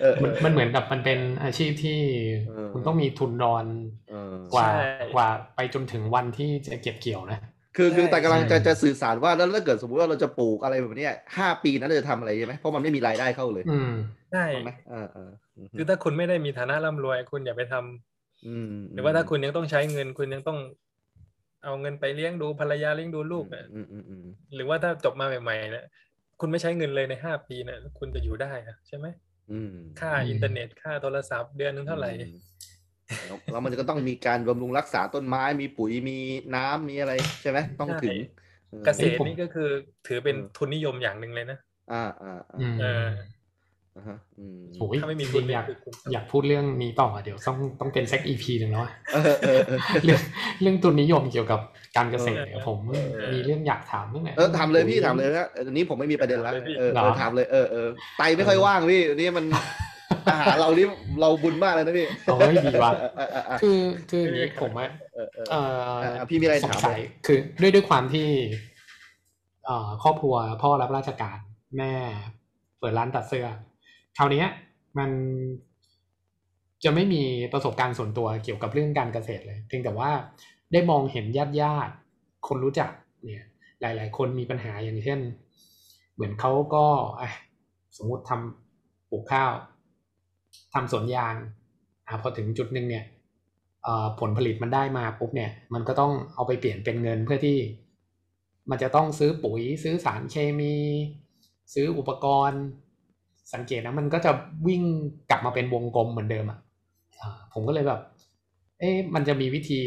[SPEAKER 2] เออเอ
[SPEAKER 3] มัน
[SPEAKER 2] อ
[SPEAKER 3] มันเหมือนกับมันเป็นอาชีพที่
[SPEAKER 2] เออ
[SPEAKER 3] คุณต้องมีทุนดอน
[SPEAKER 2] เออก
[SPEAKER 3] ว่า
[SPEAKER 4] ใช่
[SPEAKER 3] กว่าไปจนถึงวันที่จะเก็บเกี่ยวนะ
[SPEAKER 2] คือคือ
[SPEAKER 4] ใช่
[SPEAKER 2] แต่กำลังจะ
[SPEAKER 3] ใช่
[SPEAKER 2] จะสื่อสารว่าแล้วถ้าเกิดสมมติว่าเราจะปลูกอะไรแบบเนี้ยห้าปีนั้นเราจะทำอะไรใช่ไหมเพราะมันไม่มีรายได้เข้าเลย
[SPEAKER 3] อืม
[SPEAKER 4] ใช่
[SPEAKER 2] ถูกไหมเอ่าอ่า
[SPEAKER 4] คือถ้าคุณไม่ได้มีฐานะร่ำรวยคุณอย่าไปทำ
[SPEAKER 2] อืม
[SPEAKER 4] หรือว่าถ้าคุณยังต้องใช้เงินคุณยังต้อง เอาเงินไปเลี้ยงดูภรรยาเลี้ยงดูลูกเนี่ย
[SPEAKER 2] อืมอืมอืม
[SPEAKER 4] หรือว่าถ้าจบมาใหม่ๆเนี่ยคุณไม่ใช้เงินเลยในห้าปีเนี่ยคุณจะอยู่ได้อะใช่ไหม
[SPEAKER 2] อืม
[SPEAKER 4] ค่า
[SPEAKER 3] อืม
[SPEAKER 4] อินเทอร์เน็ตค่าโทรศัพท์เดือนหนึงเท่าไหร่
[SPEAKER 2] อืมแล้วแล้วมันก็ต้องมีการบำรุงรักษาต้นไม้มีปุ๋ยมีน้ำมีอะไรใช่ไหมต้องถึง
[SPEAKER 4] ใช่
[SPEAKER 2] ออ
[SPEAKER 4] เกษตร
[SPEAKER 3] ผม
[SPEAKER 4] นี่ก็คือถือเป็น
[SPEAKER 2] เออ
[SPEAKER 4] ทุนนิยมอย่างหนึ่งเลยนะ
[SPEAKER 2] อ่าอ่าอ่า
[SPEAKER 3] อืม
[SPEAKER 4] เออ
[SPEAKER 2] อ่าฮะอืม
[SPEAKER 3] โอ้ย
[SPEAKER 4] ถ้าไม่มี
[SPEAKER 3] จ
[SPEAKER 4] ทุ
[SPEAKER 3] ริ
[SPEAKER 4] น
[SPEAKER 3] งๆอ
[SPEAKER 4] นี่
[SPEAKER 3] ยาก
[SPEAKER 4] คือคุณ
[SPEAKER 3] อยากพูดเรื่องนี้ต่อเดี๋ยวต้องต้องเป็นเซ็กอีพีหนึ่งแล้วอะ
[SPEAKER 2] เออเออเออ
[SPEAKER 3] เรื่องเรื่องทุนนิยมเกี่ยวกับการเกษตรเนี่ยผม
[SPEAKER 2] เออเออ
[SPEAKER 3] มีเรื่องอยากถามเรื่องไหน
[SPEAKER 2] เออถามเลยพี่ถามเลยนะเอออันนี้ผมไม่มีประเด็นแล้วเออเอ
[SPEAKER 3] เหร
[SPEAKER 2] อ
[SPEAKER 3] อ
[SPEAKER 2] ถามเลยเออเออไตไม่ค่อยว่างพี่อันนี้มันอาหารเรานี่เราบุญมากเลยนะพี่
[SPEAKER 3] โอ้ยดีว่ะ
[SPEAKER 2] เออเออเออ
[SPEAKER 3] คือคืออย่างนี้ผมอะ
[SPEAKER 2] เออเออ
[SPEAKER 3] เอ่อ
[SPEAKER 2] เอ่อพี่มีอะไร
[SPEAKER 3] สง
[SPEAKER 2] ถาม
[SPEAKER 3] สัยคือด้วยด้วยความที่เอ่อครอบครัวพ่อรับราชการแม่เปิดร้านตัดเสื้อคราวเนี้ย มันจะไม่มีประสบการณ์ส่วนตัวเกี่ยวกับเรื่องการเกษตรเลยเพียงแต่ว่าได้มองเห็นญาติญาติๆคนรู้จัก เนี่ย หลาย ๆ คนมีปัญหาอย่างเช่น เหมือนเขาก็อ่ะสมมุติทำปลูกข้าวทำสวนยางอ่ะพอถึงจุดหนึ่งเนี่ย เอ่อผลผลิตมันได้มาปุ๊บเนี่ย มันก็ต้องเอาไปเปลี่ยนเป็นเงินเพื่อที่ มันจะต้องซื้อปุ๋ย ซื้อสารเคมี ซื้ออุปกรณ์ สังเกตนะมันก็จะวิ่งกลับมาเป็นวงกลมเหมือนเดิมอ่ะอ่าผมก็เลยแบบ เอ๊ะมันจะมีวิธี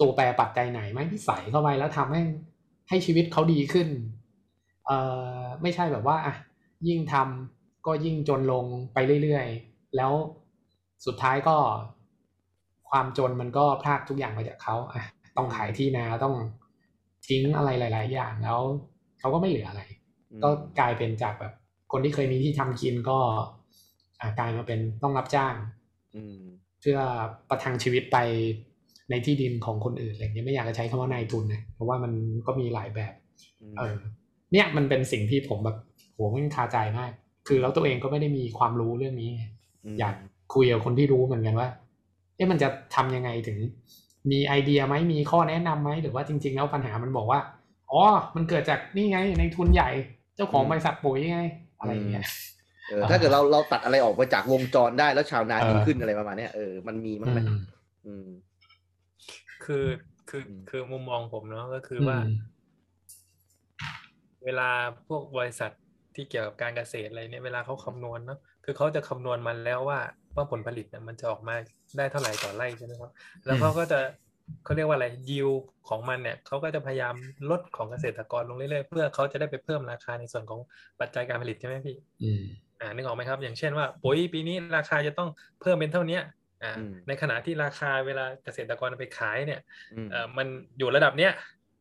[SPEAKER 3] ตัวแปรปัจจัยไหนไหมที่ใส่เข้าไปแล้วทำให้ให้ชีวิตเขาดีขึ้นเอ่อไม่ใช่แบบว่าอ่ะยิ่งทำก็ยิ่งจนลงไปเรื่อยๆ แล้วสุดท้ายก็ความจนมันก็พรากทุกอย่างไปจากเขาอ่ะต้องขายที่นาต้องทิ้งอะไรหลาย ๆ อย่างแล้วเขาก็ไม่เหลืออะไร
[SPEAKER 2] อืม
[SPEAKER 3] ก็กลายเป็นจากแบบ คนที่เคยมีที่ทำกินก็อ่ากลายมาเป็นต้องรับจ้าง
[SPEAKER 2] อืม
[SPEAKER 3] เพื่อประทังชีวิตไปในที่ดินของคนอื่นอะไรเงี้ยไม่อยากจะใช้คำว่านายทุนนะเพราะว่ามันก็มีหลายแบบ
[SPEAKER 2] อืม
[SPEAKER 3] เออเนี่ยมันเป็นสิ่งที่ผมแบบโหมันคาใจมาก คือแล้วตัวเองก็ไม่ได้มีความรู้เรื่องนี้ไง
[SPEAKER 2] ม
[SPEAKER 3] อยากคุยกับคนที่รู้เหมือนกันว่าเอ๊ะมันจะทำยังไงถึง มีไอเดียไหมมีข้อแนะนำไหมหรือว่าจริง ๆ แล้วปัญหามันบอกว่าอ๋อมันเกิดจากนี่ไงในทุนใหญ่เจ้าของบริษัทปุ๋ยไง อะไรอย่างเงี้ย
[SPEAKER 2] เออถ้าเกิดเราเราตัดอะไรออกไปจากวงจรได้แล้วชาวนา
[SPEAKER 3] เออ
[SPEAKER 2] ดีขึ้นอะไรประมาณเนี้ยเออมันมีมั้างไหม
[SPEAKER 3] อืม
[SPEAKER 2] อืม
[SPEAKER 4] คือคือ
[SPEAKER 2] อืม
[SPEAKER 4] คือมุมมองผมเนาะก็คือว่า เวลาพวกบริษัทที่เกี่ยวกับการเกษตรอะไรเนี่ยเวลาเขาคำนวณเนาะคือเขาจะคำนวณมันแล้วว่าว่าผลผลิตเนี่ยมันจะออกมาได้เท่าไหร่ต่อไร่ใช่ไหมครับ แล้วเขาก็จะเขาเรียกว่าอะไรยิวของมันเนี่ยเขาก็จะพยายามลดของเกษตรกรลงเรื่อยๆเพื่อเขาจะได้ไปเพิ่มราคาในส่วนของปัจจัยการผลิตใช่ไหมพี่
[SPEAKER 3] อืม
[SPEAKER 4] อ่านึกออกไหมครับ อย่างเช่นว่าปุ๋ยปีนี้ราคาจะต้องเพิ่มเป็นเท่าเนี้ยอ่า
[SPEAKER 2] อืม
[SPEAKER 4] ในขณะที่ราคาเวลาเกษตรกรเอาไปขายเนี่ย
[SPEAKER 2] อืม
[SPEAKER 4] เอ่อมันอยู่ระดับเนี้ย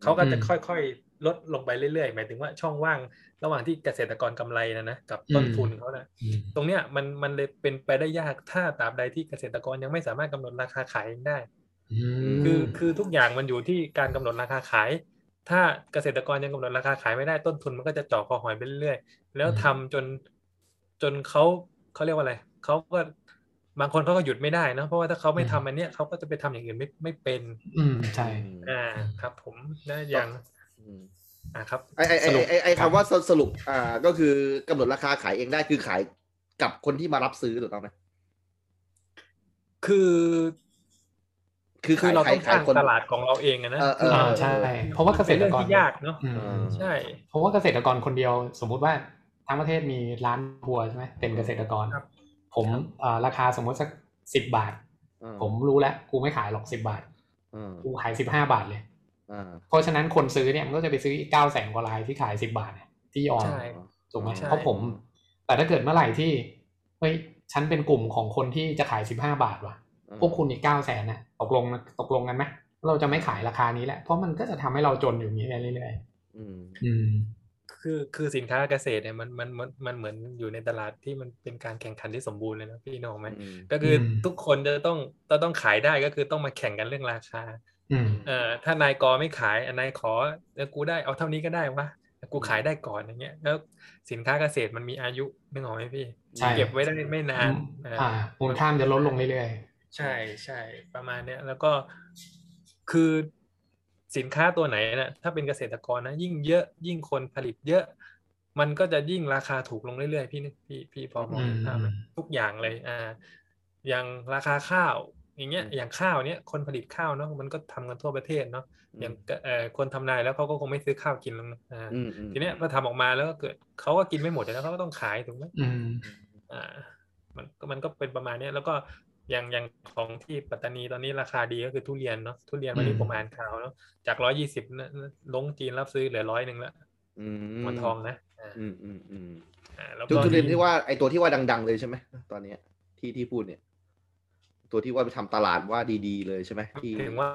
[SPEAKER 4] เขาก็จะ
[SPEAKER 3] อืม
[SPEAKER 4] ค่อยๆ ลดลงไปเรื่อยๆ หมายถึงว่าช่องว่างระหว่างที่เกษตรกรกำไรนะนะกับต้น
[SPEAKER 3] อืม
[SPEAKER 4] ทุนเขานะ
[SPEAKER 3] อืม
[SPEAKER 4] ตรงเนี้ยมันมันเลยเป็นไปได้ยากถ้าตราบใดที่เกษตรกรยังไม่สามารถกำหนดราคาขายเองได้ คือ
[SPEAKER 2] ม
[SPEAKER 4] คือทุกอย่างมันอยู่ที่การกำหนดราคาขาย ถ้าเกษตรกรยังกำหนดราคาขายไม่ได้ต้นทุนมันก็จะเจ่อคอหอยไปเรื่อยๆ แล้ว
[SPEAKER 3] อืม
[SPEAKER 4] ทำจนจนเขาเขาเรียกว่าอะไรเขาก็บางคนเขาก็หยุดไม่ได้นะเพราะว่าถ้าเขาไม่ทำอันเนี้ยเขาก็จะไปทำอย่างอื่นไม่ไม่เป็น
[SPEAKER 3] อืมใช่
[SPEAKER 4] อ่าครับผมแล้วอย่าง
[SPEAKER 2] อืม
[SPEAKER 4] อ่าครับ
[SPEAKER 2] ไอ้ไอ้
[SPEAKER 3] ส
[SPEAKER 2] ไอ้
[SPEAKER 3] รุป
[SPEAKER 2] ไอ้ไอ้
[SPEAKER 3] ครับ
[SPEAKER 2] คำว่าสสรุปอ่าก็คือกำหนดราคาขายเองได้คือขายกับคนที่มารับซื้อถูกต้องไหม
[SPEAKER 4] คือ
[SPEAKER 2] คือ
[SPEAKER 4] คื
[SPEAKER 2] ขาย
[SPEAKER 4] อเรา
[SPEAKER 2] ขา
[SPEAKER 4] ต้
[SPEAKER 2] ย
[SPEAKER 4] องส
[SPEAKER 2] ขาย
[SPEAKER 4] ร้าง
[SPEAKER 2] คน
[SPEAKER 4] ตลาดของเราเองอะนะ
[SPEAKER 2] เออเอ
[SPEAKER 4] คือ อ
[SPEAKER 3] อ่าใช่ เพราะว่าเกษ
[SPEAKER 4] เป็น
[SPEAKER 3] ตร
[SPEAKER 4] เรื่อง
[SPEAKER 3] กร
[SPEAKER 4] ที่ยากเนาะ
[SPEAKER 3] อืม
[SPEAKER 2] เออ
[SPEAKER 4] ใช่
[SPEAKER 3] เพราะว่าเกษตรกรคนเดียว สมมุติว่าทั้งประเทศมีร้านทัวร์ใช่ไหมเป็นเกษตรกร
[SPEAKER 4] ครับ
[SPEAKER 3] ผม
[SPEAKER 4] ครับ
[SPEAKER 3] เอ่อราคาสมมติสักสิบบาท
[SPEAKER 2] เออ
[SPEAKER 3] ผมรู้แล้วกูไม่ขายหรอกสิบาท
[SPEAKER 2] เออ
[SPEAKER 3] กูขายสิบห้าบาทเลย
[SPEAKER 2] เออ
[SPEAKER 3] เพราะฉะนั้นคนซื้อเนี่ยมันก็จะไปซื้ออีกเก้าแสนกว่ารายที่ขายสิบาทเนี่ยที่ยอม
[SPEAKER 4] ใช่
[SPEAKER 3] ถูกไหม
[SPEAKER 4] ใช่
[SPEAKER 3] เพราะผม แต่ถ้าเกิดเมื่อไหร่ที่เฮ้ยฉันเป็นกลุ่มของคนที่จะขายสิบห้าบาทว่ะ พวกคุณอีกเก้าแสนน่ะตกลงตกลงกันไหมเราจะไม่ขายราคานี้แหละ เพราะมันก็จะทำให้เราจนอยู่อย่างนี้ไปเรื่อย
[SPEAKER 2] อืม
[SPEAKER 3] ๆอืม
[SPEAKER 4] คือคือสินค้าเกษตรเนี่ยมันมันมันมันเหมือนอยู่ในตลาดที่มันเป็นการแข่งขันที่สมบูรณ์เลยนะพี่นึกออกไหม
[SPEAKER 2] อืม
[SPEAKER 4] ก็คืออ
[SPEAKER 3] ม
[SPEAKER 4] ทุกคนจะต้องจะต้องขายได้ก็คือต้องมาแข่งกันเรื่องราคา
[SPEAKER 3] อืม
[SPEAKER 4] เอ่อถ้านายกอไม่ขายอ่ะนายขอเออกูได้เอาเท่านี้ก็ได้วะกูขายได้ก่อนอย่างเงี้ยแล้วสินค้าเกษตรมันมีอายุนึกออกไหมพี่
[SPEAKER 3] ใช่
[SPEAKER 4] เก็บไว้ได้ไม่นานอ่า
[SPEAKER 3] อ่ามูลค่ามันจะลดลงเรื่อย
[SPEAKER 4] ใช่ใช่ประมาณเนี้ยแล้วก็คือสินค้าตัวไหนนะถ้าเป็นเกษตรกรนะยิ่งเยอะยิ่งคนผลิตเยอะ มันก็จะยิ่งราคาถูกลงเรื่อยๆพี่นึกพี่พี่พอม
[SPEAKER 3] ๆ
[SPEAKER 4] อง
[SPEAKER 3] อืม
[SPEAKER 4] เห็นภาพไหมทุกอย่างเลยอ่าอย่างราคาข้าว อย่างเงี้ย
[SPEAKER 2] อืม
[SPEAKER 4] อย่างข้าวเนี้ยคนผลิตข้าวเนาะมันก็ทำกันทั่วประเทศเนาะ
[SPEAKER 2] อืม
[SPEAKER 4] อย่างก็เอ่อคนทำนายแล้วเขาก็คงไม่ซื้อข้าวกินแล้วนะอ่า
[SPEAKER 2] อืมอืม
[SPEAKER 4] ทีเนี้ยพอทำออกมาแล้วก็เกิดเขาก็กินไม่หมดแล้วเขาก็ต้องขายถูกไหม
[SPEAKER 3] อืม
[SPEAKER 4] อ่ามันก็มันก็เป็นประมาณเนี้ยแล้วก็อย่างอย่างของที่ปัตตานีตอนนี้ราคาดีก็คือทุเรียนเนาะทุเรียนวันนี้
[SPEAKER 3] อืม
[SPEAKER 4] ผมอ่านข่าวเนาะจากร้อยยี่สิบลงจีนรับซื้อเหลือร้อยหนึ่งละ
[SPEAKER 2] อื
[SPEAKER 4] หมอนทองนะอ่า
[SPEAKER 2] อืมอืมอืม
[SPEAKER 4] อ่าแล้ว
[SPEAKER 2] ทุ
[SPEAKER 4] ก็
[SPEAKER 2] ทุเรียนที่ว่าไอตัวที่ว่าดัง ๆ เลยใช่ไหมตอนเนี้ยที่ที่พูดเนี่ย ตัวที่ว่าไปทำตลาดว่าดีๆเลยใช่ไหมที่
[SPEAKER 4] ถึงว่า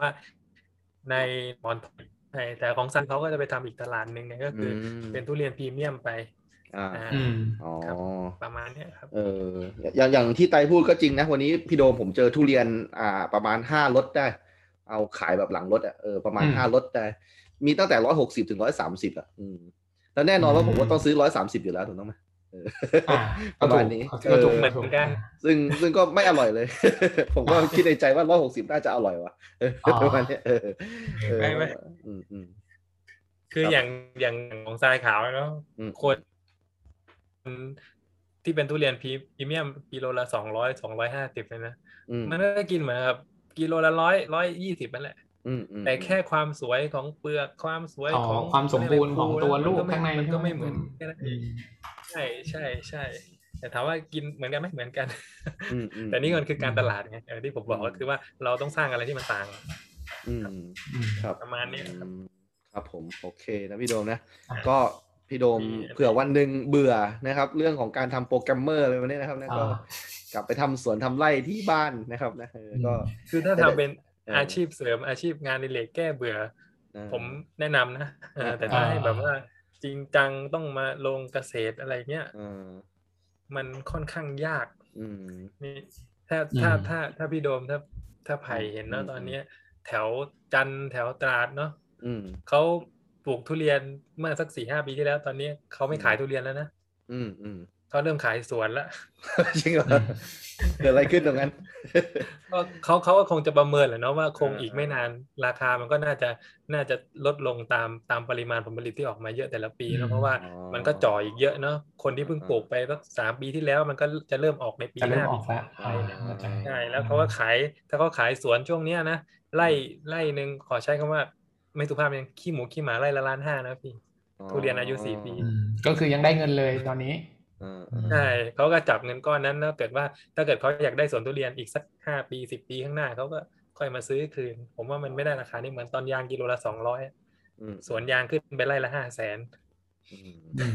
[SPEAKER 4] ในหมอนทองในแต่ของซันเขาก็จะไปทำอีกตลาดหนึ่งเนี่ยก็คืออ
[SPEAKER 2] ม
[SPEAKER 4] เป็นทุเรียนพรีเมียมไป
[SPEAKER 2] อ่า
[SPEAKER 4] อ่า
[SPEAKER 3] อืม
[SPEAKER 2] อ๋อ
[SPEAKER 4] ประมาณเนี้ยครับ
[SPEAKER 2] เอออย่างอย่างที่ไตพูดก็จริงนะ วันนี้พี่โดมผมเจอทุเรียนอ่าประมาณห้ารถได้ เอาขายแบบหลังรถอ่ะเออประมาณ
[SPEAKER 3] อืม
[SPEAKER 2] ห้ารถได้ มีตั้งแต่ร้อยหกสิบถึงร้อยสามสิบอ่ะอืมแล้วแน่นอนว่า
[SPEAKER 3] อืม
[SPEAKER 2] ผมว่าต้องซื้อร้อยสามสิบอยู่แล้วถูกต้องไหม
[SPEAKER 3] อ่า
[SPEAKER 2] *laughs* ประมาณนี้
[SPEAKER 3] ก็ถูก
[SPEAKER 4] เออ
[SPEAKER 3] ก็ถูกอ่า
[SPEAKER 2] ซึ่งซึ่งก็ไม่อร่อย *laughs* เลย ผมก็คิดในใจว่าร้อยหกสิบน่าจะอร่อยวะเออ
[SPEAKER 3] อ๋อ
[SPEAKER 2] ประมาณเนี้ยเออเออ
[SPEAKER 4] ไม่ไม่
[SPEAKER 2] อืมอืม
[SPEAKER 4] คือ
[SPEAKER 2] ครับ
[SPEAKER 4] อย่างอย่างของทรายขาวเนาะ
[SPEAKER 2] อืม
[SPEAKER 4] คนที่เป็นทุเรียนพรีพรีเมียมกิโลละสองร้อยสองร้อยห้าสิบเลยนะ
[SPEAKER 2] อืม
[SPEAKER 4] มันก็กินเหมือนกับกิโลละร้อยร้อยยี่สิบนั่นแหละ
[SPEAKER 2] อืมอืม
[SPEAKER 4] แต่แค่ความสวยของเปลือกความสวย
[SPEAKER 3] อ๋อ
[SPEAKER 4] ของ
[SPEAKER 3] ความสมบูรณ์ของตัวลูก
[SPEAKER 4] มั
[SPEAKER 3] ข้างใน
[SPEAKER 4] มัก็ไม่เหมือน
[SPEAKER 3] ใช่ไหม
[SPEAKER 4] แค่นั้นเอ
[SPEAKER 3] อื
[SPEAKER 4] ง
[SPEAKER 3] ม
[SPEAKER 4] ใช่ใช่ใช่ แต่ถามว่ากินเหมือนกันไหมเหมือนกัน
[SPEAKER 2] อืมอืม
[SPEAKER 4] แต่นี่มันคือการตลาดไงเออที่ผมบอกก็คือว่าเราต้องสร้างอะไรที่มันต่าง
[SPEAKER 2] อืม
[SPEAKER 3] อืม
[SPEAKER 2] ครับ
[SPEAKER 4] ประมาณนี้ครับ
[SPEAKER 2] อืมครับผมโอเคนะพี่โดมนะ
[SPEAKER 3] อ่ะ
[SPEAKER 2] ก็พี่โดม
[SPEAKER 4] มี
[SPEAKER 2] เผื่อวันหนึ่งเบื่อนะครับ เรื่องของการทำโปรแกรมเมอร์อะไรแบบนี้นะครับนะ
[SPEAKER 3] อ่า
[SPEAKER 2] ก็กลับไปทำสวนทำไร่ที่บ้านนะครับนะเออก็
[SPEAKER 4] คือถ้าทำเป็น
[SPEAKER 2] เอออ
[SPEAKER 4] อาชีพเสริมอาชีพงานอดิเรกแก้เบื่อ
[SPEAKER 2] เออ
[SPEAKER 4] ผมแนะนำนะเออแต่
[SPEAKER 2] อ่า
[SPEAKER 4] ถ้าให้แบบว่า จริงจังต้องมาลงเกษตรอะไรเงี้ย
[SPEAKER 2] เออ
[SPEAKER 4] มันค่อนข้างยาก
[SPEAKER 2] อืม
[SPEAKER 4] นี่ถ้าถ้า
[SPEAKER 3] อืม
[SPEAKER 4] ถ้าถ้าพี่โดมถ้าถ้าไผ่เห็นเนาะ
[SPEAKER 2] อืม
[SPEAKER 4] ตอนเนี้ย แถวจันทร์แถวตราดเนาะ
[SPEAKER 2] อืม
[SPEAKER 4] เขาปลูกทุเรียนเมื่อสักสี่ห้าปีที่แล้ว ตอนนี้เขาไม่
[SPEAKER 2] อืม
[SPEAKER 4] ขายทุเรียนแล้วนะ
[SPEAKER 2] อืมอืม
[SPEAKER 4] เขาเริ่มขายสวนละ
[SPEAKER 2] จริงเหรอ
[SPEAKER 3] อืม
[SPEAKER 2] เกิดอะไรขึ้นตรงนั้น
[SPEAKER 4] ก็เขาเขาก็คงจะประเมินแหละเนาะว่าคง
[SPEAKER 2] เอออี
[SPEAKER 4] อีกไม่นานราคามันก็น่าจะน่าจะลดลงตามตามปริมาณผลผลิตที่ออกมาเยอะแต่ละปีเน
[SPEAKER 3] อื
[SPEAKER 4] อะ
[SPEAKER 3] ม
[SPEAKER 4] เพราะว่า
[SPEAKER 2] อ๋อ
[SPEAKER 4] มันก็จ่ออีกเยอะเนาะคนที่เพิ่ง
[SPEAKER 2] อ่า
[SPEAKER 4] ปลูกไปสักสามปีที่แล้วมันก็จะเริ่มออกในปี
[SPEAKER 3] จะ
[SPEAKER 4] ห
[SPEAKER 3] เริ่ม
[SPEAKER 4] น้า
[SPEAKER 3] อ
[SPEAKER 4] ปี
[SPEAKER 3] อกแล้ว
[SPEAKER 2] อ่า
[SPEAKER 3] เข้าใจ
[SPEAKER 4] ใช่แล้วเขาก็ขายถ้าเขาขายสวนช่วงเนี้ยนะไล่ไล่หนึ่งขอใช้คำว่า ไม่สุภาพยังขี้หมูขี้หมาไล่ละล้านห้านะพี่ ทุเรียนอายุสี่ปี
[SPEAKER 3] อืมก็คือยังได้เงินเลยตอนนี้
[SPEAKER 2] เออเออ
[SPEAKER 4] ใช่เขาก็จับเงินก้อนนั้นแล้วเกิดว่าถ้าเกิดเขาอยากได้สวนทุเรียนอีกสักห้าปีสิบปีข้างหน้าเขาก็ค่อยมาซื้อคืน ผมว่ามันไม่ได้ราคานี่เหมือนตอนยางกิโลละสองร้อย
[SPEAKER 2] อืม
[SPEAKER 4] สวนยางขึ้นไปไล่ละห้าแสน
[SPEAKER 2] อืม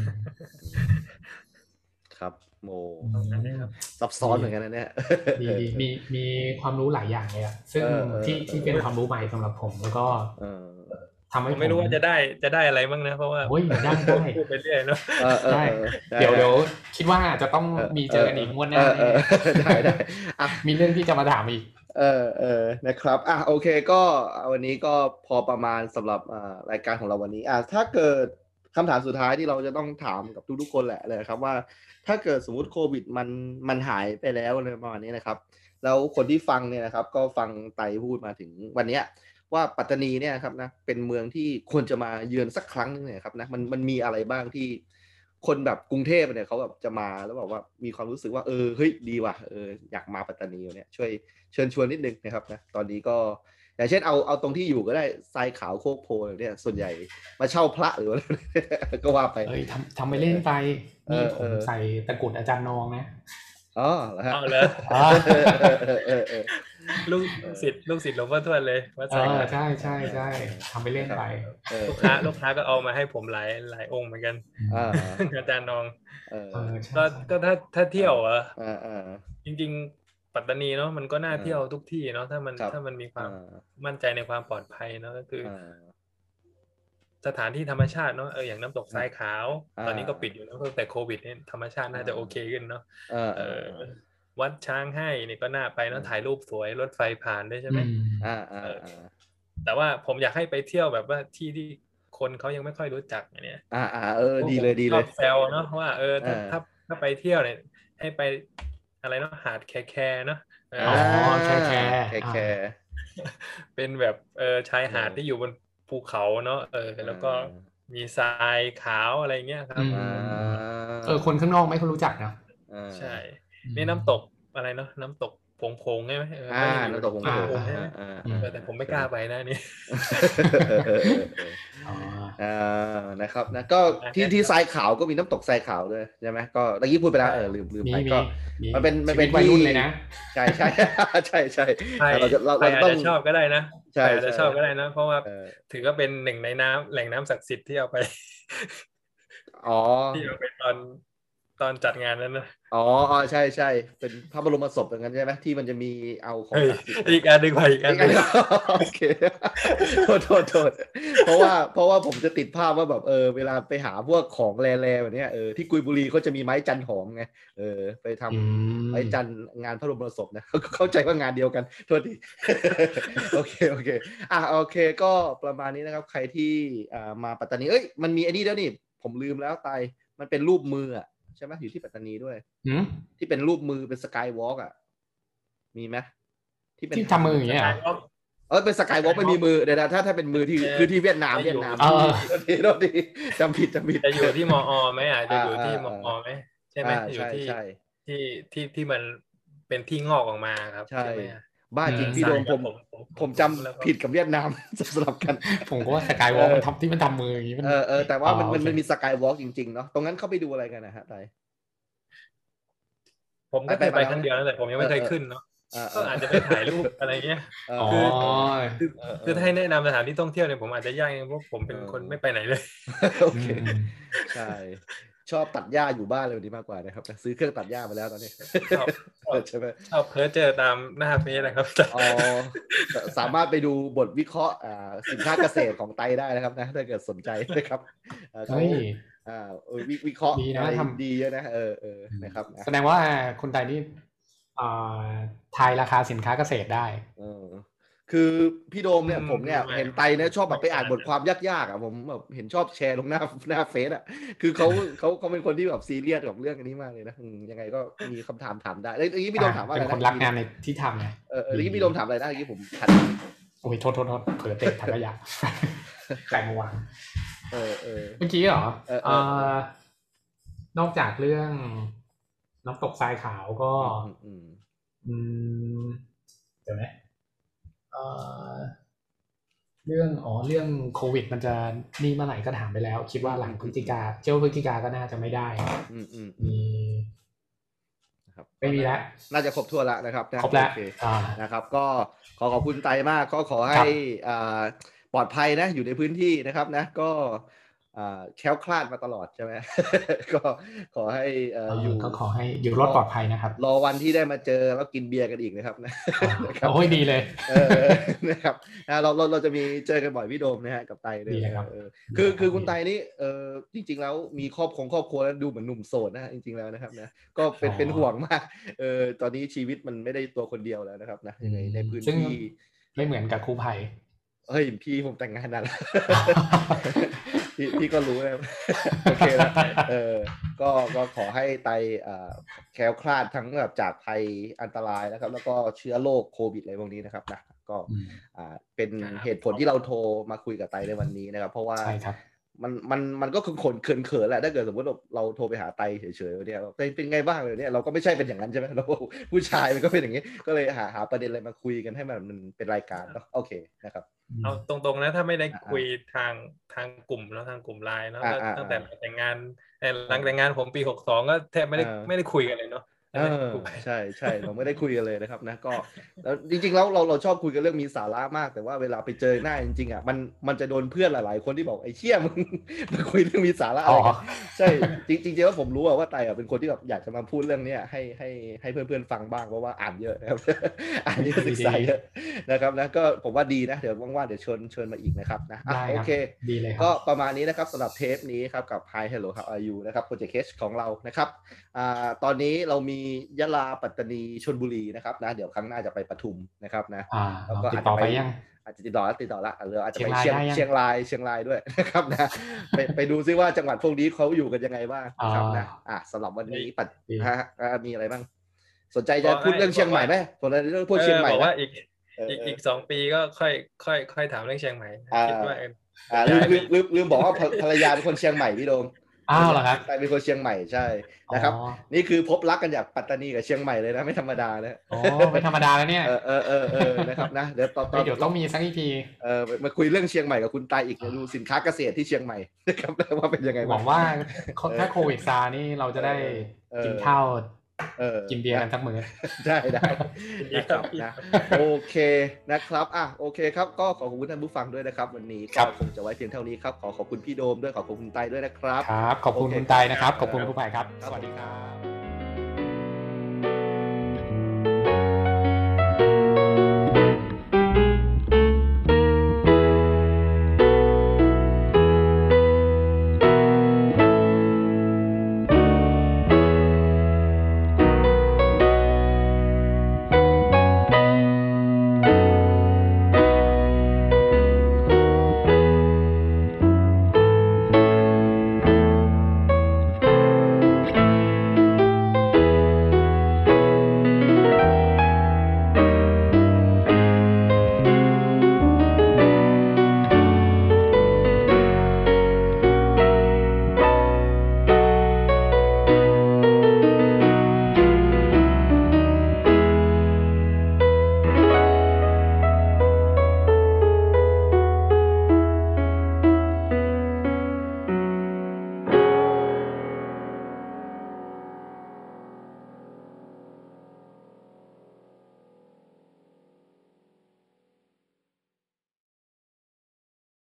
[SPEAKER 2] ครับโม
[SPEAKER 4] ตรงนั้นนะครับ
[SPEAKER 2] ซับซ้อนเหมือนกันนะเนี่ย
[SPEAKER 3] มีมีมีความรู้หลายอย่างเลยอะซึ่ง
[SPEAKER 2] เออเออ
[SPEAKER 3] ที่
[SPEAKER 2] เออ
[SPEAKER 3] ที่เป็นความรู้ใหม่สำหรับผมแล้วก็
[SPEAKER 2] เออ
[SPEAKER 3] ทำให้
[SPEAKER 4] ผมไม่รู้ว่าจะได้จะได้อะไรบ้างนะ เพราะว่า
[SPEAKER 3] โอ้ยได้ได้
[SPEAKER 4] พูดไปเรื่อยเนาะ
[SPEAKER 2] เออเออ
[SPEAKER 3] ได้
[SPEAKER 2] ออ
[SPEAKER 3] เดี๋ยวเดี๋ยวคิดว่าอาจจะต้องมีเจอกันอีกงวดหน้า
[SPEAKER 2] เออเออเออได้ได้อ่ะ
[SPEAKER 3] มีเรื่องที่จะมาถามอีก
[SPEAKER 2] เออเออนะครับอ่ะโอเคก็วันนี้ก็พอประมาณสำหรับอ่ารายการของเราวันนี้อ่ะถ้าเกิดคำถามสุดท้ายที่เราจะต้องถามกับทุกๆคนแหละเลยครับว่า ถ้าเกิดสมมติโควิดมันมันหายไปแล้วเลยประมาณนี้นะครับ แล้วคนที่ฟังเนี่ยนะครับ ก็ฟังไตพูดมาถึงวันเนี้ย ว่าปัตตานีเนี่ยครับนะเป็นเมืองที่ควรจะมาเยือนสักครั้งหนึงเนี่ยครับนะมันมันมีอะไรบ้างที่ คนแบบกรุงเทพเนี่ยเขาแบบจะมาแล้วแบบว่ามีความรู้สึกว่าเออเฮ้ยดีว่ะเอออยากมาปัตตานีเนี่ยช่วยเชิญชวนนิดนึงนะครับนะตอนนี้ก็อย่างเช่นเอาเอาตรงที่อยู่ก็ได้ทรายขาวโคกโพธิ์เนี่ยส่วนใหญ่มาเช่าพระหรือ *laughs* ว่า ก็ว่าไป
[SPEAKER 3] เอ้ยทำทำไปเล่นไปนี่
[SPEAKER 2] เออ
[SPEAKER 3] ผ
[SPEAKER 2] เอ
[SPEAKER 3] ม
[SPEAKER 2] อ
[SPEAKER 3] ใส่ตะกรุดอาจารย์นองนะ
[SPEAKER 2] อ๋อเหรอฮะ
[SPEAKER 4] เอาเลย
[SPEAKER 3] อ๋อ
[SPEAKER 2] เออเออเออเออเออ
[SPEAKER 4] ลูกลูกศิษย์ลูกศิษย์หลวงพ่อทวดเลยวัด
[SPEAKER 3] เอ
[SPEAKER 4] สาย
[SPEAKER 3] อใช่ใช่ใช่ทำไปเล่นไป
[SPEAKER 2] เออ
[SPEAKER 4] ลูกค้าลูกค้าก็เอามาให้ผมหลายหลายองค์เหมือนกัน *laughs*
[SPEAKER 2] อ่า
[SPEAKER 4] อาจารย์นอง
[SPEAKER 2] เออ
[SPEAKER 3] เออใช่
[SPEAKER 4] ก็ก็ถ้าถ้าเที่ยวอะ
[SPEAKER 2] อ่าอ่า
[SPEAKER 4] จริงๆ ปัตตานีเนาะมันก็น่า
[SPEAKER 2] เออ
[SPEAKER 4] เที่ยวทุกที่เนาะถ้ามัน
[SPEAKER 2] ครับ
[SPEAKER 4] ถ้ามันมีความ
[SPEAKER 2] อ่า
[SPEAKER 4] มั่นใจในความปลอดภัยเนาะก็คืออ
[SPEAKER 2] อ่า
[SPEAKER 4] สถานที่ธรรมชาติเนาะเอออย่างน้ำตกทรายขาว
[SPEAKER 2] อ่า
[SPEAKER 4] ตอนนี้ก็ปิดอยู่เนอะตั้งแต่โควิดเนี่ยธรรมชาติน่าจะ
[SPEAKER 2] อ่า
[SPEAKER 4] โอเคขึ้นเนาะ
[SPEAKER 2] เออ
[SPEAKER 4] เอ
[SPEAKER 2] เอ
[SPEAKER 4] อ
[SPEAKER 2] อ
[SPEAKER 4] วัดช้างให้นี่ก็น่าไปเนาะ
[SPEAKER 2] เออ
[SPEAKER 4] ถ่ายรูปสวยรถไฟผ่านด้วยใช่ไหม
[SPEAKER 3] อืม
[SPEAKER 2] อ่าอ่าอ่า
[SPEAKER 4] แต่ว่าผมอยากให้ไปเที่ยวแบบว่าที่ที่คนเขายังไม่ค่อยรู้จักอย่างเนี่ย
[SPEAKER 2] อ่าอ่าเออดีเลยดีเลย
[SPEAKER 4] ชอบแซวเนาะว่าเออถ้า
[SPEAKER 2] เออ
[SPEAKER 4] ถ้าถ้าไปเที่ยวเนี่ยให้ไปอะไรเนาะหาดแคแคเนาะเอออ
[SPEAKER 2] อ่าแค่แค่
[SPEAKER 4] เป็นแบบเออชายหาด
[SPEAKER 2] เออ
[SPEAKER 4] ที่อยู่บนภูเขาเนาะเออแล้วก็มีทรายขาวอะไรเงี้ยครับ
[SPEAKER 2] อ่า
[SPEAKER 3] เออคนข้างนอกไม่ค่อยรู้จักนะ
[SPEAKER 2] อ่า
[SPEAKER 4] ใช่ นี่น้ำตกอะไรเนาะน้ำตกผงพงๆใช่ไหมเ
[SPEAKER 2] อ่า
[SPEAKER 4] อยู่
[SPEAKER 2] น้ำตกผง
[SPEAKER 4] ผ
[SPEAKER 2] ๆ
[SPEAKER 4] งๆใช่ไหม
[SPEAKER 2] อ่า
[SPEAKER 4] เออแต่ผมไม่กล้าไปนะนี่
[SPEAKER 2] เออเออเออ
[SPEAKER 3] อ๋อ
[SPEAKER 2] อ่านะครับนะก็ที่ที่ทรายขาวก็มีน้ำตกทรายขาวด้วยใช่ไหมก็ตะกี้พูดไปแล้วเออลืมลืม
[SPEAKER 3] มี
[SPEAKER 2] ไป
[SPEAKER 3] มี
[SPEAKER 2] ก็
[SPEAKER 3] มี
[SPEAKER 2] มันเป็นมันเป็น
[SPEAKER 3] ชีวิตวัยรุ่น
[SPEAKER 2] ที่
[SPEAKER 3] เลยนะ
[SPEAKER 2] ใช่ใช่ใช่ใช่
[SPEAKER 4] ใคร
[SPEAKER 2] แต่เราจะเรา
[SPEAKER 4] ใคร
[SPEAKER 2] เรา
[SPEAKER 4] อาจ
[SPEAKER 2] ต้อง
[SPEAKER 4] จะชอบก็ได้นะใค
[SPEAKER 2] ใช่
[SPEAKER 4] รอาจจะชอบก็ได้นะ เพราะว่า
[SPEAKER 2] เออ
[SPEAKER 4] ถือว่าเป็นหนึ่งในน้ำแหล่งน้ำศักดิ์สิทธิ์ที่เอาไป
[SPEAKER 2] อ๋อ
[SPEAKER 4] ที่เอาไปตอนตอนจัดงานนั้นนะ
[SPEAKER 2] อ๋ออ๋อใช่ใช่เป็นพระบรมศพเหมือนกันใช่ไหมที่มันจะมีเอาของ
[SPEAKER 4] เฮ้ย
[SPEAKER 2] ศักดิ์สิทธิ์
[SPEAKER 4] อีกอันหนึ่งไปอีกอันหนึ่ง
[SPEAKER 2] *laughs* โอเคโทษโทษโทษเพราะว่าเพราะว่าผมจะติดภาพว่าแบบเออเวลาไปหาพวกของแร่ๆแบบเนี้ยเออที่กุยบุรีเขาจะมีไม้จันหอมไงเออไปทำ
[SPEAKER 3] อืม
[SPEAKER 2] ไม้จันงานพระบรมศพนะ *laughs* เขาเข้าใจว่างานเดียวกันโทษที *laughs* โอเคโอเคอ่ะโอเคก็ประมาณนี้นะครับ ใครที่อ่ามาปัตตานีเอ้ยมันมีไอ้นี่แล้วยนี่ ผมลืมแล้วตายมันเป็นรูปมืออะใช่ไหมอยู่ที่ปัตตานีด้วย
[SPEAKER 3] หืม
[SPEAKER 2] ที่เป็นรูปมือเป็นสกายวอล์กอ่ะ มีไหมเป็น
[SPEAKER 3] ที่ทำมืออย่างเงี้ยเหรอ
[SPEAKER 2] เออเป็นสกายวอล์กไม่มีมือเดี๋ยวนะถ้าถ้าเป็นมือที่
[SPEAKER 4] เออ
[SPEAKER 2] คือที่เวียดนามเวียดนาม
[SPEAKER 3] เออ
[SPEAKER 2] โทษทีโทษทีจำผิดจำผิด
[SPEAKER 4] จะอยู่ที่มอไหมอ่ะจะอยู่ที่ม
[SPEAKER 2] อ่า
[SPEAKER 4] อ
[SPEAKER 2] อ่า
[SPEAKER 4] ไหมใช่ไหม
[SPEAKER 2] อ่า
[SPEAKER 4] อยู่
[SPEAKER 2] ใช่
[SPEAKER 4] ที่
[SPEAKER 2] ใช่
[SPEAKER 4] ที่ที่ที่มันเป็นที่งอกออกมาครับ
[SPEAKER 2] ใช่
[SPEAKER 4] ไหม
[SPEAKER 2] บ้าจริงพี่โดมผม ผมจำ
[SPEAKER 4] แล้วก็
[SPEAKER 2] ผิดกับเวียดนาม *laughs* สลับกัน
[SPEAKER 3] ผมก็ว่าสกายวอล์กมันทำที่มันทำมืออย่างงี้มัน
[SPEAKER 2] เออเออแต่ว่ามัน
[SPEAKER 3] อ๋อ
[SPEAKER 2] มั
[SPEAKER 3] โอ
[SPEAKER 2] น
[SPEAKER 3] เค
[SPEAKER 2] มันมีสกายวอล์กจริงๆเนาะตรงนั้นเข้าไปดูอะไรกันนะฮะไต
[SPEAKER 4] ผมก็เคย
[SPEAKER 2] ไป
[SPEAKER 4] ไป
[SPEAKER 2] มาแล้ว
[SPEAKER 4] ครั้งเดียวนั่นแหละผมยังไม่
[SPEAKER 2] เออ
[SPEAKER 4] เคยขึ้นเนาะ
[SPEAKER 2] อ่า
[SPEAKER 4] ก็อาจจะไปถ่าย
[SPEAKER 2] *laughs*
[SPEAKER 4] รูปอะไรเงี้ย
[SPEAKER 2] เออ
[SPEAKER 3] อ๋อ
[SPEAKER 2] คือ
[SPEAKER 4] คือ
[SPEAKER 2] เออเออ
[SPEAKER 4] คือถ้าให้แนะนำส
[SPEAKER 2] *laughs*
[SPEAKER 4] ถานที่ท่องเที่ยวเนี่ยผมอาจจะยากเองเพราะผมเป็น
[SPEAKER 2] เออ
[SPEAKER 4] คนไม่ไปไหนเลย
[SPEAKER 2] โอเค ใช่ ชอบตัดหญ้าอยู่บ้านเลยวันนี้มากกว่านะครับซื้อเครื่องตัดหญ้ามาแล้วตอนนี้
[SPEAKER 4] ชอบชอบ
[SPEAKER 2] ใช่ไหม
[SPEAKER 4] ชอบเพ้อเจอตามหน้าเฟซนะครับอาจารย์
[SPEAKER 2] อ๋อ *laughs* สามารถไปดูบทวิเคราะห์อ่าสินค้าเกษตรของไตได้นะครับนะถ้าเกิดสนใจนะครับอ่าเขา
[SPEAKER 3] เฮ้ย
[SPEAKER 2] อ่าเออวิวิเคราะห์
[SPEAKER 3] ดีนะ
[SPEAKER 2] อะไร
[SPEAKER 3] ทำ
[SPEAKER 2] ดีเยอะนะเออเออนะครับนะ
[SPEAKER 3] แสดงว่าคนไทยนี่เอ่อทายราคาสินค้าเกษตรได้
[SPEAKER 2] เออคือพี่โดมเนี่ยผมเนี่ยเห็นไตเนี่ยชอบแบบไปอ่านบทความยากๆอ่ะผมแบบเห็นชอบแชร์ลงหน้า *laughs* หน้าเฟซอ่ะ คือเขา
[SPEAKER 3] *laughs*
[SPEAKER 2] เขาเขาเป็นคนที่แบบซีเรียสกับเรื่องอันนี้มากเลยนะอืมยังไงก็มีคำถามถามได้เอ้ยเอ้ยพี่โดมถามว่าอะ
[SPEAKER 3] เป็
[SPEAKER 2] ไร
[SPEAKER 3] นคน
[SPEAKER 2] นะ
[SPEAKER 3] รักงานในที่ทำไง
[SPEAKER 2] เออเออเมื่อกี้พี่โดมถามอะไรนะเมื่อกี้ผมขัด
[SPEAKER 3] โอ้ยโทษโทษโทษเผลอเตะถังขยะ ใครมาวาง
[SPEAKER 2] เออเออ
[SPEAKER 3] เมื่อกี้เหรอ
[SPEAKER 2] เออเออ
[SPEAKER 3] เอ่อนอกจากเรื่องน้ำตกทรายขาวก็
[SPEAKER 2] มอืม
[SPEAKER 3] อืมเดี๋ยวนะเอ่อเรื่องอ๋อเรื่องโควิด มันจะนี่เมื่อไหร่ก็ถามไปแล้ว คิดว่าหลังพฤศจิกาเจ้าพฤศจิกาก็น่าจะไม่ได้
[SPEAKER 2] อืมอืมอืม
[SPEAKER 3] มี
[SPEAKER 2] นะครับ
[SPEAKER 3] ไม่มีแล้ว
[SPEAKER 2] น่าจะครบทั่วนแล้วนะครับนะ
[SPEAKER 3] ครบแล้ว
[SPEAKER 2] โอเ
[SPEAKER 3] อ่า
[SPEAKER 2] นะครับ ก็ขอขอบคุณไตรมาก ก็ขอ
[SPEAKER 3] ครั
[SPEAKER 2] ให้
[SPEAKER 3] บ
[SPEAKER 2] อ่าปลอดภัยนะ อยู่ในพื้นที่นะครับนะ ก็อ่าแคล้วคลาดมาตลอดใช่ไหม *laughs* ก็ขอให้เอ่อ
[SPEAKER 3] เอ่อ
[SPEAKER 2] อยู่
[SPEAKER 3] ก็ขอให้อยู่รอดปลอดภัยนะครับ
[SPEAKER 2] รอวันที่ได้มาเจอแล้วกินเบียร์กันอีกนะครับนะ
[SPEAKER 3] โอ้ยดีเลย
[SPEAKER 2] เอ *laughs* อนะครับนะเราเราเราจะมีเจอกันบ่อยพี่โดมนะฮะกับไตเนี่ย
[SPEAKER 3] ดีเลยครับ
[SPEAKER 2] เออคือคือคุณไตนี่เออจริง ๆ แล้วมีครอบครองครอบครัวแล้วดูเหมือนหนุ่มโสดนะฮะจริง ๆแล้วนะครับนะก็เป็น
[SPEAKER 3] อ๋อ
[SPEAKER 2] เป็นห่วงมากเออตอนนี้ชีวิตมันไม่ได้ตัวคนเดียวแล้วนะครับนะยังไงในพื้น
[SPEAKER 3] ซึ่ง
[SPEAKER 2] ที่
[SPEAKER 3] ไม่เหมือนกับครูภัย
[SPEAKER 2] เฮ้ยพี่ผมแต่งงานนา
[SPEAKER 3] *laughs*
[SPEAKER 2] นแล้ว พี่พี่ก็รู้นะครับ *laughs* โอเคนะเออก็ก็ขอให้ไตเอ่อแคล้วคลาดทั้งแบบจากภัยอันตรายนะครับ แล้วก็เชื้อโรคโควิดอะไรพวกนี้นะครับนะก็
[SPEAKER 3] อืม
[SPEAKER 2] อ่าเป็น
[SPEAKER 4] ครับ
[SPEAKER 2] เหตุผลที่เราโทรมาคุยกับไตในวันนี้นะครับ เพราะว่า
[SPEAKER 3] ใช่ครับ
[SPEAKER 2] มันมันมันก็คือขนเขินเขินๆแหละถ้าเกิดสมมติเราเราโทรไปหาไตเฉยๆเนี่ยเป็นเป็นไงบ้างเลยเนี่ยเราก็ไม่ใช่เป็นอย่างนั้นใช่ไหม *laughs* เราผู้ชายมันก็เป็นอย่างนี้ ก็เลยหาหาประเด็นอะไรมาคุยกันให้มันมันเป็นรายการเนาะโอเคนะครับ
[SPEAKER 4] เอาตรงๆนะถ้าไม่ได้คุยทางทางกลุ่มแล้วทางกลุ่มไลน์แล้ว
[SPEAKER 2] อ่าอ่า
[SPEAKER 4] ตั้งแต่หลังแต่งงานเอ่อหลังแต่งงานผมปีหกสองก็แทบไม่ได้
[SPEAKER 2] อ่า
[SPEAKER 4] ไม่ได้คุยกันเลยเนาะ
[SPEAKER 2] เออ
[SPEAKER 4] ถูกไหม
[SPEAKER 2] ใช่ใช่เราไม่ได้คุยกันเลยนะครับนะก็แล้วจริงๆแล้วเราเราชอบคุยกันเรื่องมีสาระมากแต่ว่าเวลาไปเจอหน้าจริงๆอ่ะมันมันจะโดนเพื่อนหลายๆคนที่บอกไอ้เชี่ยมึง *laughs* มาคุยเรื่องมีสาระอะไรกัน ใช่จริงจริงๆแล้วผมรู้อะว่าไตอะเป็นคนที่แบบอยากจะมาพูดเรื่องเนี้ยให้ให้ให้เพื่อนๆฟังบ้างเพราะว่าอ่านเยอะนะครับ *laughs* อ่านเยอะศึกษาเยอะนะครับนะก็ผมว่าดีนะเดี๋ยวว่างๆเดี๋ยวเชิญเชิญมาอีกนะครับนะอ่ะ
[SPEAKER 3] ได้ครับ
[SPEAKER 2] โอเค
[SPEAKER 3] ดีเลยค
[SPEAKER 2] ก็
[SPEAKER 3] รับ
[SPEAKER 2] ประมาณนี้นะครับสำหรับเทปนี้ครับกับ Hi Hello How Are You นะครับโปรเจกต์เคของเรานะครับอ่าตอนนี้เรามียะลาปัตตานีชนบุรีนะครับนะเดี๋ยวครั้งหน้าจะไปปทุมนะครับนะ
[SPEAKER 3] อ่า
[SPEAKER 2] แล้วก็
[SPEAKER 3] เราติดต่อไป
[SPEAKER 2] อาจจะไป
[SPEAKER 3] ยัง
[SPEAKER 2] อาจจะติดต่อแล้วติดต่อละหรืออาจจะไป
[SPEAKER 3] เชี
[SPEAKER 2] เชีย
[SPEAKER 3] ยง
[SPEAKER 2] ง
[SPEAKER 3] รายได้ยัง
[SPEAKER 2] เชียงรายเชียงราย *laughs* ด้วยนะครับนะ ไปไปดูซิว่าจังหวัดพวกนี้เขาอยู่กันยังไงบ้างนะครับนะ
[SPEAKER 3] อ๋ออ่
[SPEAKER 2] อ่ะสำหรับวันนี้ปัด
[SPEAKER 3] ดี
[SPEAKER 2] ฮะอ่ะมีอะไรบ้าง สนใจจะพูดเรื่องเชียงใหม่ไหมสนใจเรื่องพูดเชียงใหม่
[SPEAKER 4] ออบอก
[SPEAKER 2] ไหม
[SPEAKER 4] ว่าอีก
[SPEAKER 2] เออ
[SPEAKER 4] อีก
[SPEAKER 2] เอ
[SPEAKER 4] อี
[SPEAKER 2] อ
[SPEAKER 4] กสองปีก็ค่อยค่อยค่อยถามเรื่องเชียงใหม่นะ
[SPEAKER 2] อ่า
[SPEAKER 4] คิดว่าเออ
[SPEAKER 2] อ่ะลืมลืมลืมลืมบอกว่าภรภรรยาเป็นคนเชียงใหม่พี่โดม
[SPEAKER 3] อ้าวเหรอครับ
[SPEAKER 2] แต่เป็นคนเชียงใหม่ใช่นะครับ
[SPEAKER 3] อ๋อ
[SPEAKER 2] นี่คือพบรักกันจากปัตตานีกับเชียงใหม่เลยนะไม่ธรรมดานะ
[SPEAKER 3] อ๋อไม่ธรรมดาแล้วเนี่ย
[SPEAKER 2] เออเออเออเออนะครับนะเดี๋ยวตอนต
[SPEAKER 3] เฮ้
[SPEAKER 2] อย น
[SPEAKER 3] เดี๋ยวต้องมีสักอีพี
[SPEAKER 2] เออมาคุยเรื่องเชียงใหม่กับคุณตายอีกเดี๋ยวดูสินค้าเกษตรที่เชียงใหม่ *laughs* นะครับว่าเป็นยังไง
[SPEAKER 3] หวั
[SPEAKER 2] บ้าง
[SPEAKER 3] งว่าถ้าโควิดซานี่เราจะได้
[SPEAKER 2] เออ
[SPEAKER 3] กินข้าว
[SPEAKER 2] เออ
[SPEAKER 3] กินเบียร์กันสักมื้อ
[SPEAKER 2] *laughs* ได้ได้นะครับ
[SPEAKER 4] ดี
[SPEAKER 3] *laughs*
[SPEAKER 4] ครั
[SPEAKER 2] นะ
[SPEAKER 4] บ
[SPEAKER 2] โอเคนะครับอ่ะโอเคครับก็ขอบคุณท่านผู้ฟังด้วยนะครับ วันนี้
[SPEAKER 3] ครับ
[SPEAKER 2] ก็คงจะไว้เพียงเท่านี้ครับขอขอบคุณพี่โดมด้วยขอบคุณคุณไตายด้วยนะครับ
[SPEAKER 3] ครับ ขอบคุณ
[SPEAKER 2] โอเค
[SPEAKER 3] คุณไตรนะครับ
[SPEAKER 2] ครับ
[SPEAKER 3] ขอบคุณผู้ภัยครับ สวัสดีครับ
[SPEAKER 2] บ